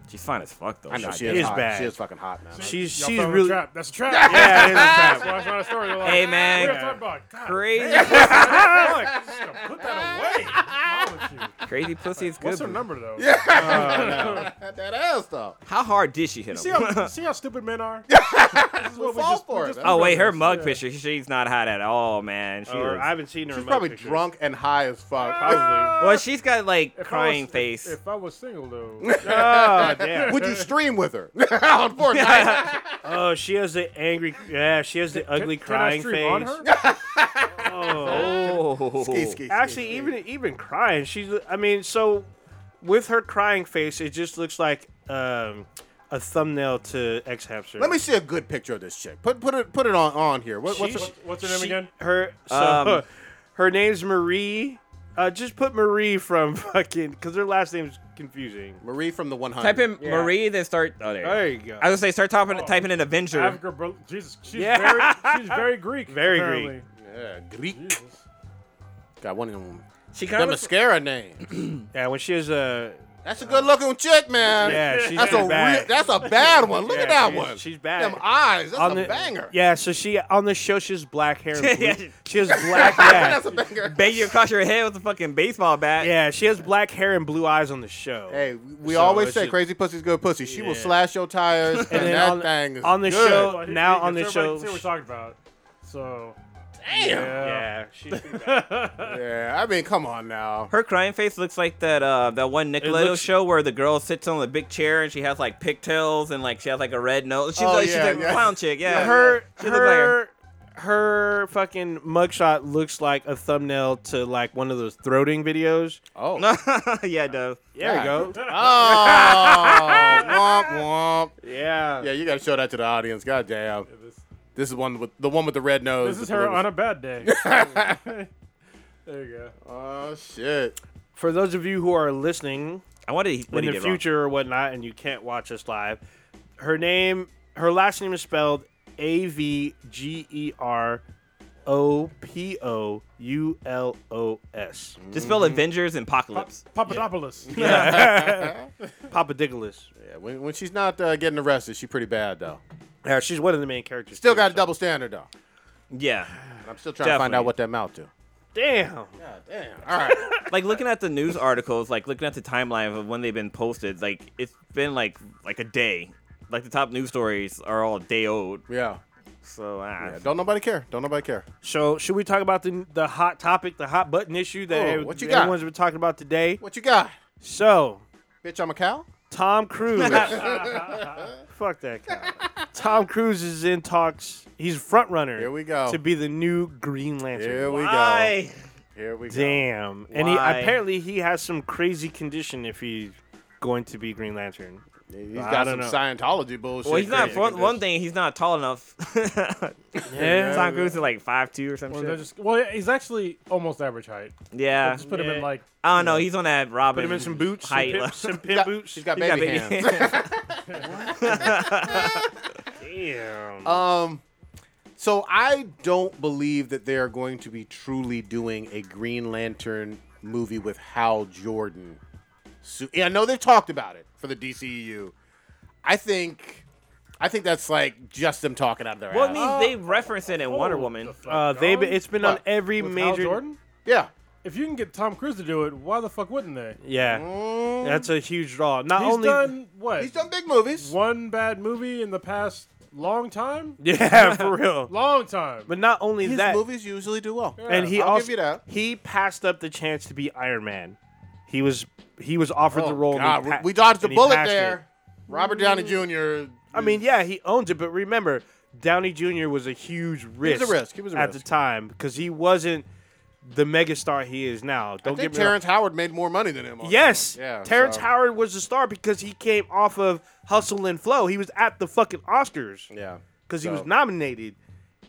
Speaker 4: She's fine as fuck though.
Speaker 1: I know
Speaker 4: God
Speaker 1: she
Speaker 4: damn.
Speaker 1: is,
Speaker 2: is
Speaker 1: hot.
Speaker 2: bad.
Speaker 1: She is fucking hot, man.
Speaker 2: she's
Speaker 3: Y'all
Speaker 2: she's
Speaker 3: found a
Speaker 2: really.
Speaker 3: trap. That's a trap.
Speaker 2: Yeah, it is a
Speaker 3: That's
Speaker 2: trap.
Speaker 3: why it's not a story. They're like,
Speaker 4: Hey
Speaker 3: What are you
Speaker 4: man,
Speaker 3: talking about? God,
Speaker 4: crazy,
Speaker 3: fuck. Just put that away. What's wrong with you?
Speaker 4: crazy pussy is good.
Speaker 3: What's her
Speaker 4: bro.
Speaker 3: number though?
Speaker 1: that ass, though.
Speaker 4: How hard did she hit
Speaker 3: See
Speaker 4: him?
Speaker 3: how, see how stupid men are? This is what we
Speaker 1: Fall
Speaker 3: just- we
Speaker 1: for it,
Speaker 3: just
Speaker 1: man.
Speaker 4: Oh wait, her
Speaker 3: addressed.
Speaker 4: mug
Speaker 3: Yeah.
Speaker 4: picture. She's not hot at all, man. She
Speaker 2: Or
Speaker 4: is-
Speaker 2: Oh, I haven't seen her.
Speaker 1: She's
Speaker 2: in my
Speaker 1: probably
Speaker 2: pictures.
Speaker 1: drunk and high as fuck.
Speaker 2: Probably.
Speaker 4: well, she's got like
Speaker 3: If I
Speaker 4: crying
Speaker 3: was-
Speaker 4: face.
Speaker 3: If, if I was single though,
Speaker 2: oh damn.
Speaker 1: Would you stream with her on Fortnite?
Speaker 2: Oh, she has the angry. Yeah, she has the ugly
Speaker 3: Can I
Speaker 2: crying
Speaker 3: stream
Speaker 2: face.
Speaker 3: on her?
Speaker 2: Oh.
Speaker 4: oh,
Speaker 1: Ski, ski,
Speaker 2: Actually,
Speaker 1: ski,
Speaker 2: even even crying, she's. I mean, so with her crying face, it just looks like um, a thumbnail to X Hamster.
Speaker 1: Let me see a good picture of this chick. Put put it put it on on here. What, what's
Speaker 2: She's-
Speaker 1: her,
Speaker 3: What's her name
Speaker 2: she-
Speaker 3: again?
Speaker 2: Her. So,
Speaker 4: Um,
Speaker 2: her- Her name's Marie. Uh, just put Marie from fucking because her last name's confusing.
Speaker 1: Marie from the 100.
Speaker 4: Type in
Speaker 2: Yeah.
Speaker 4: Marie, then start. Oh, there. you go.
Speaker 2: There you go.
Speaker 4: I was gonna say start typing, typing in Avenger.
Speaker 3: Africa, bro- Jesus, she's
Speaker 2: Yeah.
Speaker 3: very, she's very Greek.
Speaker 2: Very Greek.
Speaker 3: apparently.
Speaker 1: Yeah, Greek.
Speaker 3: Jesus.
Speaker 1: Got one of them.
Speaker 4: she kind
Speaker 1: The
Speaker 4: of
Speaker 1: mascara name.
Speaker 2: yeah, when she has uh, a
Speaker 1: That's a good looking chick, man.
Speaker 2: yeah, she's
Speaker 1: That's a real,
Speaker 2: bad.
Speaker 1: that's a bad one. Look
Speaker 2: Yeah,
Speaker 1: at that
Speaker 2: she's-
Speaker 1: one.
Speaker 2: she's bad.
Speaker 1: Them eyes. That's
Speaker 2: on
Speaker 1: a
Speaker 2: the-
Speaker 1: banger.
Speaker 2: Yeah, so she on the show she has black hair. And blue,
Speaker 4: Yeah.
Speaker 2: She has black.
Speaker 1: that's a
Speaker 2: Yeah,
Speaker 1: banger.
Speaker 4: bang you across your head with a fucking baseball bat.
Speaker 2: yeah, she has black hair and blue eyes on the show.
Speaker 1: Hey, we
Speaker 2: So
Speaker 1: always
Speaker 2: it's
Speaker 1: say
Speaker 2: just-
Speaker 1: crazy pussy's good pussy. She will
Speaker 2: Yeah.
Speaker 1: slash your tires, and,
Speaker 2: then
Speaker 1: that
Speaker 2: on-
Speaker 1: thing is
Speaker 2: on the
Speaker 1: good.
Speaker 2: show-
Speaker 3: Well, he-
Speaker 2: Now
Speaker 3: he-
Speaker 2: on the
Speaker 3: everybody can
Speaker 2: show-
Speaker 3: see what we're talking about. So,
Speaker 1: Damn. Yeah.
Speaker 3: yeah.
Speaker 2: yeah, she's pretty bad.
Speaker 1: I mean, come on now.
Speaker 4: Her crying face looks like that uh that one Nickelodeon
Speaker 2: looks-
Speaker 4: show where the girl sits on the big chair and she has like pigtails and like she has like a red nose. She's
Speaker 1: Oh,
Speaker 4: like
Speaker 1: yeah,
Speaker 4: she's a
Speaker 1: yeah.
Speaker 4: clown chick. Yeah,
Speaker 2: her
Speaker 4: She
Speaker 2: her
Speaker 4: looked like her.
Speaker 2: her fucking mugshot looks like a thumbnail to like one of those throating videos.
Speaker 1: Oh.
Speaker 4: yeah, it does.
Speaker 2: There we go.
Speaker 1: Oh. womp womp.
Speaker 2: Yeah.
Speaker 1: Yeah, you gotta show that to the audience. God damn. This is one with the one with the red nose.
Speaker 3: This is
Speaker 1: the
Speaker 3: her
Speaker 1: blue-
Speaker 3: on a bad day. there you go.
Speaker 1: Oh shit.
Speaker 2: For those of you who are listening
Speaker 4: I wanted what
Speaker 2: in
Speaker 4: he
Speaker 2: the
Speaker 4: did
Speaker 2: future or whatnot, and you can't watch us live, her name, her last name is spelled A V G E R O P O U L O S.
Speaker 4: wrong. Just spell Avengers and Apocalypse.
Speaker 3: Papadopoulos.
Speaker 2: Papa Digolas.
Speaker 1: Yeah, when, when she's not uh, getting arrested, she's pretty bad though.
Speaker 2: Yeah, she's one of the main characters.
Speaker 1: Still
Speaker 2: too,
Speaker 1: got a
Speaker 2: so-
Speaker 1: double standard though.
Speaker 4: Yeah,
Speaker 1: And I'm still trying to find
Speaker 4: Definitely.
Speaker 1: out what that amount to.
Speaker 2: Damn.
Speaker 1: God damn. All right.
Speaker 4: like looking at the news articles, like looking at the timeline of when they've been posted, like it's been like like a day. Like the top news stories are all day old.
Speaker 1: yeah.
Speaker 4: So ah,
Speaker 1: yeah. Don't nobody care. Don't nobody care.
Speaker 2: So should we talk about the the hot topic, the hot button issue that
Speaker 1: Oh, what you got?
Speaker 2: everyone's been talking about today?
Speaker 1: What you got?
Speaker 2: So
Speaker 1: Bitch, I'm a cow?
Speaker 2: Tom Cruise. Fuck that guy. Tom Cruise is in talks. He's a front runner.
Speaker 1: Here we go.
Speaker 2: To be the new Green Lantern.
Speaker 1: Here we go.
Speaker 4: Why?
Speaker 1: Here we go.
Speaker 2: Damn. And he
Speaker 4: Why?
Speaker 2: apparently he has some crazy condition if he's going to be Green Lantern.
Speaker 1: He's
Speaker 2: I
Speaker 1: got some
Speaker 2: don't know.
Speaker 1: Scientology bullshit.
Speaker 4: Well, he's not.
Speaker 1: crazy.
Speaker 4: One, one thing, he's not tall enough.
Speaker 2: Yeah.
Speaker 4: Tom Cruise is like five two or some
Speaker 3: Well,
Speaker 4: shit.
Speaker 3: they're just, well, he's actually almost average height.
Speaker 4: yeah,
Speaker 3: Just put him
Speaker 2: Yeah.
Speaker 3: in like.
Speaker 4: I don't know. He's on that Robin.
Speaker 2: Put him in some boots, some
Speaker 4: Height
Speaker 2: pimp,
Speaker 4: level.
Speaker 2: some
Speaker 1: She's
Speaker 2: pimp
Speaker 1: got-
Speaker 2: boots.
Speaker 1: She's got
Speaker 4: He
Speaker 1: baby,
Speaker 4: got
Speaker 1: hands.
Speaker 2: Damn.
Speaker 1: Um, so I don't believe that they are going to be truly doing a Green Lantern movie with Hal Jordan. So, yeah, I know they've talked about it for the DCEU. I think, I think that's like just them talking out of their
Speaker 4: well, I
Speaker 1: ass.
Speaker 4: mean, they
Speaker 2: Oh.
Speaker 4: reference it in Wonder Woman.
Speaker 2: uh, they
Speaker 3: With
Speaker 2: it's been on
Speaker 1: What?
Speaker 2: every
Speaker 3: Hal
Speaker 2: major
Speaker 3: Jordan?
Speaker 1: yeah,
Speaker 3: If you can get Tom Cruise to do it, why the fuck wouldn't they?
Speaker 2: Yeah.
Speaker 1: Mm.
Speaker 2: That's a huge draw. Not
Speaker 3: He's
Speaker 2: only
Speaker 3: done what?
Speaker 1: he's done big movies.
Speaker 3: one bad movie in the past long time.
Speaker 2: Yeah, for real.
Speaker 3: Long time.
Speaker 2: But not only
Speaker 1: His
Speaker 2: that,
Speaker 1: movies usually do well.
Speaker 2: and he
Speaker 1: I'll
Speaker 2: also
Speaker 1: give you that.
Speaker 2: he passed up the chance to be Iron Man. He was he was offered
Speaker 1: Oh,
Speaker 2: the role. and he
Speaker 1: God, we-
Speaker 2: pa-
Speaker 1: we dodged a
Speaker 2: and he
Speaker 1: bullet
Speaker 2: passed it.
Speaker 1: there. Robert Downey Jr.
Speaker 2: I mean, yeah, he owns it, but remember, Downey Jr. was a huge risk.
Speaker 1: risk. He was a
Speaker 2: at
Speaker 1: risk.
Speaker 2: the time because he wasn't the megastar he is now.
Speaker 1: I
Speaker 2: Don't
Speaker 1: think
Speaker 2: get me wrong.
Speaker 1: Terrence Howard made more money than him. on
Speaker 2: Yes,
Speaker 1: that one. Yeah,
Speaker 2: Terrence
Speaker 1: so-
Speaker 2: Howard was a star because he came off of Hustle and Flow. He was at the fucking Oscars.
Speaker 1: Yeah,
Speaker 2: because he was
Speaker 1: So-
Speaker 2: nominated,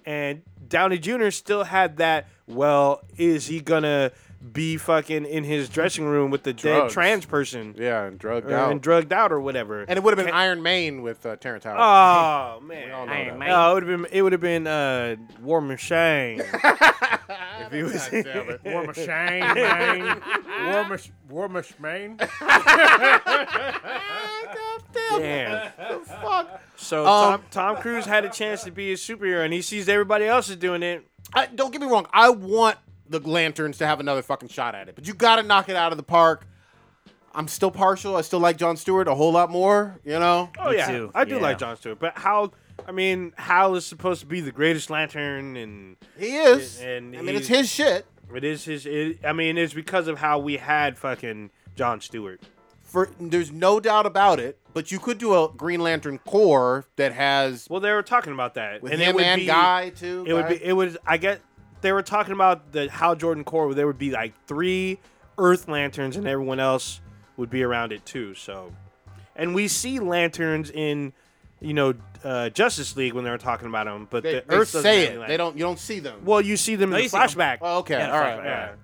Speaker 2: and Downey Jr. still had that. Well, is he gonna be fucking in his dressing room with the dead
Speaker 1: Drugs.
Speaker 2: trans person
Speaker 1: Yeah, and drugged
Speaker 2: or,
Speaker 1: out.
Speaker 2: Uh, and drugged out or whatever?
Speaker 1: And it would have been Iron Maiden with uh, Terrence Howard.
Speaker 2: oh
Speaker 1: all
Speaker 2: man,
Speaker 1: know Iron that. Man.
Speaker 2: Oh, it would have been it would have been uh, War Machine.
Speaker 1: if he was
Speaker 3: War Machine, man. War, mach- War Machine.
Speaker 2: Damn.
Speaker 1: fuck.
Speaker 2: So
Speaker 1: Um,
Speaker 2: Tom, Tom Cruise had a chance to be a superhero, and he sees everybody else is doing it.
Speaker 1: I, don't get me wrong. I want the Lanterns to have another fucking shot at it, but you got to knock it out of the park. I'm still partial. I still like John Stewart a whole lot more. You know.
Speaker 2: Oh
Speaker 4: Me
Speaker 2: yeah,
Speaker 4: too,
Speaker 2: I do
Speaker 4: yeah.
Speaker 2: like John Stewart, but how? I mean, Hal is supposed to be the greatest Lantern, and
Speaker 1: He is.
Speaker 2: And
Speaker 1: I mean, it's
Speaker 2: he's-
Speaker 1: his shit.
Speaker 2: It is his. It, I mean, it's because of how we had fucking John Stewart.
Speaker 1: For there's no doubt about it. But you could do a Green Lantern core that has
Speaker 2: Well, they were talking about that,
Speaker 1: with
Speaker 2: and it
Speaker 1: him
Speaker 2: would
Speaker 1: and
Speaker 2: be,
Speaker 1: Guy too.
Speaker 2: It would be. It was. I guess they were talking about the Hal Jordan core. Where there would be like three Earth Lanterns, and everyone else would be around it too. So, and we see lanterns in you know, uh, Justice League when they were talking about him, but
Speaker 1: They,
Speaker 2: the
Speaker 1: they
Speaker 2: Earth doesn't
Speaker 1: say
Speaker 2: have any
Speaker 1: it.
Speaker 2: of
Speaker 1: They
Speaker 2: that.
Speaker 1: don't. You don't see them.
Speaker 2: Well, you see them
Speaker 4: No,
Speaker 2: in
Speaker 4: you
Speaker 2: the
Speaker 4: see them.
Speaker 2: flashback.
Speaker 1: oh, okay. all
Speaker 4: Yeah, fuck,
Speaker 1: right.
Speaker 4: yeah.
Speaker 1: all right.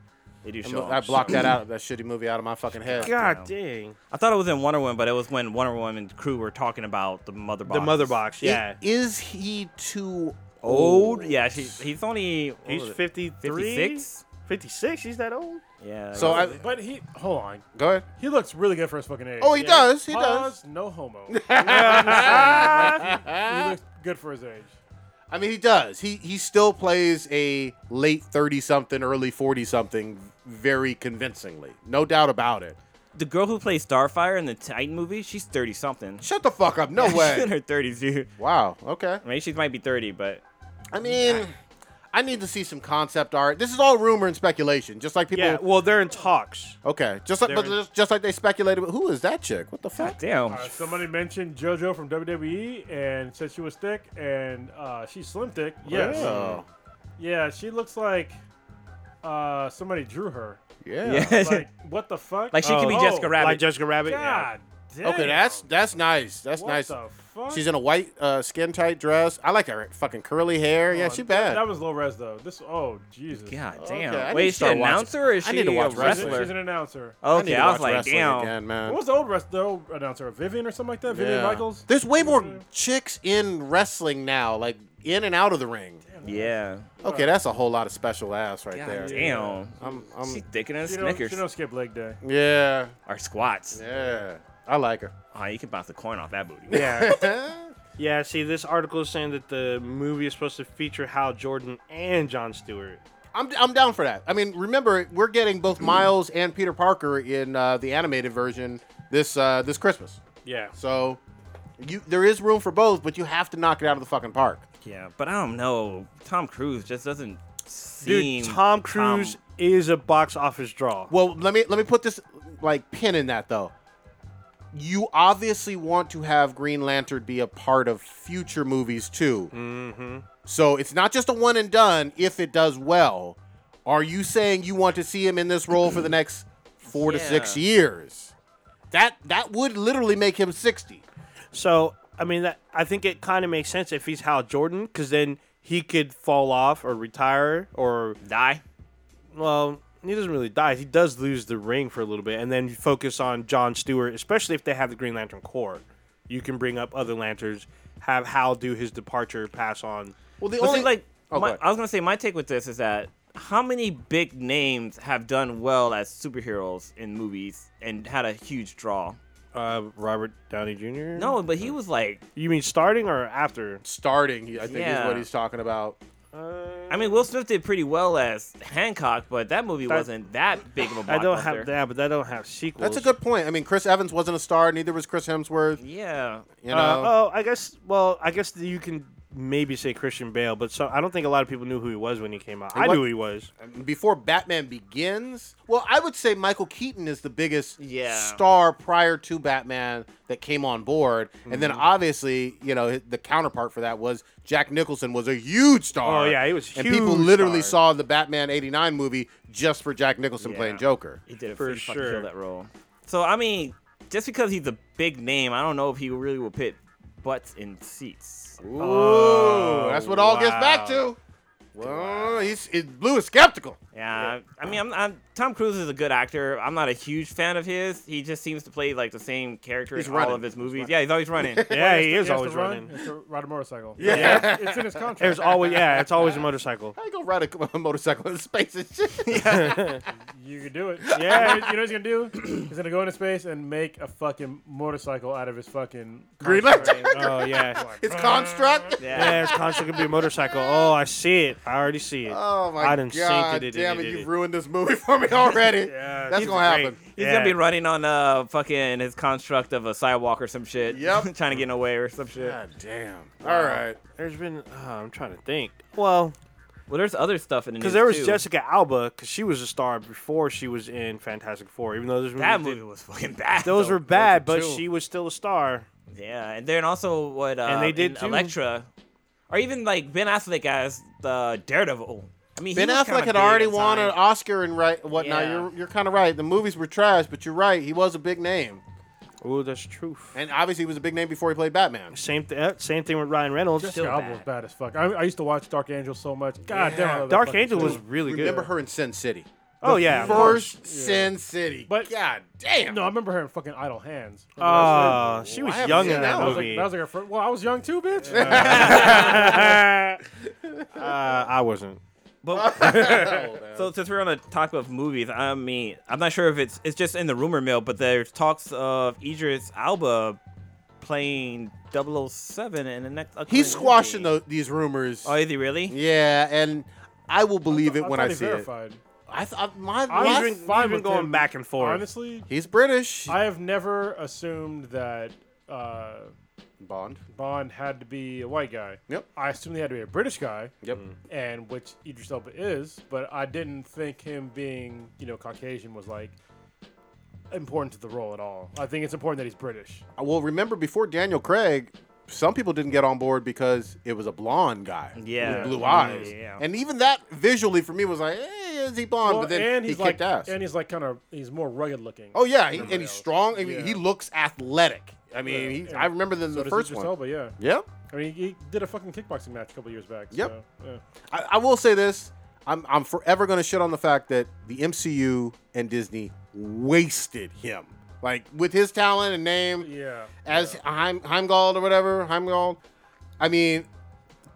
Speaker 4: They do show.
Speaker 1: I'm-
Speaker 4: them.
Speaker 1: I blocked that out. That shitty movie out of my fucking head.
Speaker 2: God dang,
Speaker 4: I thought it was in Wonder Woman, but it was when Wonder Woman and crew were talking about the mother box.
Speaker 2: the mother box.
Speaker 1: I-
Speaker 2: Yeah,
Speaker 1: Is he too old?
Speaker 4: Old? Yeah, she, he's only. what
Speaker 2: he's
Speaker 4: was it,
Speaker 2: 53?
Speaker 4: 56?
Speaker 2: 56? He's that old?
Speaker 4: Yeah. I
Speaker 1: So
Speaker 4: guess.
Speaker 1: I
Speaker 3: But he, hold on,
Speaker 1: go ahead.
Speaker 3: he looks really good for his fucking age.
Speaker 1: Oh, he
Speaker 2: Yeah.
Speaker 1: does. He does.
Speaker 3: Pause, No homo. You know what I'm saying? Like, he looks good for his age.
Speaker 1: I mean, he does. He he still plays a late thirty something, early forty something, very convincingly. No doubt about it.
Speaker 4: the girl who plays Starfire in the Titan movie, she's 30 something.
Speaker 1: Shut the fuck up. No
Speaker 4: she's in
Speaker 1: way.
Speaker 4: her 30s, dude.
Speaker 1: Wow. Okay.
Speaker 4: I mean, she might be 30, but
Speaker 1: I mean, I need to see some concept art. This is all rumor and speculation, just like people.
Speaker 2: Yeah. Well, they're in talks.
Speaker 1: okay. Just like but
Speaker 2: They're-
Speaker 1: just, just like they speculated. Who is that chick? What Oh, the fuck?
Speaker 4: damn.
Speaker 3: Uh, somebody mentioned JoJo from WWE and said she was thick, and uh, she's slim thick. Yes.
Speaker 1: Wow.
Speaker 3: Yeah, she looks like uh, somebody drew her.
Speaker 1: Yeah.
Speaker 4: Yeah.
Speaker 3: Like, what the fuck?
Speaker 4: Like, she could be
Speaker 3: Oh,
Speaker 4: Jessica Rabbit.
Speaker 2: Like Jessica Rabbit.
Speaker 3: God damn.
Speaker 1: Okay. That's that's nice. That's
Speaker 3: what
Speaker 1: nice.
Speaker 3: The fuck?
Speaker 1: She's in a white uh, skin tight dress. I like her fucking curly hair. Yeah,
Speaker 3: Oh,
Speaker 1: she
Speaker 3: that-
Speaker 1: bad.
Speaker 3: That was low res though. This oh Jesus.
Speaker 4: God
Speaker 1: Okay,
Speaker 4: damn.
Speaker 1: I need to
Speaker 4: Wait, is she
Speaker 1: start
Speaker 4: an
Speaker 1: watching-
Speaker 4: announcer or is
Speaker 1: I
Speaker 4: she
Speaker 1: need to watch
Speaker 4: a
Speaker 3: She's,
Speaker 1: wrestler. Uh,
Speaker 4: wrestler?
Speaker 3: a, she's an announcer.
Speaker 1: I need
Speaker 4: okay,
Speaker 1: to
Speaker 4: I,
Speaker 1: watch
Speaker 4: was like,
Speaker 1: wrestling
Speaker 4: damn.
Speaker 1: again, man.
Speaker 3: What was the old wrestler? The old announcer, Vivian or something like that. Vivian
Speaker 1: Yeah.
Speaker 3: Michaels. Mm-hmm.
Speaker 1: There's way more chicks in wrestling now, like in and out of the ring.
Speaker 4: Yeah.
Speaker 1: Okay, that's a whole lot of special ass right
Speaker 4: God
Speaker 1: there.
Speaker 4: damn.
Speaker 1: I'm, I'm,
Speaker 4: She's thinking of
Speaker 3: She don't, she
Speaker 4: Snickers
Speaker 3: don't skip leg day.
Speaker 1: yeah,
Speaker 4: or squats.
Speaker 1: yeah. I like her.
Speaker 4: Oh, you can bounce the coin off that booty.
Speaker 2: Yeah. yeah. See, this article is saying that the movie is supposed to feature Hal Jordan and John Stewart.
Speaker 1: I'm, I'm down for that. I mean, remember, we're getting both Miles and Peter Parker in uh, the animated version this uh, this Christmas.
Speaker 2: Yeah.
Speaker 1: So, you there is room for both, but you have to knock it out of the fucking park.
Speaker 4: Yeah, but I don't know. Tom Cruise just doesn't seem.
Speaker 2: Dude, Tom Cruise is a box office draw.
Speaker 1: Well, let me let me put this like pin in that though. You obviously want to have Green Lantern be a part of future movies too. Mm-hmm. So it's not just a one and done. If it does well, are you saying you want to see him in this role for the next four to six
Speaker 4: Yeah.
Speaker 1: years? That that would literally make him sixty.
Speaker 2: So I mean, that I think it kind of makes sense if he's Hal Jordan, because then he could fall off or retire, or
Speaker 4: die.
Speaker 2: well, he doesn't really die. He does lose the ring for a little bit, and then you focus on John Stewart, especially if they have the Green Lantern Corps. You can bring up other lanterns, have Hal do his departure, pass on.
Speaker 1: Well, the
Speaker 4: But
Speaker 1: only
Speaker 4: see, like,
Speaker 1: Oh,
Speaker 4: my,
Speaker 1: go ahead.
Speaker 4: I was gonna say, my take with this is that how many big names have done well as superheroes in movies and had a huge draw?
Speaker 2: Uh, Robert Downey Jr.
Speaker 4: No, but he was like,
Speaker 2: you mean starting or after?
Speaker 1: starting, I think, is
Speaker 4: Yeah.
Speaker 1: what he's talking about.
Speaker 4: I mean, Will Smith did pretty well as Hancock, but that movie wasn't that big of a blockbuster.
Speaker 2: I don't have that, but I don't have sequels.
Speaker 1: That's a good point. I mean, Chris Evans wasn't a star. Neither was Chris Hemsworth.
Speaker 4: Yeah,
Speaker 1: You know.
Speaker 2: Uh, oh, I guess. Well, I guess that you can maybe say Christian Bale, but so I don't think a lot of people knew who he was when he came out. I
Speaker 1: what-
Speaker 2: knew who he was.
Speaker 1: before Batman Begins. Well, I would say Michael Keaton is the biggest
Speaker 4: Yeah.
Speaker 1: star prior to Batman that came on board, and
Speaker 2: Mm-hmm.
Speaker 1: then obviously, you know, the counterpart for that was Jack Nicholson was a huge star.
Speaker 2: Oh, yeah, he was
Speaker 1: and people
Speaker 2: huge
Speaker 1: literally
Speaker 2: star.
Speaker 1: saw the Batman '89 movie just for Jack Nicholson
Speaker 4: Yeah.
Speaker 1: playing Joker.
Speaker 4: he did a
Speaker 2: For
Speaker 4: pretty fucking
Speaker 2: sure.
Speaker 4: kill that role. So I mean, just because he's a big name, I don't know if he really will pit butts in seats.
Speaker 1: Ooh, Oh, that's what all gets back to. Well, he's it, Blue is skeptical.
Speaker 4: Yeah, I I mean, I'm, I'm Tom Cruise is a good actor. I'm not a huge fan of his. He just seems to play like the same character
Speaker 1: He's
Speaker 4: in
Speaker 1: running.
Speaker 4: all of his movies. yeah, he's always running.
Speaker 2: Yeah, he
Speaker 3: Has
Speaker 2: is
Speaker 3: to
Speaker 2: always
Speaker 3: run,
Speaker 2: running.
Speaker 3: has to ride a motorcycle.
Speaker 1: Yeah.
Speaker 3: It's- it's in his contract.
Speaker 2: There's always yeah, it's always a motorcycle.
Speaker 1: I go ride a, motorcycle in space and shit.
Speaker 3: You can do it. Yeah, you know what he's gonna do? He's gonna go into space and make a fucking motorcycle out of his fucking
Speaker 1: Green Lantern.
Speaker 2: Oh yeah,
Speaker 1: It's construct.
Speaker 4: Yeah.
Speaker 2: yeah, it's constantly gonna be a motorcycle. Oh, I see it. I already see it.
Speaker 1: Oh my
Speaker 2: I done synced
Speaker 1: god!
Speaker 2: it, it,
Speaker 1: damn
Speaker 2: it,
Speaker 1: it!
Speaker 2: it,
Speaker 1: You've
Speaker 2: it.
Speaker 1: ruined this movie for me already.
Speaker 2: Yeah,
Speaker 1: that's
Speaker 2: he's
Speaker 1: gonna
Speaker 2: great.
Speaker 1: happen.
Speaker 4: He's
Speaker 2: Yeah.
Speaker 4: gonna be running on uh fucking his construct of a sidewalk or some shit.
Speaker 1: Yep.
Speaker 4: trying to get away or some shit.
Speaker 1: God damn! All right.
Speaker 2: There's been oh, I'm trying to think. Well,
Speaker 4: Well, there's other stuff in the news
Speaker 2: because there was
Speaker 4: too.
Speaker 2: Jessica Alba, because she was a star before she was in Fantastic Four. Even though those
Speaker 4: that
Speaker 2: movies
Speaker 4: movie was fucking bad.
Speaker 2: did- those
Speaker 4: though.
Speaker 2: were bad,
Speaker 1: those were two.
Speaker 2: but she was still a star.
Speaker 4: Yeah, and then also what uh,
Speaker 2: And they did
Speaker 4: in
Speaker 2: too.
Speaker 4: Elektra, or even like Ben Affleck as the Daredevil. I mean,
Speaker 1: Ben
Speaker 4: he was kinda
Speaker 1: Affleck had
Speaker 4: big
Speaker 1: already
Speaker 4: at the
Speaker 1: won
Speaker 4: time.
Speaker 1: an Oscar and right whatnot.
Speaker 4: Yeah.
Speaker 1: You're you're kind of right. The movies were trash, but you're right. He was a big name.
Speaker 2: Ooh, that's truth.
Speaker 1: And obviously, he was a big name before he played Batman.
Speaker 2: Same th- uh, same thing with Ryan Reynolds.
Speaker 3: Jessica Alba was bad as fuck. I, I used to watch Dark Angel so much. God damn, I love that
Speaker 2: Dark
Speaker 3: fucking
Speaker 2: Angel
Speaker 3: show.
Speaker 2: was really good.
Speaker 1: Remember her in Sin City.
Speaker 2: Oh yeah, of course.
Speaker 1: First Sin City.
Speaker 3: But-
Speaker 1: God damn.
Speaker 3: No, I remember her in fucking Idle Hands.
Speaker 2: Oh, she
Speaker 1: Why
Speaker 2: was
Speaker 1: haven't
Speaker 2: young
Speaker 1: seen
Speaker 2: in
Speaker 1: that
Speaker 2: that
Speaker 3: that was,
Speaker 2: movie.
Speaker 3: like, that was like her first. Well, I was young too, bitch.
Speaker 2: uh, I wasn't.
Speaker 4: But, so since we're on the topic of movies, I mean, I'm not sure if it's it's just in the rumor mill, but there's talks of Idris Alba playing 007 in the next. upcoming
Speaker 1: He's squashing
Speaker 4: movie.
Speaker 1: tho- these rumors.
Speaker 4: Oh, is he really?
Speaker 1: yeah, and I will believe it
Speaker 3: I
Speaker 1: when
Speaker 3: thought
Speaker 1: I
Speaker 3: he
Speaker 1: see it.
Speaker 3: verified.
Speaker 1: I thought my
Speaker 3: I
Speaker 1: my-
Speaker 2: He's
Speaker 3: was
Speaker 2: been, he's
Speaker 3: fine
Speaker 2: been
Speaker 3: with
Speaker 2: going
Speaker 3: him,
Speaker 2: back and forth.
Speaker 3: Honestly,
Speaker 1: he's British.
Speaker 3: I have never assumed that uh,
Speaker 1: Bond.
Speaker 3: Bond had to be a white guy.
Speaker 1: Yep.
Speaker 3: I assumed he had to be a British guy,
Speaker 1: Yep.
Speaker 3: and which Idris Elba is, but I didn't think him being, you know, Caucasian was like important to the role at all. I think it's important that he's British.
Speaker 1: Well, remember before Daniel Craig, some people didn't get on board because it was a blonde guy
Speaker 4: Yeah.
Speaker 1: with blue eyes,
Speaker 4: Yeah.
Speaker 1: and even that visually for me was like, eh, is he blonde?
Speaker 3: Well,
Speaker 1: but then
Speaker 3: and he's
Speaker 1: he
Speaker 3: like,
Speaker 1: kicked ass.
Speaker 3: and he's like kind of, he's more rugged looking.
Speaker 1: oh yeah, he, and he's strong. I mean,
Speaker 3: Yeah.
Speaker 1: He looks athletic. I mean,
Speaker 3: Yeah.
Speaker 1: he, I remember the,
Speaker 3: so
Speaker 1: the
Speaker 3: does
Speaker 1: first
Speaker 3: Idris
Speaker 1: one.
Speaker 3: Elba, yeah.
Speaker 1: Yep.
Speaker 3: I mean, he did a fucking kickboxing match a couple years back.
Speaker 1: Yep.
Speaker 3: So, yeah.
Speaker 1: I, I will say this. I'm, I'm forever going to shit on the fact that the MCU and Disney wasted him. Like, with his talent and name
Speaker 3: Yeah.
Speaker 1: as Heim, Heimdall or whatever, Heimdall. I mean,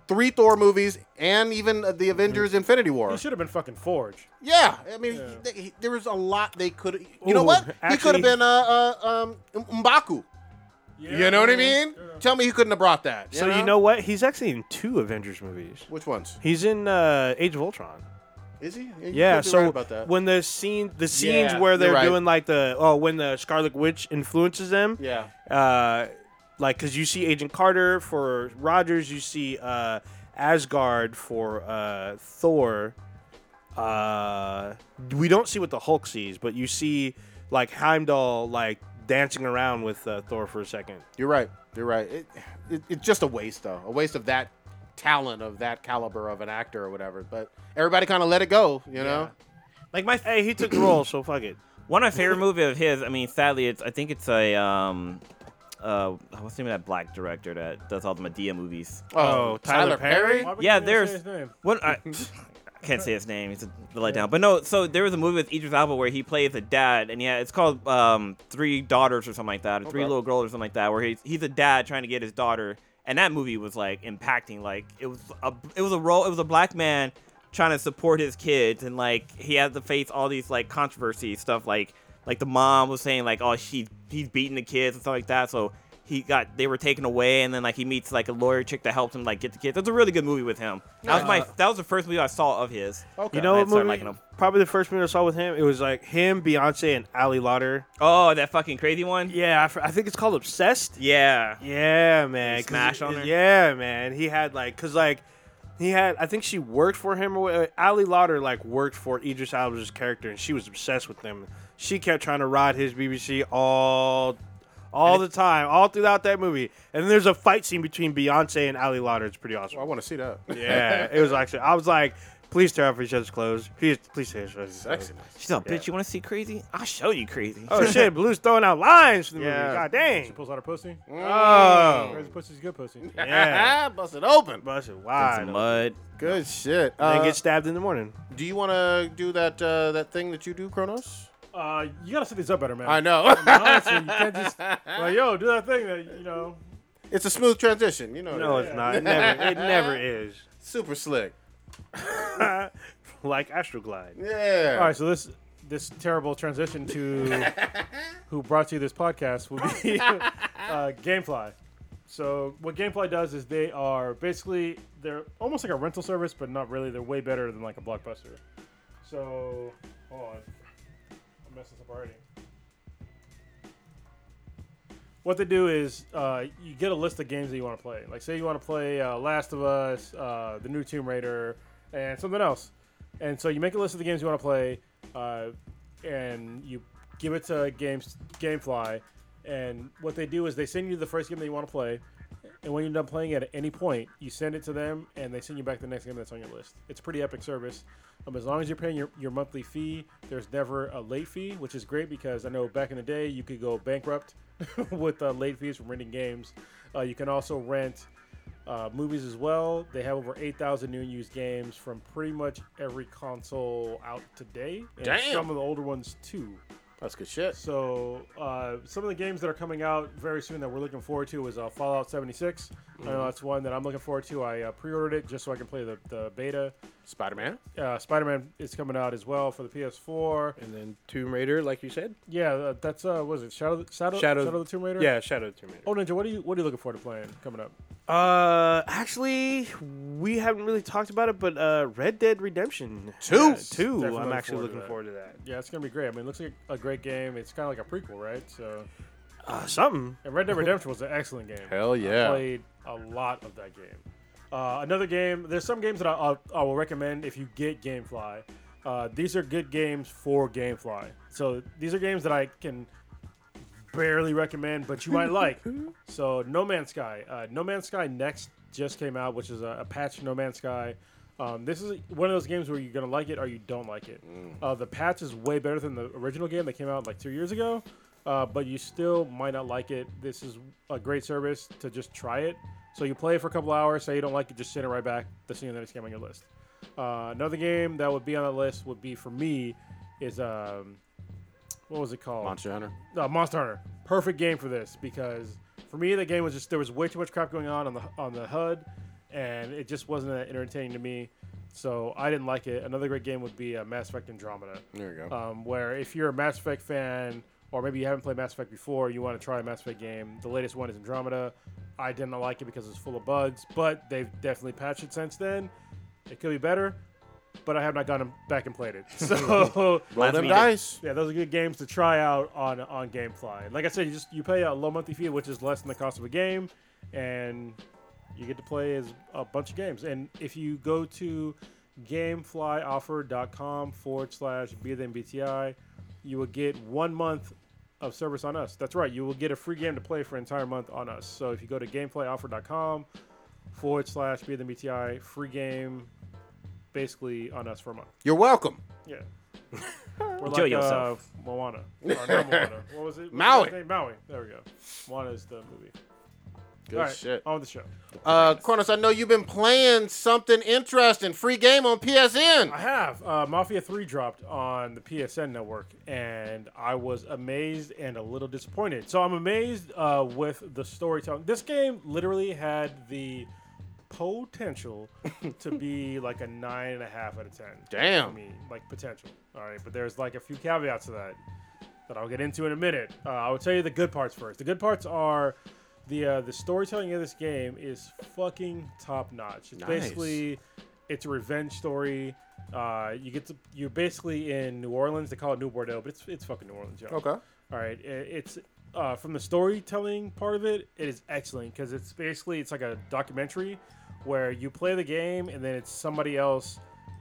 Speaker 1: three Thor movies and even the Avengers
Speaker 2: Mm-hmm.
Speaker 1: Infinity War.
Speaker 3: He should have been fucking Forge.
Speaker 1: Yeah, I mean,
Speaker 3: Yeah.
Speaker 1: he- he- there was a lot they could. You know
Speaker 2: Ooh,
Speaker 1: what? he could
Speaker 2: actually-
Speaker 1: have been uh, uh, um, M- M'Baku. You know what I mean? Tell me he couldn't have brought that.
Speaker 2: So you know what? He's actually in two Avengers movies.
Speaker 1: which ones?
Speaker 2: He's in uh, Age of Ultron.
Speaker 1: Is he? You
Speaker 2: Yeah,
Speaker 1: could be
Speaker 2: so
Speaker 1: right about that.
Speaker 2: when the scene, the scenes
Speaker 1: Yeah,
Speaker 2: where
Speaker 1: you're
Speaker 2: they're
Speaker 1: right.
Speaker 2: doing like the oh, when the Scarlet Witch influences them,
Speaker 1: yeah,
Speaker 2: uh, like because you see Agent Carter for Rogers, you see uh, Asgard for uh, Thor. Uh, we don't see what the Hulk sees, but you see like Heimdall like dancing around with uh, Thor for a second.
Speaker 1: You're right. You're right. It, it, it's just a waste, though. A waste of that talent of that caliber of an actor or whatever. But everybody kind of let it go, you know?
Speaker 2: Like my hey, he took the role, so fuck it.
Speaker 4: One of my favorite movie of his. I mean, sadly, it's I think it's a um, uh, what's the name of that black director that does all the Medea movies?
Speaker 2: Oh, Tyler Perry?
Speaker 3: Why would
Speaker 4: Yeah,
Speaker 3: you even say
Speaker 4: there's-
Speaker 3: his name?
Speaker 4: What I, I can't say his name. It's a letdown. But no, so there was a movie with Idris Alba where he plays a dad, and yeah, it's called um, Three Daughters or something like that, or Three
Speaker 1: Okay.
Speaker 4: Little Girls or something like that, where he's he's a dad trying to get his daughter, and that movie was like impacting. Like it was a it was a role it was a black man trying to support his kids, and like he had to face all these like controversy stuff, like like the mom was saying like oh she he's beating the kids and stuff like that, so. He got they were taken away, and then like he meets like a lawyer chick that helps him like get the kids. That's a really good movie with him. That was my that was the first movie I saw of his.
Speaker 2: You know
Speaker 4: I
Speaker 2: what
Speaker 4: started
Speaker 2: movie?
Speaker 4: liking him.
Speaker 2: Probably the first movie I saw with him. It was like him, Beyonce, and Ali Lauder.
Speaker 4: Oh, that fucking crazy one.
Speaker 2: Yeah, I, fr- I think it's called Obsessed.
Speaker 4: Yeah.
Speaker 2: Yeah, man.
Speaker 4: He
Speaker 2: 'cause-
Speaker 4: smash on her?
Speaker 2: Yeah, man. He had like, cause like, he had. I think she worked for him. or wha- Ali Lauder like worked for Idris Elba's character, and she was obsessed with him. She kept trying to ride his BBC all, all the time, all throughout that movie. And then there's a fight scene between Beyonce and Ali Lauder. It's pretty awesome.
Speaker 1: I want to see that.
Speaker 2: Yeah, it was actually. I was like, please tear off each other's clothes. Please, please tear off each other's clothes.
Speaker 4: She's like, bitch, you want to see crazy? I'll show you crazy.
Speaker 2: Oh shit, Blue's throwing out lines from the
Speaker 1: Yeah.
Speaker 2: movie. God
Speaker 3: She
Speaker 2: dang.
Speaker 3: pulls out her pussy.
Speaker 1: Mm.
Speaker 2: Oh.
Speaker 3: Crazy pussy's good pussy.
Speaker 2: Yeah.
Speaker 1: Bust it open.
Speaker 2: Busted
Speaker 4: Get
Speaker 2: wide.
Speaker 4: some
Speaker 2: open.
Speaker 4: mud.
Speaker 1: Good shit.
Speaker 2: Then
Speaker 1: Uh,
Speaker 2: get stabbed in the morning.
Speaker 1: do you want to do that uh, that thing that you do, Kronos?
Speaker 3: Uh, you gotta set these up better, man.
Speaker 1: I know.
Speaker 3: Honestly, you can't just like, yo, do that thing that you know.
Speaker 1: it's a smooth transition. You know,
Speaker 2: No, it's not. It never, it never is.
Speaker 1: super slick.
Speaker 2: Like Astroglide.
Speaker 1: Yeah.
Speaker 3: All right, so this this terrible transition to who brought you this podcast will be uh, GameFly. So what GameFly does is they are basically they're almost like a rental service, but not really. They're way better than like a blockbuster. So hold on, I'm messing this up already. What they do is uh, you get a list of games that you want to play. Like say you want to play uh, Last of Us, uh, the new Tomb Raider, and something else. And so you make a list of the games you want to play, uh, and you give it to Games GameFly. And what they do is they send you the first game that you want to play, and when you're done playing it at any point, you send it to them, and they send you back the next game that's on your list. It's a pretty epic service. Um, as long as you're paying your, your monthly fee, there's never a late fee, which is great because I know back in the day you could go bankrupt with uh, late fees from renting games. Uh, you can also rent uh, movies as well. They have over 8,000 new and used games from pretty much every console out today, and
Speaker 1: Damn.
Speaker 3: some of the older ones too.
Speaker 1: That's good shit.
Speaker 3: So uh, some of the games that are coming out very soon that we're looking forward to is uh, Fallout 76. I
Speaker 2: Mm.
Speaker 3: know that's one that I'm looking forward to. I uh, pre-ordered it just so I can play the, the beta.
Speaker 1: Spider Man.
Speaker 3: Uh, Spider-Man is coming out as well for the PS4.
Speaker 2: And then Tomb Raider, like you said.
Speaker 3: Yeah, uh, that's uh, was it Shadow Shadow
Speaker 2: Shadow-
Speaker 3: Shadow, of the Tomb Raider?
Speaker 2: Yeah, Shadow of the Tomb Raider.
Speaker 3: Oh, Ninja, what are you what are you looking forward to playing coming up?
Speaker 2: Uh, actually, we haven't really talked about it, but uh, Red Dead Redemption
Speaker 1: Two.
Speaker 2: Uh, two.
Speaker 3: Definitely
Speaker 2: I'm actually
Speaker 3: looking forward to
Speaker 2: looking
Speaker 3: that.
Speaker 2: forward to that.
Speaker 3: Yeah, it's gonna be great. I mean, it looks like a great game. It's kind of like a prequel, right? So,
Speaker 2: Uh, something.
Speaker 3: and Red Dead Redemption was an excellent game.
Speaker 1: Hell
Speaker 3: I
Speaker 1: yeah.
Speaker 3: played a lot of that game. Uh, another game. There's some games that I, I'll, I will recommend if you get GameFly. Uh, these are good games for GameFly. So these are games that I can barely recommend, but you might like. So No Man's Sky. Uh, no Man's Sky Next just came out, which is a, a patch. No Man's Sky. Um, this is one of those games where you're gonna like it or you don't like it. Uh, the patch is way better than the original game that came out like two years ago, uh, but you still might not like it. This is a great service to just try it. So you play it for a couple hours, say you don't like it, just send it right back. That's the next game on your list. Uh, another game that would be on the list would be for me is um, what was it called?
Speaker 1: Monster Hunter.
Speaker 3: uh, Monster Hunter. Perfect game for this because for me the game was just there was way too much crap going on on the on the HUD, and it just wasn't that entertaining to me. So I didn't like it. Another great game would be uh, Mass Effect Andromeda,
Speaker 1: There you go.
Speaker 3: um, where if you're a Mass Effect fan or maybe you haven't played Mass Effect before, you want to try a Mass Effect game. The latest one is Andromeda. I didn't like it because it's full of bugs, but they've definitely patched it since then. It could be better, but I have not gone back and played it. So
Speaker 1: Blow them
Speaker 4: Blasphemy.
Speaker 1: dice.
Speaker 3: yeah, those are good games to try out on on GameFly. Like I said, you just you pay a low monthly fee, which is less than the cost of a game, and you get to play as a bunch of games. And if you go to GameFlyOffer.com forward slash be than BTI, you will get one month of service on us. That's right, you will get a free game to play for an entire month on us. So if you go to GameFlyOffer.com forward slash be than BTI, free game, basically on us for a month.
Speaker 1: You're welcome.
Speaker 3: Yeah. We're
Speaker 4: Enjoy yourself.
Speaker 3: Uh, Moana. Or not Moana. What was it?
Speaker 1: Maui.
Speaker 3: What was his name? Maui. There we go. Moana is the movie.
Speaker 1: Good
Speaker 3: All right,
Speaker 1: shit.
Speaker 3: On with the show.
Speaker 1: Uh, Kronos, I know you've been playing something interesting. Free game on PSN.
Speaker 3: I have. Uh, Mafia 3 dropped on the PSN network, and I was amazed and a little disappointed. So I'm amazed uh, with the storytelling. This game literally had the potential to be like a 9.5 out of 10. I
Speaker 1: Damn.
Speaker 3: mean, like potential. All right, but there's like a few caveats to that that I'll get into in a minute. Uh, I will tell you the good parts first. The good parts are the uh, the storytelling of this game is fucking top notch. It's
Speaker 1: Nice.
Speaker 3: basically it's a revenge story. Uh, you get to you're basically in New Orleans. They call it New Bordeaux, but it's it's fucking New Orleans, y'all.
Speaker 1: Okay.
Speaker 3: All right, i- it's uh, from the storytelling part of it. It is excellent because it's basically it's like a documentary where you play the game and then it's somebody else.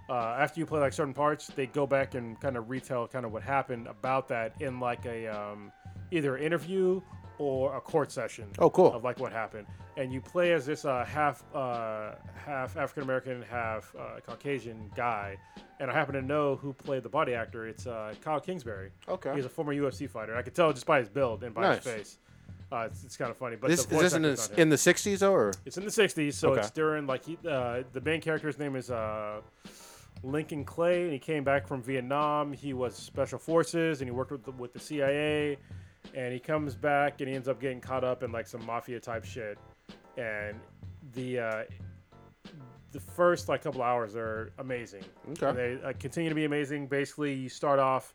Speaker 3: Uh, after you play like certain parts, they go back and kind of retell kind of what happened about that in like a um, either interview or a court session.
Speaker 1: Oh, cool.
Speaker 3: Of like what happened, and you play as this uh, half uh, half African American, half uh, Caucasian guy. And I happen to know who played the body actor. It's uh, Kyle Kingsbury.
Speaker 1: Okay.
Speaker 3: He's a former UFC fighter. I could tell just by his build and by
Speaker 1: Nice.
Speaker 3: his face. Uh, it's, it's kind of funny, but
Speaker 1: This
Speaker 3: the
Speaker 1: is
Speaker 3: voice
Speaker 1: this in
Speaker 3: actor's
Speaker 1: the,
Speaker 3: not him.
Speaker 1: in the 60s though, or
Speaker 3: It's in the '60s, so
Speaker 1: Okay.
Speaker 3: it's during like he, uh, the main character's name is uh, Lincoln Clay, and he came back from Vietnam. He was special forces, and he worked with the, with the CIA. And he comes back, and he ends up getting caught up in like some mafia type shit. And the uh, the first like couple hours are amazing.
Speaker 1: Okay.
Speaker 3: And they uh, continue to be amazing. Basically, you start off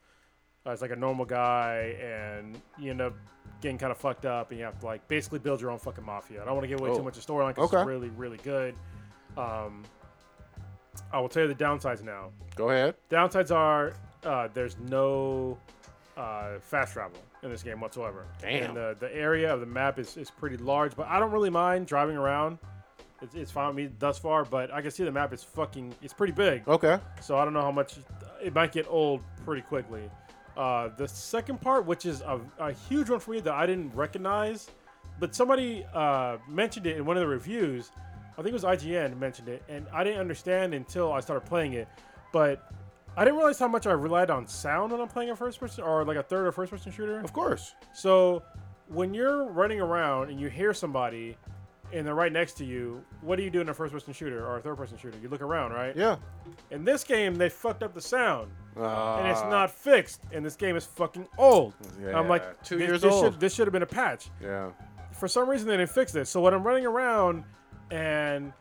Speaker 3: as like a normal guy, and you end up getting kind of fucked up, and you have to like basically build your own fucking mafia. I don't want to give away
Speaker 1: Oh.
Speaker 3: too much of the storyline 'cause
Speaker 1: Okay.
Speaker 3: it's really, really good. Um, I will tell you the downsides now.
Speaker 1: go ahead.
Speaker 3: Downsides are uh, there's no uh, fast travel in this game whatsoever.
Speaker 1: Damn.
Speaker 3: And the, the area of the map is, is pretty large, but I don't really mind driving around. It's, it's fine with me thus far, but I can see the map is fucking, it's pretty big.
Speaker 1: Okay.
Speaker 3: So I don't know how much it might get old pretty quickly. Uh, the second part, which is a, a huge one for me that I didn't recognize, but somebody uh, mentioned it in one of the reviews. I think it was IGN mentioned it, and I didn't understand until I started playing it. But I didn't realize how much I relied on sound when I'm playing a first person or like a third or first person shooter.
Speaker 1: Of course.
Speaker 3: So when you're running around and you hear somebody and they're right next to you, what do you do in a first person shooter or a third person shooter? You look around, right?
Speaker 1: Yeah.
Speaker 3: In this game, they fucked up the sound.
Speaker 1: Uh,
Speaker 3: and it's not fixed, and this game is fucking old.
Speaker 1: Yeah,
Speaker 3: I'm like,
Speaker 1: two
Speaker 3: this,
Speaker 1: years
Speaker 3: this
Speaker 1: old.
Speaker 3: Should, this should have been a patch.
Speaker 1: Yeah.
Speaker 3: For some reason, they didn't fix this. So when I'm running around and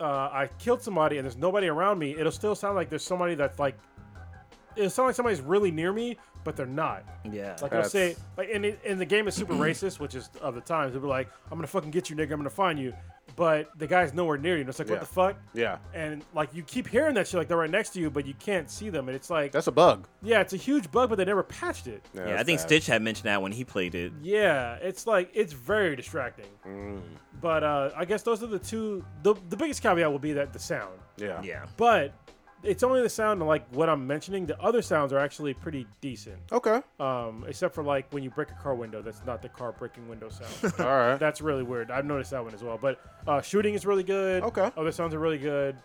Speaker 3: uh, I killed somebody, and there's nobody around me, it'll still sound like there's somebody that's like, it'll sound like somebody's really near me, but they're not.
Speaker 4: Yeah.
Speaker 3: Like I'll say,
Speaker 1: That's-
Speaker 3: like and, it, and the game is super racist, which is of the times. They'll be like, "I'm gonna fucking get you, nigga. I'm gonna find you," but the guy's nowhere near you. And it's like,
Speaker 1: Yeah.
Speaker 3: what the fuck?
Speaker 1: Yeah.
Speaker 3: And like you keep hearing that shit, like they're right next to you, but you can't see them. And it's like,
Speaker 1: That's a bug.
Speaker 3: yeah, it's a huge bug, but they never patched it.
Speaker 4: yeah, I
Speaker 1: that's
Speaker 4: think
Speaker 1: bad.
Speaker 4: Stitch had mentioned that when he played it.
Speaker 3: Yeah, it's like it's very distracting.
Speaker 1: Mm.
Speaker 3: But uh, I guess those are the two. The, the biggest caveat will be that the sound,
Speaker 1: Yeah.
Speaker 4: Yeah.
Speaker 3: but it's only the sound and like what I'm mentioning. The other sounds are actually pretty decent,
Speaker 1: Okay.
Speaker 3: um, except for like when you break a car window. That's not the car breaking window sound.
Speaker 1: All right.
Speaker 3: that's really weird. I've noticed that one as well. But uh, shooting is really good.
Speaker 1: Okay.
Speaker 3: Other sounds are really good.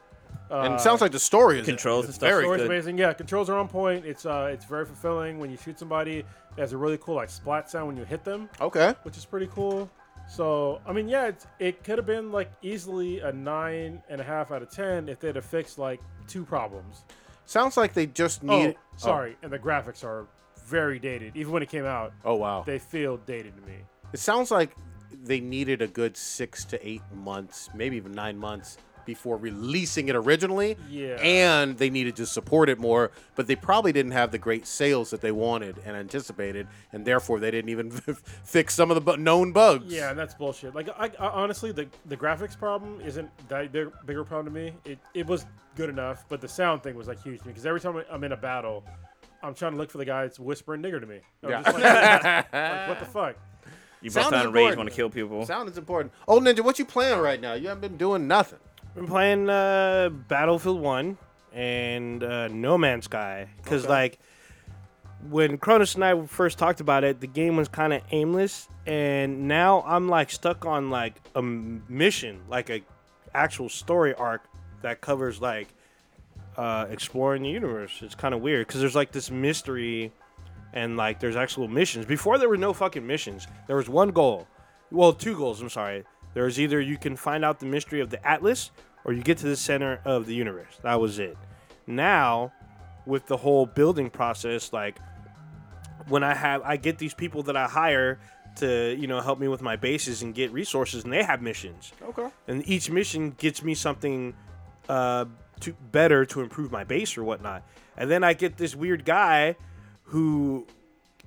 Speaker 3: Uh,
Speaker 1: and it sounds like the story is
Speaker 4: Controls
Speaker 1: is
Speaker 4: and stuff.
Speaker 1: Very
Speaker 3: story's
Speaker 1: good.
Speaker 3: amazing. Yeah, controls are on point. It's uh, it's very fulfilling when you shoot somebody. It has a really cool like splat sound when you hit them.
Speaker 1: Okay.
Speaker 3: which is pretty cool. So I mean, yeah, it's, it could have been like easily a nine and a half out of ten if they'd have fixed like two problems.
Speaker 1: Sounds like they just need.
Speaker 3: oh, sorry, and the graphics are very dated. Even when it came out,
Speaker 1: Oh, wow.
Speaker 3: they feel dated to me.
Speaker 1: It sounds like they needed a good six to eight months, maybe even nine months before releasing it originally.
Speaker 3: Yeah.
Speaker 1: And they needed to support it more, but they probably didn't have the great sales that they wanted and anticipated, and therefore they didn't even fix some of the bu- known bugs.
Speaker 3: Yeah, and that's bullshit. Like, I, I honestly, the the graphics problem isn't that big, bigger problem to me. It it was good enough, but the sound thing was like huge to me because every time I'm in a battle, I'm trying to look for the guy that's whispering nigger to me. I'm
Speaker 1: Yeah.
Speaker 3: just like- like, what the fuck?
Speaker 4: You both
Speaker 1: Sound is
Speaker 4: sound rage
Speaker 1: important.
Speaker 4: want to kill people.
Speaker 1: Sound is important. Old Ninja, what you playing right now? You haven't been doing nothing.
Speaker 2: I've been playing uh, Battlefield One and uh, No Man's Sky because like when Cronus and I first talked about it, the game was kind of aimless, and now I'm like stuck on like a m- mission, like a actual story arc that covers like uh, exploring the universe. It's kind of weird because there's like this mystery, and like there's actual missions. Before there were no fucking missions. There was one goal, well, two goals. I'm sorry. There was either you can find out the mystery of the atlas, or you get to the center of the universe. That was it. Now, with the whole building process, like when I have I get these people that I hire to you know help me with my bases and get resources, and they have missions.
Speaker 1: Okay.
Speaker 2: And each mission gets me something uh, to better to improve my base or whatnot. And then I get this weird guy who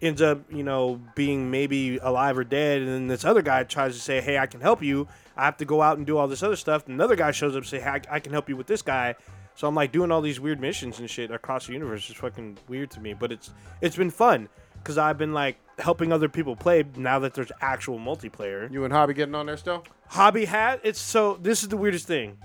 Speaker 2: ends up, you know, being maybe alive or dead. And then this other guy tries to say, "Hey, I can help you. I have to go out and do all this other stuff." And another guy shows up, and say, "Hey, I, I can help you with this guy." So I'm like doing all these weird missions and shit across the universe. It's fucking weird to me, but it's it's been fun because I've been like helping other people play now that there's actual multiplayer.
Speaker 1: You and Hobby getting on there still?
Speaker 2: Hobby hat. It's so. This is the weirdest thing.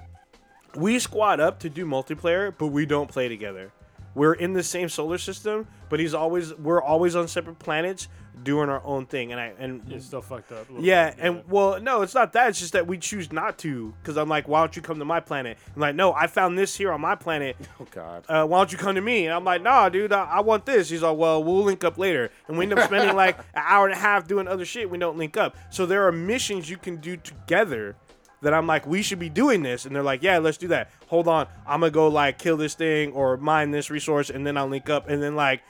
Speaker 2: We squad up to do multiplayer, but we don't play together. We're in the same solar system, but he's always. We're always on separate planets doing our own thing. And I and
Speaker 3: It's still fucked up. a little
Speaker 2: yeah,
Speaker 3: bit,
Speaker 2: and well, no, it's not that. It's just that we choose not to. Because I'm like, why don't you come to my planet? I'm like, no, I found this here on my planet.
Speaker 1: Oh, God.
Speaker 2: Uh, why don't you come to me? And I'm like, nah, dude, I, I want this. He's like, well, we'll link up later. And we end up spending like an hour and a half doing other shit. We don't link up. So there are missions you can do together that I'm like, we should be doing this. And they're like, yeah, let's do that. Hold on. I'm going to go like kill this thing or mine this resource. And then I'll link up. And then like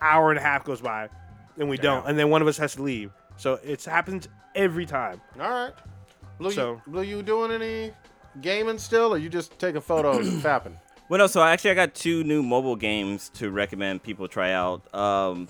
Speaker 2: hour and a half goes by and we don't. And then one of us has to leave. So it happens every time.
Speaker 1: All right. Blue,
Speaker 2: So-
Speaker 1: you, Blue, you doing any gaming still, or you just taking photos and fapping?
Speaker 4: Well, no. So actually, I got two new mobile games to recommend people try out. Um,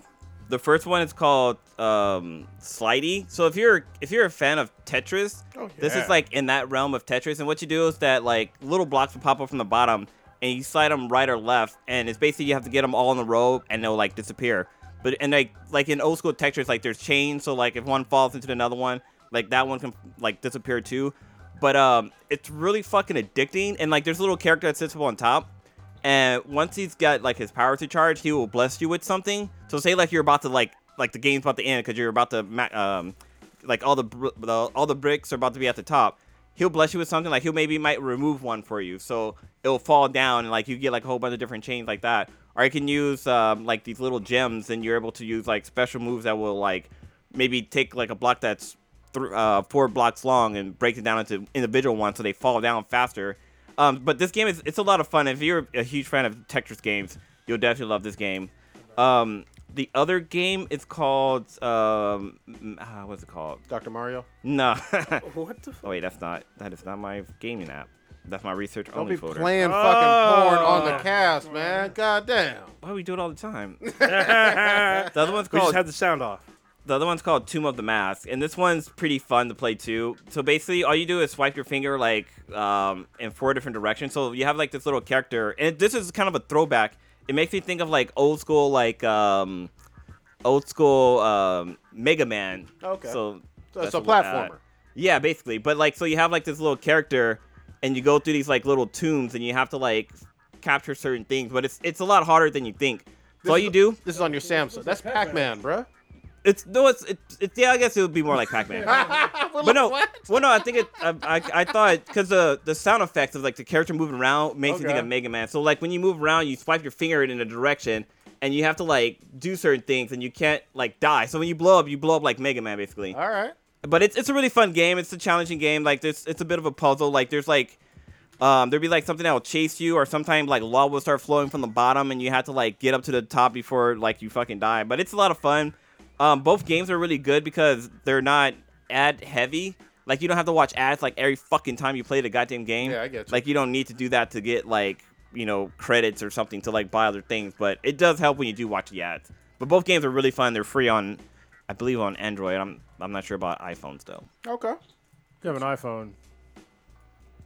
Speaker 4: the first one is called um, Slidey. So if you're if you're a fan of Tetris,
Speaker 1: Oh,
Speaker 4: this
Speaker 1: yeah.
Speaker 4: is like in that realm of Tetris. And what you do is that like little blocks will pop up from the bottom, and you slide them right or left, and it's basically you have to get them all in a row, and they'll like disappear. But and like like in old school Tetris, like there's chains. So like if one falls into another one, like that one can like disappear too. But um, it's really fucking addicting. And like there's a little character that sits up on top. And once he's got like his powers to charge, he will bless you with something. So say like you're about to like like the game's about to end because you're about to ma- um like all the, br- the all the bricks are about to be at the top. He'll bless you with something like he'll maybe might remove one for you, so it'll fall down and like you get like a whole bunch of different chains like that. Or you can use um, like these little gems, and you're able to use like special moves that will like maybe take like a block that's th- uh, four blocks long and break it down into individual ones so they fall down faster. Um, but this game is it's a lot of fun. If you're a huge fan of Tetris games, you'll definitely love this game. Um, the other game is called um, m- ah, what's it called?
Speaker 1: Dr. Mario.
Speaker 4: No.
Speaker 2: What the fuck?
Speaker 4: oh wait, that's not that is not my gaming app. That's my research
Speaker 1: Don't
Speaker 4: only
Speaker 1: be
Speaker 4: folder.
Speaker 1: playing
Speaker 2: Oh.
Speaker 1: fucking porn on the cast, man. God damn.
Speaker 4: Why we do it all the time? the other one's
Speaker 2: We Oh. just
Speaker 4: called
Speaker 2: had the sound off.
Speaker 4: The other one's called Tomb of the Mask, and this one's pretty fun to play too. So basically, all you do is swipe your finger like um, in four different directions. So you have like this little character, and this is kind of a throwback. It makes me think of like old school, like um, old school um, Mega Man.
Speaker 1: Okay.
Speaker 4: So
Speaker 1: So it's
Speaker 4: that's
Speaker 1: a
Speaker 4: what- uh,
Speaker 1: platformer.
Speaker 4: yeah, basically. But like, so you have like this little character, and you go through these like little tombs, and you have to like capture certain things. But it's it's a lot harder than you think. So all
Speaker 1: is-
Speaker 4: you do
Speaker 1: This is on your Samsung. That's Pac-Man, bruh.
Speaker 4: It's no, it's, it's it's yeah. I guess it would be more like Pac-Man.
Speaker 1: We're
Speaker 4: but
Speaker 1: like,
Speaker 4: no,
Speaker 1: what?
Speaker 4: well, no. I think it. I I, I thought because the the sound effects of like the character moving around makes you think
Speaker 1: Okay.
Speaker 4: of Mega Man. So like when you move around, you swipe your finger in a direction, and you have to like do certain things, and you can't like die. So when you blow up, you blow up like Mega Man basically.
Speaker 1: All right.
Speaker 4: But it's it's a really fun game. It's a challenging game. Like there's it's a bit of a puzzle. Like there's like. Um, there'd be like something that will chase you, or sometimes like lava will start flowing from the bottom, and you have to like get up to the top before like you fucking die. But it's a lot of fun. Um, both games are really good because they're not ad heavy. Like you don't have to watch ads like every fucking time you play the goddamn game.
Speaker 1: Yeah, I get you.
Speaker 4: Like you don't need to do that to get like you know credits or something to like buy other things. But it does help when you do watch the ads. But both games are really fun. They're free on, I believe on Android. I'm I'm not sure about iPhones though.
Speaker 1: Okay.
Speaker 3: You have an iPhone.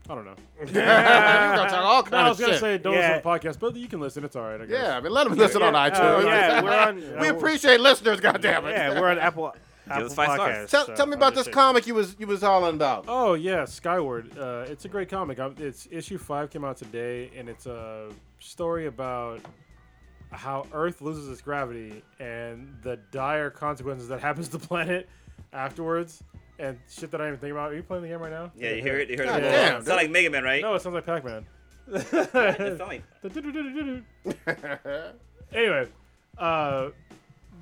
Speaker 3: I don't know.
Speaker 1: We're gonna talk all kinds
Speaker 3: I
Speaker 1: of
Speaker 3: was gonna
Speaker 1: shit.
Speaker 3: say don't
Speaker 2: Yeah.
Speaker 3: listen to the podcast, but you can listen. It's all right. I guess.
Speaker 1: yeah, I mean, let them listen on iTunes.
Speaker 2: Oh, yeah, we're on-
Speaker 1: we
Speaker 2: uh,
Speaker 1: appreciate listeners. God damn it.
Speaker 2: Yeah, we're on Apple. Apple
Speaker 4: us five stars.
Speaker 2: Podcasts,
Speaker 1: Tell,
Speaker 2: so
Speaker 1: tell me
Speaker 2: I'll
Speaker 1: about
Speaker 2: just
Speaker 1: this
Speaker 2: say-
Speaker 1: comic you was you was hollering about.
Speaker 3: Oh yeah, Skyward. Uh, it's a great comic. i it's issue five came out today, and it's a story about how Earth loses its gravity and the dire consequences that happens to the planet afterwards, and shit that I didn't even think about. Are you playing the game right now?
Speaker 4: Yeah, you hear it. You hear
Speaker 1: God
Speaker 4: it.
Speaker 1: damn,
Speaker 4: it's not like Mega Man, right?
Speaker 3: No, it sounds like Pac-Man.
Speaker 4: It's not like
Speaker 3: anyway, uh,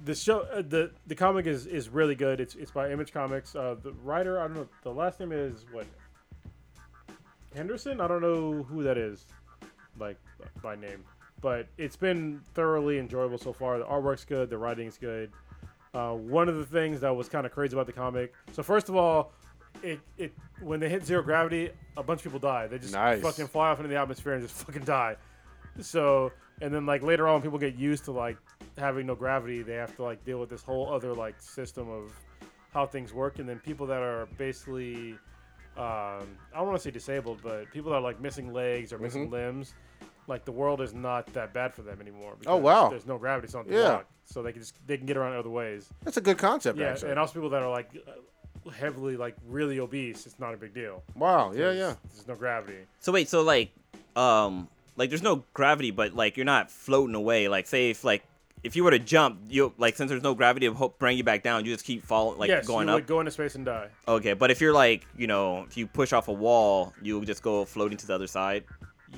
Speaker 3: the show, uh, the the comic is is really good. It's it's by Image Comics. Uh, the writer, I don't know, the last name is what Henderson. I don't know who that is, like by name, but it's been thoroughly enjoyable so far. The artwork's good. The writing's good. Uh, one of the things that was kind of crazy about the comic. So first of all, it it when they hit zero gravity, a bunch of people die. They just
Speaker 1: Nice.
Speaker 3: fucking fly off into the atmosphere and just fucking die. So and then like later on, when people get used to like having no gravity. They have to like deal with this whole other like system of how things work, and then people that are basically um, I don't want to say disabled, but people that are like missing legs or
Speaker 1: Mm-hmm.
Speaker 3: missing limbs, like the world is not that bad for them anymore. because
Speaker 1: Oh, wow.
Speaker 3: There's no gravity, so they
Speaker 1: Yeah.
Speaker 3: walk, so they can just they can get around other ways.
Speaker 1: That's a good concept,
Speaker 3: Yeah,
Speaker 1: actually.
Speaker 3: and also people that are like uh, heavily like really obese, it's not a big deal.
Speaker 1: wow. Yeah, yeah.
Speaker 3: There's- There's no gravity.
Speaker 4: So wait, so like, um, like there's no gravity, but like you're not floating away. Like say if like if you were to jump, you like since there's no gravity, it'll help bring you back down. You just keep falling, like
Speaker 3: yes,
Speaker 4: going
Speaker 3: you
Speaker 4: up.
Speaker 3: would go into space and die.
Speaker 4: okay, but if you're like you know if you push off a wall, you'll just go floating to the other side.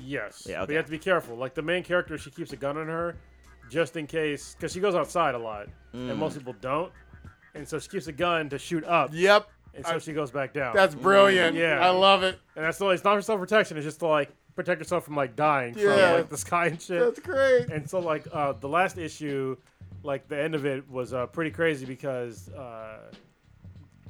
Speaker 3: Yes.
Speaker 4: Yeah,
Speaker 3: But
Speaker 4: okay.
Speaker 3: you have to be careful. Like the main character, she keeps a gun on her just in case, because she goes outside a lot, and most
Speaker 4: Mm.
Speaker 3: people don't. And so she keeps a gun to shoot up,
Speaker 1: Yep.
Speaker 3: and so she goes back down.
Speaker 1: That's brilliant.
Speaker 3: Yeah.
Speaker 1: I love it.
Speaker 3: and that's the it's not for self protection. It's just to like protect yourself from like dying
Speaker 1: Yeah.
Speaker 3: from like the sky and shit.
Speaker 1: That's great.
Speaker 3: And so like uh, the last issue, like the end of it was uh, pretty crazy because uh,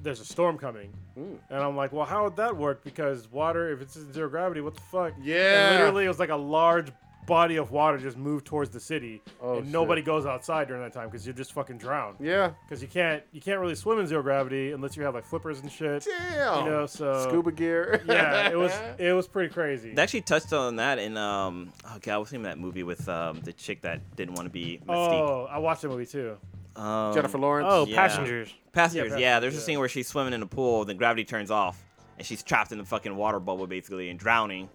Speaker 3: there's a storm coming,
Speaker 1: Hmm.
Speaker 3: and I'm like, well, how would that work? Because water, if it's in zero gravity, what the fuck? And
Speaker 1: Yeah.
Speaker 3: literally, it was like a large body of water just moved towards the city,
Speaker 1: Oh,
Speaker 3: and
Speaker 1: shit.
Speaker 3: nobody goes outside during that time because you just fucking drown.
Speaker 1: Yeah.
Speaker 3: Because you can't you can't really swim in zero gravity unless you have like flippers and shit.
Speaker 1: Damn.
Speaker 3: You know, so
Speaker 1: Scuba gear.
Speaker 3: yeah, it was it was pretty crazy.
Speaker 4: They actually touched on that in um oh god, what's the name of that movie with um the chick that didn't want to be Mystique?
Speaker 3: oh, I watched that movie too.
Speaker 4: um,
Speaker 1: Jennifer Lawrence.
Speaker 2: Oh,
Speaker 4: Yeah.
Speaker 2: passengers.
Speaker 4: Passengers,
Speaker 3: Yeah,
Speaker 4: yeah. there's a
Speaker 3: passengers,
Speaker 4: scene where she's swimming in a pool, then gravity turns off, and she's trapped in the fucking water bubble basically and drowning.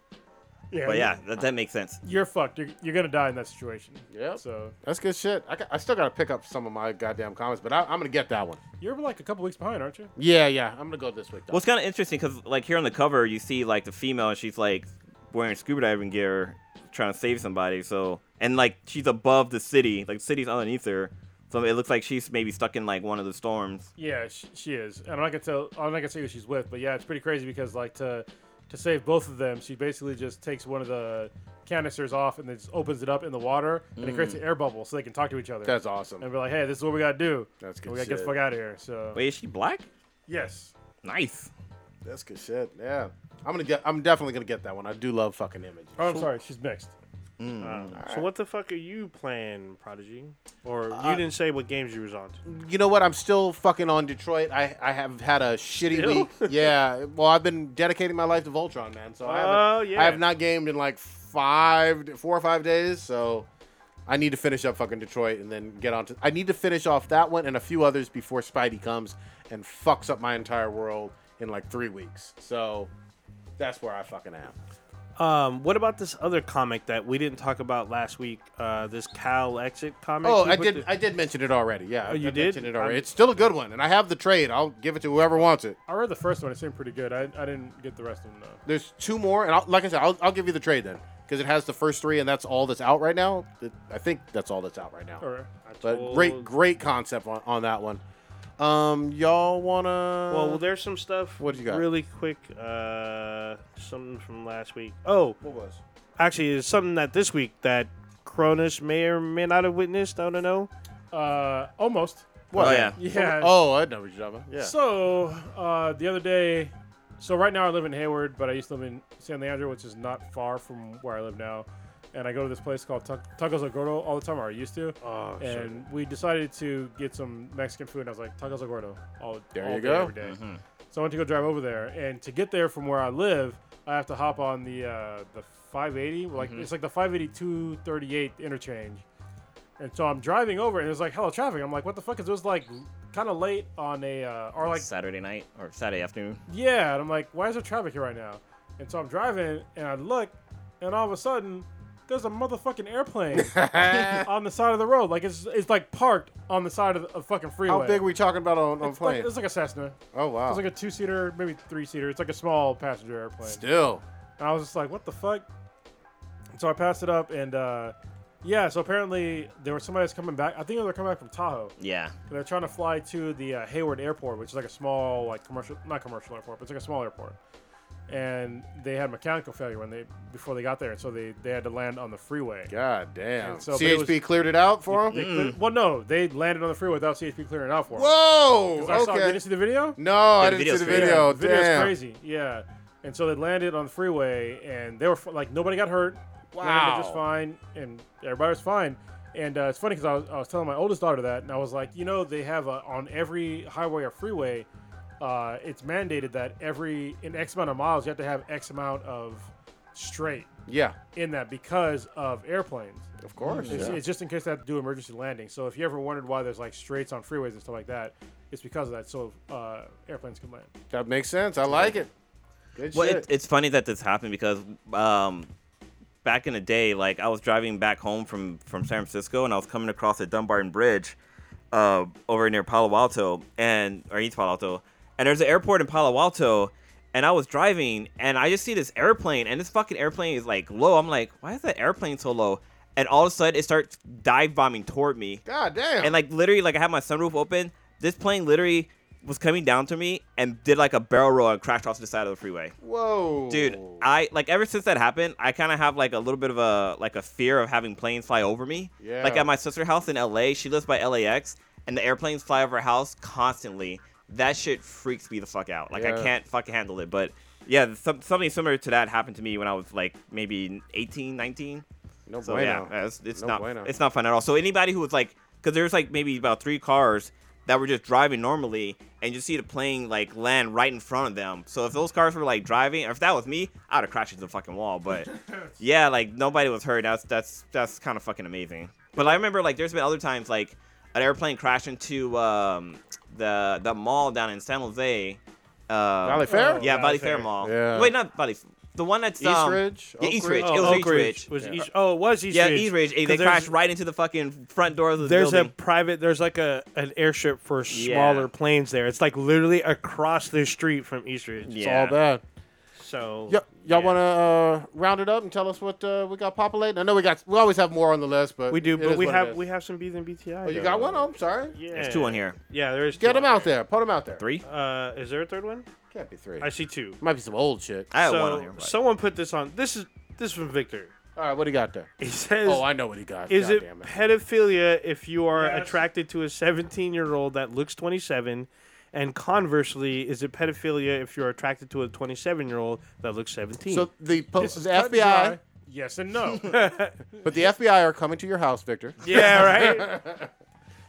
Speaker 4: But yeah, that, that makes sense.
Speaker 3: you're fucked. You're, you're gonna die in that situation.
Speaker 1: Yep.
Speaker 3: So
Speaker 1: That's good shit. I, got- I still gotta pick up some of my goddamn comments, but I, I'm gonna get that one.
Speaker 3: you're like a couple weeks behind, aren't you?
Speaker 1: Yeah, yeah. I'm gonna go this week.
Speaker 4: Well, it's kind of interesting because, like, here on the cover, you see like the female, and she's like wearing scuba diving gear, trying to save somebody. So, and like she's above the city, like the city's underneath her. So So it looks like she's maybe stuck in like one of the storms.
Speaker 3: Yeah, she, she is, and I'm not gonna tell. I'm not gonna say who she's with, but yeah, it's pretty crazy because like to to save both of them, she basically just takes one of the canisters off and then just opens it up in the water, and it creates an air bubble so they can talk to each other.
Speaker 1: That's awesome.
Speaker 3: and we're like, hey, this is what we gotta do.
Speaker 1: That's good
Speaker 3: We gotta get the
Speaker 1: shit.
Speaker 3: fuck out of here. So
Speaker 4: Wait, is she black?
Speaker 3: yes,
Speaker 4: Nice.
Speaker 1: That's good shit. Yeah. I'm gonna get. I'm definitely gonna get that one. I do love fucking images.
Speaker 3: oh, I'm sorry, she's mixed.
Speaker 2: So what the fuck are you playing, Prodigy? Or you didn't say what games you was on.
Speaker 1: You know what? I'm still fucking on Detroit. I I have had a shitty
Speaker 2: Still?
Speaker 1: week. Yeah. Well, I've been dedicating my life to Voltron, man. So I
Speaker 2: Oh,
Speaker 1: haven't.
Speaker 2: yeah.
Speaker 1: I have not gamed in like five, four or five days. So I need to finish up fucking Detroit and then get on to. I need to finish off that one and a few others before Spidey comes and fucks up my entire world in like three weeks. So that's where I fucking am.
Speaker 2: Um, what about this other comic that we didn't talk about last week? Uh, this Cal Exit comic.
Speaker 1: Oh,
Speaker 2: You
Speaker 1: I
Speaker 2: put
Speaker 1: did.
Speaker 2: the- Oh,
Speaker 1: I did mention it already. Yeah, I
Speaker 2: you
Speaker 1: I
Speaker 2: did?
Speaker 1: mentioned It already.
Speaker 2: I'm-
Speaker 1: It's still a good one, and I have the trade. I'll give it to whoever wants it.
Speaker 3: I read the first one; it seemed pretty good. I, I didn't get the rest of them though.
Speaker 1: There's two more, and I'll, like I said, I'll, I'll give you the trade then because it has the first three, and that's all that's out right now. That- I think that's all that's out right now.
Speaker 3: Or
Speaker 1: But great,
Speaker 2: Told-
Speaker 1: great concept on, on that one. Um, y'all wanna?
Speaker 2: Well, there's some stuff.
Speaker 1: What do you got?
Speaker 2: Really quick. Uh, something from last week. Oh,
Speaker 1: what was?
Speaker 2: actually, it's something that this week that Cronus may or may not have witnessed. I don't know.
Speaker 3: uh, almost.
Speaker 1: What?
Speaker 4: Oh yeah.
Speaker 3: Yeah.
Speaker 1: Oh, I know what you're talking about. Yeah.
Speaker 3: So uh, the other day, so right now I live in Hayward, but I used to live in San Leandro, which is not far from where I live now. And I go to this place called Tuc- Tacos al Gordo all the time, or I used to.
Speaker 2: Oh,
Speaker 3: and we decided to get some Mexican food, and I was like, Tacos al Gordo. All,
Speaker 1: There
Speaker 3: all
Speaker 1: you
Speaker 3: day,
Speaker 1: go. Mm-hmm.
Speaker 3: Every day. So I went to go drive over there, and to get there from where I live, I have to hop on the uh, the 580. Like
Speaker 1: Mm-hmm.
Speaker 3: it's like the 580 238 interchange. And so I'm driving over, and it's like hella traffic. I'm like, what the fuck is this? Like, kind of late on a uh, or like
Speaker 4: Saturday night or Saturday afternoon.
Speaker 3: yeah, and I'm like, why is there traffic here right now? And so I'm driving, and I look, and all of a sudden, there's a motherfucking airplane on the side of the road. Like it's it's like parked on the side of the of fucking freeway.
Speaker 1: How big were we talking about on, on
Speaker 3: it's like,
Speaker 1: plane?
Speaker 3: it's like a Cessna.
Speaker 1: oh wow.
Speaker 3: It's like a two seater, maybe three seater. It's like a small passenger airplane.
Speaker 1: Still.
Speaker 3: And I was just like, what the fuck? And so I passed it up, and uh, yeah, so apparently there was somebody that's coming back. I think they were coming back from Tahoe.
Speaker 4: Yeah.
Speaker 3: They're trying to fly to the uh, Hayward Airport, which is like a small, like commercial, not commercial airport, but it's like a small airport. And they had mechanical failure when they before they got there, and so they they had to land on the freeway.
Speaker 1: God damn.
Speaker 3: And so- but it
Speaker 1: CHP cleared it out for
Speaker 3: They
Speaker 1: him.
Speaker 3: cle- well, no, they landed on the freeway without CHP clearing out for
Speaker 1: Mm.
Speaker 3: them.
Speaker 1: Whoa.
Speaker 3: 'Cause
Speaker 1: Okay.
Speaker 3: I saw, did you see the video?
Speaker 1: No, I
Speaker 4: the
Speaker 1: didn't see the
Speaker 4: video's crazy.
Speaker 1: video.
Speaker 3: Yeah, the video's
Speaker 1: Damn.
Speaker 3: crazy. Yeah. And so they landed on the freeway, and they were f- like nobody got hurt.
Speaker 1: Wow.
Speaker 3: Landed just fine, and everybody was fine. And uh, it's funny because I was, I was telling my oldest daughter that, and I was like, you know, they have a, on every highway or freeway, uh, it's mandated that every in X amount of miles you have to have X amount of straight
Speaker 1: Yeah.
Speaker 3: in that because of airplanes.
Speaker 1: Of course.
Speaker 3: It's,
Speaker 1: yeah.
Speaker 3: it's just in case they have to do emergency landing. So if you ever wondered why there's like straights on freeways and stuff like that, it's because of that. So uh, airplanes can land.
Speaker 1: That makes sense. I like it. Good
Speaker 4: Well,
Speaker 1: shit.
Speaker 4: it, it's funny that this happened because um, back in the day, like I was driving back home from from San Francisco, and I was coming across the Dumbarton Bridge uh, over near Palo Alto and or East Palo Alto, and there's an airport in Palo Alto. And I was driving, and I just see this airplane, and this fucking airplane is like low. I'm like, why is that airplane so low? And all of a sudden, it starts dive bombing toward me.
Speaker 1: God damn.
Speaker 4: and like literally like I had my sunroof open. This plane literally was coming down to me and did like a barrel roll and crashed off to the side of the freeway.
Speaker 1: whoa,
Speaker 4: Dude, I like ever since that happened, I kind of have like a little bit of a like a fear of having planes fly over me.
Speaker 1: Yeah.
Speaker 4: Like at my sister's house in LA, she lives by LAX, and the airplanes fly over her house constantly. That shit freaks me the fuck out. Like
Speaker 1: Yeah.
Speaker 4: I can't fucking handle it. But yeah, some, something similar to that happened to me when I was like maybe 18, 19.
Speaker 1: no
Speaker 4: So
Speaker 1: bueno.
Speaker 4: yeah, it's, it's
Speaker 1: No
Speaker 4: not
Speaker 1: bueno.
Speaker 4: it's not fun at all. So anybody who was like, because there's like maybe about three cars that were just driving normally, and you see the plane like land right in front of them. So if those cars were like driving, or if that was me, I'd have crashed into the fucking wall. But yeah, like nobody was hurt. That's that's that's kind of fucking amazing. But I remember like there's been other times like an airplane crashed into um, the the mall down in San Jose. Uh,
Speaker 1: Valley Fair?
Speaker 4: Yeah,
Speaker 3: Valley
Speaker 4: Valley
Speaker 3: Fair.
Speaker 4: Fair Mall.
Speaker 1: Yeah.
Speaker 4: Wait, not Valley. The one that's
Speaker 1: East
Speaker 4: um,
Speaker 1: Ridge?
Speaker 4: Yeah,
Speaker 1: Oak
Speaker 4: East
Speaker 1: Ridge?
Speaker 4: Ridge.
Speaker 2: Oh,
Speaker 4: it was
Speaker 2: Oak
Speaker 4: East
Speaker 2: Ridge.
Speaker 4: Ridge.
Speaker 2: Was East, oh, it was East
Speaker 4: Yeah,
Speaker 2: Ridge.
Speaker 4: East Ridge. eh,
Speaker 2: 'Cause
Speaker 4: They
Speaker 2: there's-
Speaker 4: crashed right into the fucking front door of the
Speaker 2: There's a
Speaker 4: building.
Speaker 2: private. There's like a an airstrip for smaller planes. There, it's like literally across the street from East Ridge.
Speaker 1: It's all that.
Speaker 2: So
Speaker 1: Yep. Y'all
Speaker 2: yeah.
Speaker 1: want to uh, round it up and tell us what uh, we got populated? I know we got we always have more on the list, but
Speaker 2: We do,
Speaker 1: it
Speaker 2: but
Speaker 1: is
Speaker 2: we
Speaker 1: what it
Speaker 2: have
Speaker 1: is.
Speaker 2: we have some B's and BTI.
Speaker 1: Oh, you
Speaker 2: though.
Speaker 1: got one? Oh, I'm sorry.
Speaker 2: Yeah.
Speaker 4: There's two on here.
Speaker 2: Yeah, there is.
Speaker 1: Get
Speaker 2: two
Speaker 1: them
Speaker 2: on
Speaker 1: out there. Put them out there.
Speaker 4: Three?
Speaker 2: Uh, is there a third one?
Speaker 1: Can't be three.
Speaker 2: I see two.
Speaker 1: Might be some old shit.
Speaker 4: I have
Speaker 2: so
Speaker 4: one on here. but-
Speaker 2: someone put this on. This is this is from Victor.
Speaker 1: All right, what do you got there?
Speaker 2: He says,
Speaker 1: Oh, I know what he got.
Speaker 2: "Is
Speaker 1: God
Speaker 2: it
Speaker 1: damn
Speaker 2: pedophilia if you are
Speaker 3: Yes.
Speaker 2: attracted to a 17-year-old that looks 27?" And conversely, is it pedophilia if you're attracted to a 27-year-old that looks 17?
Speaker 1: So the, po-
Speaker 3: This is
Speaker 1: the
Speaker 3: cut and
Speaker 1: FBI,
Speaker 3: dry. Yes and no.
Speaker 1: but the FBI are coming to your house, Victor.
Speaker 2: yeah, right.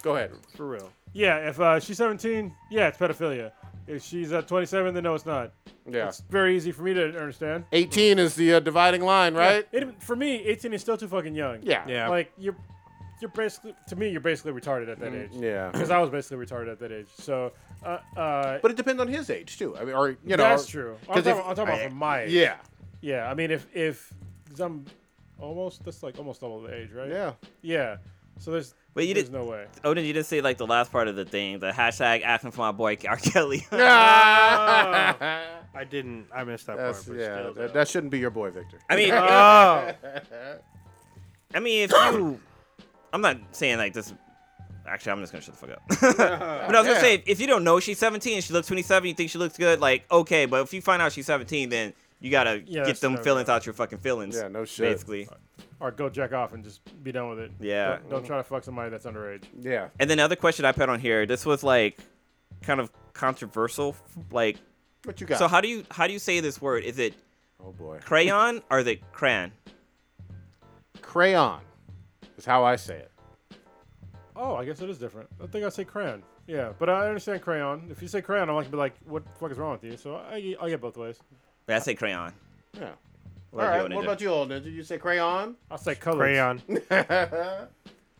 Speaker 1: Go ahead.
Speaker 2: For real.
Speaker 3: yeah, if uh, she's 17, yeah, it's pedophilia. If she's uh, 27, then no, it's not.
Speaker 1: Yeah.
Speaker 3: It's very easy for me to understand.
Speaker 1: 18 is the uh, dividing line, right?
Speaker 3: Yeah, it- for me, 18 is still too fucking young.
Speaker 1: Yeah.
Speaker 2: Yeah.
Speaker 3: Like you're, you're basically to me, you're basically retarded at that age.
Speaker 1: Mm, Yeah.
Speaker 3: Because I was basically retarded at that age. So, uh, uh,
Speaker 1: But it depends on his age too. I mean, or you know,
Speaker 3: that's
Speaker 1: or-
Speaker 3: true. I'm
Speaker 1: 'cause
Speaker 3: talking,
Speaker 1: if-
Speaker 3: about- I'm talking about from my age.
Speaker 1: Yeah.
Speaker 3: Yeah, I mean, if if i I'm almost that's like almost double the age, right?
Speaker 1: Yeah.
Speaker 3: Yeah. So there's
Speaker 4: But you
Speaker 3: there's
Speaker 4: did-
Speaker 3: no way.
Speaker 4: Odin, you didn't say like the last part of the thing. The hashtag asking for my boy R. Kelly.
Speaker 1: Ah!
Speaker 2: I didn't. I missed that
Speaker 1: That's,
Speaker 2: part. But
Speaker 1: yeah.
Speaker 2: still,
Speaker 1: That,
Speaker 2: though.
Speaker 1: that shouldn't be your boy, Victor.
Speaker 4: I mean,
Speaker 2: oh.
Speaker 4: I mean, if you, I'm not saying like this. Actually, I'm just gonna shut the fuck up. but I was
Speaker 1: Yeah.
Speaker 4: gonna say, if you don't know she's 17 and she looks 27, you think she looks good, like okay. But if you find out she's 17, then you gotta
Speaker 3: Yeah,
Speaker 4: get
Speaker 3: that's
Speaker 4: them
Speaker 3: no
Speaker 4: feelings out your fucking feelings.
Speaker 1: Yeah, no shit.
Speaker 4: Basically,
Speaker 3: Or go jack off and just be done with it.
Speaker 4: Yeah.
Speaker 3: Don't, don't try to fuck somebody that's underage.
Speaker 1: Yeah.
Speaker 4: and then the other question I put on here, this was like kind of controversial. Like,
Speaker 1: What you got?
Speaker 4: so how do you how do you say this word? Is it
Speaker 1: oh boy.
Speaker 4: crayon or is it crayon?
Speaker 1: Crayon is how I say it.
Speaker 3: Oh, I guess it is different. I think I say crayon. Yeah, but I understand crayon. If you say crayon, I'm like be like, what the fuck is wrong with you? So I I get both ways.
Speaker 4: I say crayon.
Speaker 1: Yeah.
Speaker 4: What
Speaker 1: All
Speaker 4: about
Speaker 1: right.
Speaker 4: you,
Speaker 1: What
Speaker 4: Ninja?
Speaker 1: about you, old ninja? You say crayon?
Speaker 3: I'll say colors.
Speaker 2: Crayon.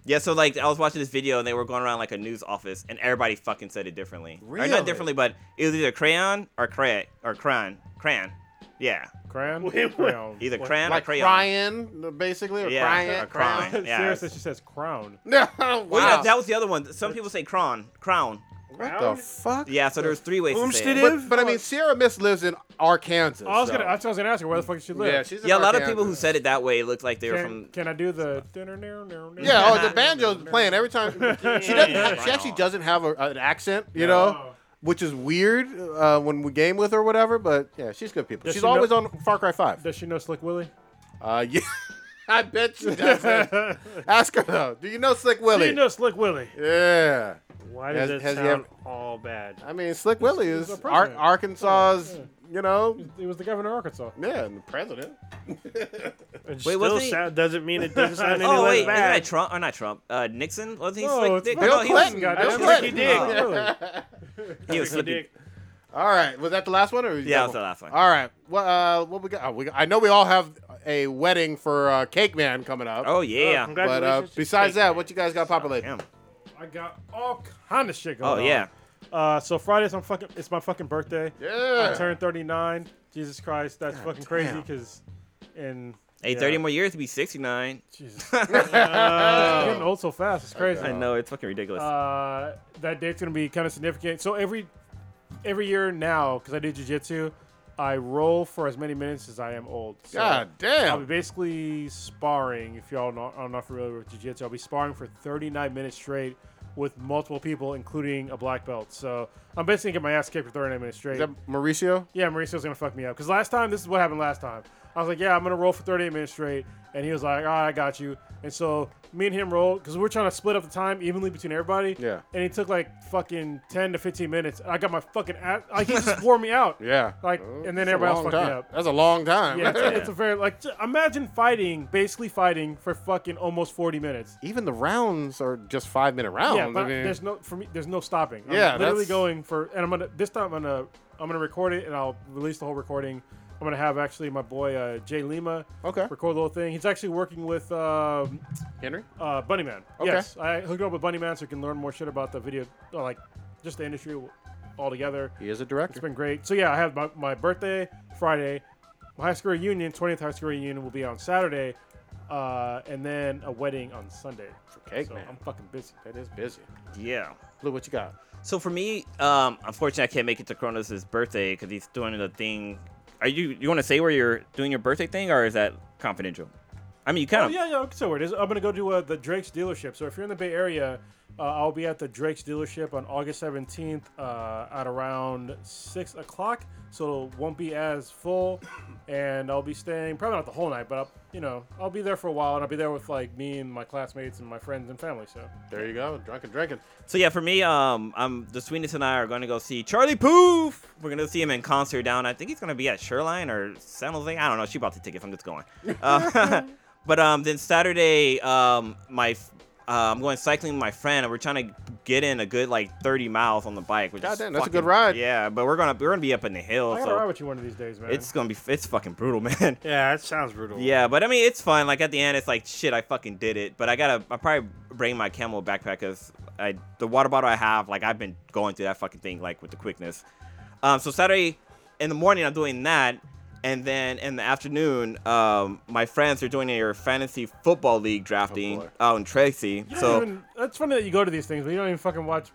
Speaker 4: Yeah, so like I was watching this video and they were going around like a news office and everybody fucking said it differently. Or
Speaker 1: Really?
Speaker 4: not differently, but it was either crayon or cray or crayon. Crayon. Yeah.
Speaker 3: Crayon.
Speaker 2: Wait, what?
Speaker 3: crayon.
Speaker 4: Either crayon
Speaker 1: like
Speaker 4: or crayon.
Speaker 1: crayon, basically, or
Speaker 4: Yeah,
Speaker 1: crayon.
Speaker 4: or crayon. Yeah,
Speaker 3: Seriously,
Speaker 4: it's-
Speaker 3: she says crown.
Speaker 1: No,
Speaker 4: Well, yeah,
Speaker 1: wow.
Speaker 4: that was the other one. Some people say crown. Crown.
Speaker 1: what the fuck?
Speaker 4: Yeah, so there's three ways to say it.
Speaker 2: Homesteaded?
Speaker 1: But, but I mean, Sierra Miss lives in Arkansas.
Speaker 3: I was
Speaker 1: so-
Speaker 3: gonna. That's what I was gonna ask her. Where the fuck does she live?
Speaker 1: yeah, she's in
Speaker 4: Yeah, a lot of
Speaker 1: Arkansas.
Speaker 4: people who said it that way looked like they were
Speaker 3: Can,
Speaker 4: from
Speaker 3: can I do the?
Speaker 1: Yeah, oh, the banjo's playing every time. She doesn't. Have, she actually doesn't have a, an accent, you know,
Speaker 3: No.
Speaker 1: which is weird uh, when we game with her or whatever. But yeah, she's good people.
Speaker 3: Does
Speaker 1: she's
Speaker 3: she know-
Speaker 1: always on Far Cry Five.
Speaker 3: Does she know Slick Willie?
Speaker 1: Uh, yeah, I bet she doesn't. Ask her though. Do you know Slick Willie?
Speaker 3: She knows Slick Willie.
Speaker 1: yeah.
Speaker 2: Why
Speaker 1: Has-
Speaker 2: does it
Speaker 1: has he
Speaker 2: sound
Speaker 1: ever-
Speaker 2: all bad?
Speaker 1: I mean, Slick Willie is
Speaker 3: he's our
Speaker 1: Ar-
Speaker 3: president.
Speaker 1: Arkansas's, you know,
Speaker 3: He was the governor of Arkansas.
Speaker 1: yeah, and the president.
Speaker 2: It
Speaker 4: Wait,
Speaker 2: still
Speaker 4: wasn't he-
Speaker 2: sound, doesn't mean it doesn't sound any
Speaker 4: Oh
Speaker 2: less
Speaker 4: wait, isn't
Speaker 2: bad.
Speaker 4: that Trump or not Trump? Uh, Nixon? Wasn't he
Speaker 3: No,
Speaker 4: slick
Speaker 3: Oh, it's
Speaker 4: dick?
Speaker 3: Bill
Speaker 4: no, he
Speaker 1: Clinton.
Speaker 4: was,
Speaker 3: God,
Speaker 1: Bill
Speaker 3: that's
Speaker 1: Clinton.
Speaker 3: Slick
Speaker 2: Dick.
Speaker 3: Willie.
Speaker 4: he was slick dick.
Speaker 1: All right, was that the last one? Or
Speaker 4: Yeah, that was the last one.
Speaker 1: All right, what uh, what we got? oh, we got? I know we all have a wedding for uh, Cake Man coming up.
Speaker 4: Oh yeah.
Speaker 2: congrats.
Speaker 1: but uh,
Speaker 2: Congratulations to
Speaker 1: besides
Speaker 2: Cake
Speaker 1: that,
Speaker 2: Man.
Speaker 1: what you guys got populated?
Speaker 4: Damn.
Speaker 3: I got all kind of shit going
Speaker 4: Oh
Speaker 3: on.
Speaker 4: yeah.
Speaker 3: Uh, so Friday's my fucking. It's my fucking birthday.
Speaker 1: Yeah.
Speaker 3: I turned 39. Jesus Christ, that's fucking crazy.
Speaker 1: damn.
Speaker 3: Because in
Speaker 4: Hey,
Speaker 3: yeah.
Speaker 4: 30 more years to be 69.
Speaker 3: Jesus, getting old so fast. It's crazy.
Speaker 4: I know it's fucking ridiculous.
Speaker 3: Uh, that date's gonna be kind of significant. So every every year now, because I do jujitsu, I roll for as many minutes as I am old. So
Speaker 1: God
Speaker 3: I'll be
Speaker 1: damn.
Speaker 3: basically sparring. If y'all not, are not familiar with jiu-jitsu, I'll be sparring for 39 minutes straight with multiple people, including a black belt. So I'm basically gonna get my ass kicked for 39 minutes straight.
Speaker 1: Is that Mauricio?
Speaker 3: Yeah, Mauricio's gonna fuck me up. Cause last time, this is what happened last time. I was like, yeah, I'm gonna roll for 38 minutes straight, and he was like, all right, I got you. And so me and him rolled, cause we were trying to split up the time evenly between everybody.
Speaker 1: Yeah.
Speaker 3: And he took like fucking 10 to 15 minutes. I got my fucking ass. Like he just wore me out.
Speaker 1: Yeah.
Speaker 3: Like, and then
Speaker 1: Oh, That's a
Speaker 3: everybody else
Speaker 1: long
Speaker 3: fucked me
Speaker 1: time.
Speaker 3: up.
Speaker 1: That's a long time.
Speaker 3: Yeah, it's, it's a very like. j- Imagine fighting, basically fighting for fucking almost 40 minutes.
Speaker 1: Even the rounds are just five minute rounds.
Speaker 3: Yeah, but
Speaker 1: I mean,
Speaker 3: there's no for me. There's no stopping. I'm
Speaker 1: Yeah,
Speaker 3: literally
Speaker 1: that's-
Speaker 3: going for, and I'm gonna this time I'm gonna I'm gonna record it, and I'll release the whole recording. I'm gonna have actually my boy uh, Jay Lima
Speaker 1: Okay.
Speaker 3: record the whole thing. He's actually working with um,
Speaker 1: Henry?
Speaker 3: uh, Bunnyman.
Speaker 1: Okay.
Speaker 3: Yes, I hooked up with Bunnyman so you can learn more shit about the video, uh, like just the industry altogether.
Speaker 1: He is a
Speaker 3: It's
Speaker 1: director.
Speaker 3: been great. So yeah, I have my, my birthday Friday, my high school reunion, 20th high school reunion will be on Saturday, uh, and then a wedding on Sunday.
Speaker 1: Cake
Speaker 3: so
Speaker 1: Man.
Speaker 3: I'm fucking busy.
Speaker 1: That is busy.
Speaker 4: yeah.
Speaker 1: Blue, what you got?
Speaker 4: So for me, um, unfortunately, I can't make it to Kronos' birthday because he's doing the thing are you you want to say where you're doing your birthday thing, or is that confidential? I mean, you kind
Speaker 3: Oh,
Speaker 4: of
Speaker 3: yeah, yeah. So it is. I'm gonna go to uh, the Drake's dealership. So if you're in the Bay Area, uh, I'll be at the Drake's dealership on August 17th uh, at around six o'clock. So it won't be as full, and I'll be staying probably not the whole night, but I'll, you know I'll be there for a while, and I'll be there with like me and my classmates and my friends and family. So
Speaker 1: There you go. Drunken drinking.
Speaker 4: So yeah, for me, um, I'm the Sweetness and I are going to go see Charlie Poof. We're gonna see him in concert down. I think he's gonna be at Shoreline or San Jose. I don't know. She bought the tickets. I'm just going. Uh, but um, then Saturday, um, my f- uh, I'm going cycling with my friend, and we're trying to get in a good like 30 miles on the bike. Which is
Speaker 1: Goddamn, that's a good
Speaker 4: fucking-
Speaker 1: ride.
Speaker 4: Yeah, but we're gonna we're gonna be up in the
Speaker 3: I
Speaker 4: hills.
Speaker 3: gotta ride
Speaker 4: So
Speaker 3: with you one of these days, man.
Speaker 4: it's gonna be it's fucking brutal, man.
Speaker 2: Yeah, that sounds brutal.
Speaker 4: Yeah, but I mean, it's fun. Like at the end, it's like shit, I fucking did it. But I gotta, I probably bring my camel backpack because I the water bottle I have, like I've been going through that fucking thing like with the quickness. Um, so Saturday in the morning, I'm doing that, and then in the afternoon, um, my friends are doing their fantasy football league drafting
Speaker 1: boy.
Speaker 4: out in Tracy.
Speaker 3: Oh, You don't
Speaker 4: So
Speaker 3: even- that's funny that you go to these things, but you don't even fucking watch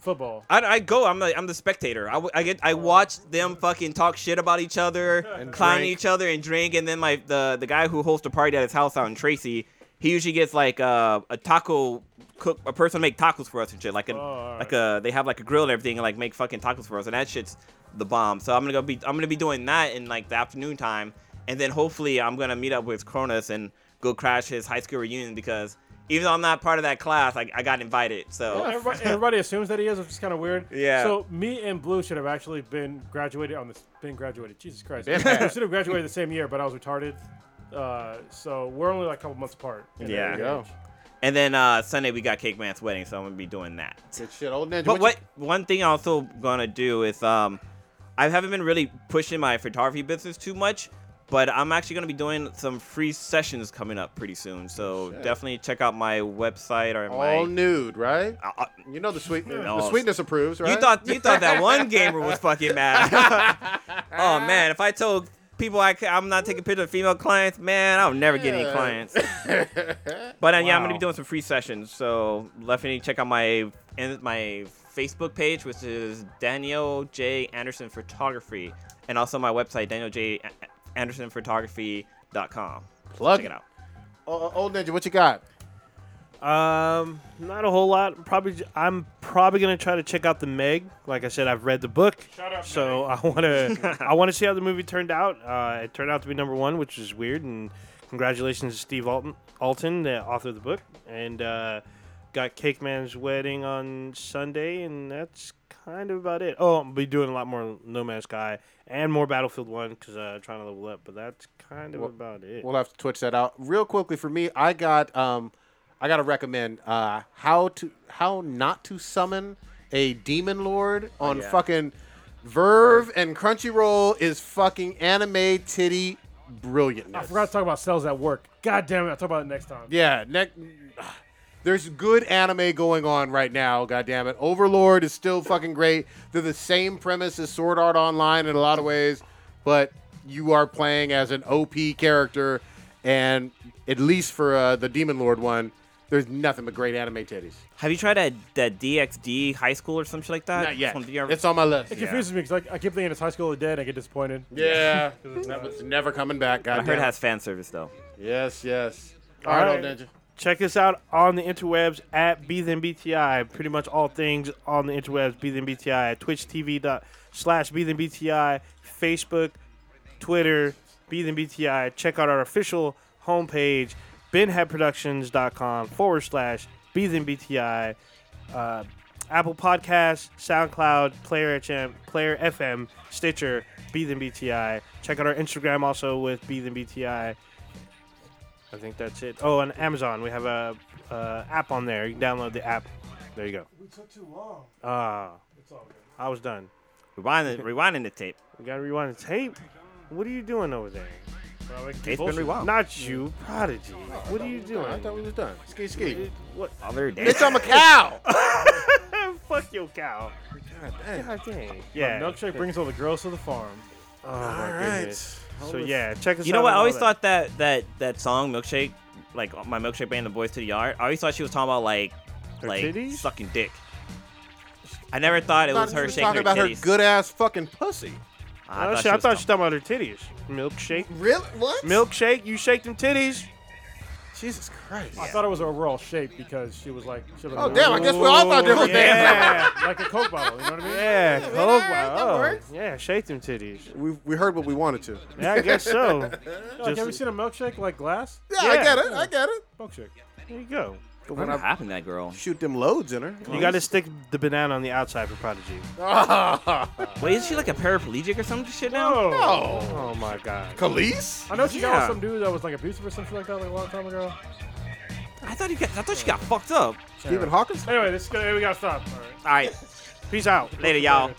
Speaker 3: football.
Speaker 4: I, I go. I'm the I'm the spectator. I, w- I get I watch them fucking talk shit about each other, clown
Speaker 1: drink.
Speaker 4: each other, and drink. And then my the the guy who hosts a party at his house out in Tracy, he usually gets like uh, a taco cook, a person to make tacos for us and shit. Like a
Speaker 3: Oh, alright.
Speaker 4: like a they have like a grill and everything, and like make fucking tacos for us. And that shit's the bomb. So I'm gonna go be I'm gonna be doing that in like the afternoon time, and then hopefully I'm gonna meet up with Cronus and go crash his high school reunion because. Even though I'm not part of that class, I, I got invited. So
Speaker 1: Oh,
Speaker 3: Yeah, everybody, everybody assumes that he is, which is kind of weird.
Speaker 4: Yeah.
Speaker 3: So me and Blue should have actually been graduated on this. Been graduated. Jesus Christ. we
Speaker 1: Been
Speaker 3: should
Speaker 1: had.
Speaker 3: have graduated the same year, but I was retarded. Uh, so we're only like a couple months apart. in
Speaker 4: Yeah.
Speaker 3: age.
Speaker 1: There you go.
Speaker 4: And then uh, Sunday we got Cake Man's wedding, so I'm gonna be doing that.
Speaker 1: Good shit, old ninja.
Speaker 4: But what one thing I'm also gonna do is um, I haven't been really pushing my photography business too much, but I'm actually gonna be doing some free sessions coming up pretty soon. So
Speaker 1: Oh, Shit.
Speaker 4: definitely check out my website or
Speaker 1: You, all
Speaker 4: my.
Speaker 1: nude, right?
Speaker 4: Uh, uh,
Speaker 1: You know the sweetness.
Speaker 4: No.
Speaker 1: The sweetness approves, right?
Speaker 4: You thought you thought that one gamer was fucking mad. oh
Speaker 1: Uh-huh.
Speaker 4: man, if I told people I ca- I'm not taking pictures of female clients, man, I'll never get any
Speaker 1: Yeah.
Speaker 4: clients. But uh, yeah, I'm gonna be
Speaker 2: Wow.
Speaker 4: doing some free sessions. So definitely check out my and my Facebook page, which is Daniel J Anderson Photography, and also my website Daniel J Anderson Photography.com.
Speaker 1: Plug
Speaker 4: Check it
Speaker 1: it.
Speaker 4: out.
Speaker 1: O- o- old ninja, what you got?
Speaker 2: Um, not a whole lot. Probably, j- I'm probably gonna try to check out the Meg. Like I said, I've read the book,
Speaker 3: Shut up,
Speaker 2: so I wanna, I wanna see how the movie turned out. Uh, it turned out to be number one, which is weird. And congratulations to Steve Alton, Alton, the author of the book, and uh, got Cake Man's wedding on Sunday, and that's kind of about it. Oh, I'll be doing a lot more No Man's Sky and more Battlefield One because uh, trying to level up. But that's kind of
Speaker 1: Well-
Speaker 2: about it.
Speaker 1: We'll have to twitch that out real quickly. For me, I got um, I gotta recommend uh, how to how not to summon a demon lord on fucking Verve and Crunchyroll is fucking anime titty brilliant.
Speaker 3: I forgot to talk about cells at work. God damn it! I'll talk about it next time.
Speaker 1: Yeah, ne- there's good anime going on right now. God damn it, Overlord is still fucking great. They're the same premise as Sword Art Online in a lot of ways, but you are playing as an OP character, and at least for uh, the Demon Lord one, there's nothing but great anime titties.
Speaker 4: Have you tried that that DXD high school or something like that?
Speaker 1: Not yet.
Speaker 4: Some DR
Speaker 1: It's on my list.
Speaker 3: It confuses me because I, I keep thinking it's High School of the Dead. I get disappointed.
Speaker 1: Yeah, it's never, it's never coming back. God
Speaker 4: I heard it
Speaker 1: damn.
Speaker 4: has fan service though.
Speaker 1: Yes, yes. All
Speaker 2: All
Speaker 1: right, old
Speaker 2: right.
Speaker 1: ninja.
Speaker 2: check us out on the interwebs at BThenBTI. Pretty much all things on the interwebs, BThenBTI, Twitch TV dot slash BThenBTI, Facebook, Twitter, BThenBTI. Check out our official homepage, BenHeadProductions.com forward slash BThenBTI. Uh, Apple Podcasts, SoundCloud, Player HM, Player FM, Stitcher, BThenBTI. Check out our Instagram also with BThenBTI. I think that's it. Oh, and Amazon, we have a uh, app on there. You can download the app. There you go.
Speaker 3: We took too long.
Speaker 2: Ah,
Speaker 3: It's all good.
Speaker 2: I was done.
Speaker 4: Rewinding, rewinding the tape.
Speaker 2: We gotta rewind the tape. What are you doing over there?
Speaker 3: Well, we can
Speaker 4: Tape's been
Speaker 3: bullshit.
Speaker 4: rewound.
Speaker 2: Not you, Prodigy. What are you
Speaker 1: I
Speaker 2: doing?
Speaker 1: thought we was done. Ski, ski.
Speaker 2: What?
Speaker 4: Other day.
Speaker 1: Bitch, I'm a cow.
Speaker 2: Ah, Fuck your cow. God dang. Yeah.
Speaker 3: Milkshake brings all the girls to the farm.
Speaker 2: Oh my
Speaker 1: All right.
Speaker 2: goodness. So
Speaker 1: Hold us-
Speaker 2: yeah, check us out.
Speaker 4: You know what?
Speaker 2: on
Speaker 4: I
Speaker 2: all
Speaker 4: always
Speaker 2: that.
Speaker 4: thought that that that song "Milkshake," like my milkshake band, the boys to the yard. I always thought she was talking about like
Speaker 2: Her
Speaker 4: like
Speaker 2: titties?
Speaker 4: sucking dick. I never thought it was
Speaker 1: Thought
Speaker 4: her
Speaker 1: we was
Speaker 4: shaking
Speaker 1: talking
Speaker 4: her
Speaker 1: about
Speaker 4: titties.
Speaker 1: her good ass fucking pussy.
Speaker 4: I
Speaker 2: Honestly, Oh, I thought she was talking about her titties. Milkshake.
Speaker 1: Really? What?
Speaker 2: Milkshake, you shake them titties.
Speaker 1: Jesus Christ.
Speaker 3: I thought it was her overall shape because she was like, she was
Speaker 1: Oh
Speaker 3: like,
Speaker 1: damn! I guess we all thought they were dancing.
Speaker 2: Yeah.
Speaker 3: like a coke bottle. You know what I mean?
Speaker 2: Yeah, Coke
Speaker 1: that
Speaker 2: bottle.
Speaker 1: works.
Speaker 2: Yeah, shake them titties.
Speaker 1: We, we heard what we wanted to.
Speaker 2: Yeah, I guess so.
Speaker 3: Like, have you
Speaker 2: Just-
Speaker 3: seen a milkshake like glass
Speaker 1: Yeah, I
Speaker 2: Yeah.
Speaker 1: get it. I get it.
Speaker 3: milkshake?
Speaker 2: there you go.
Speaker 4: What happened to that girl?
Speaker 1: Shoot them loads in her.
Speaker 2: You got to stick the banana on the outside for Prodigy.
Speaker 4: Wait, is she like a paraplegic or some shit now?
Speaker 1: no.
Speaker 2: Oh my god.
Speaker 1: Khalees?
Speaker 3: I know she got
Speaker 4: Yeah.
Speaker 3: with some dude that was like abusive or something like that like a long time ago.
Speaker 4: I thought you got, I thought she got fucked up.
Speaker 1: Stephen Hawkins?
Speaker 3: Anyway, this is gonna, we gotta stop. All right.
Speaker 4: All right,
Speaker 2: Peace out.
Speaker 4: later, y'all.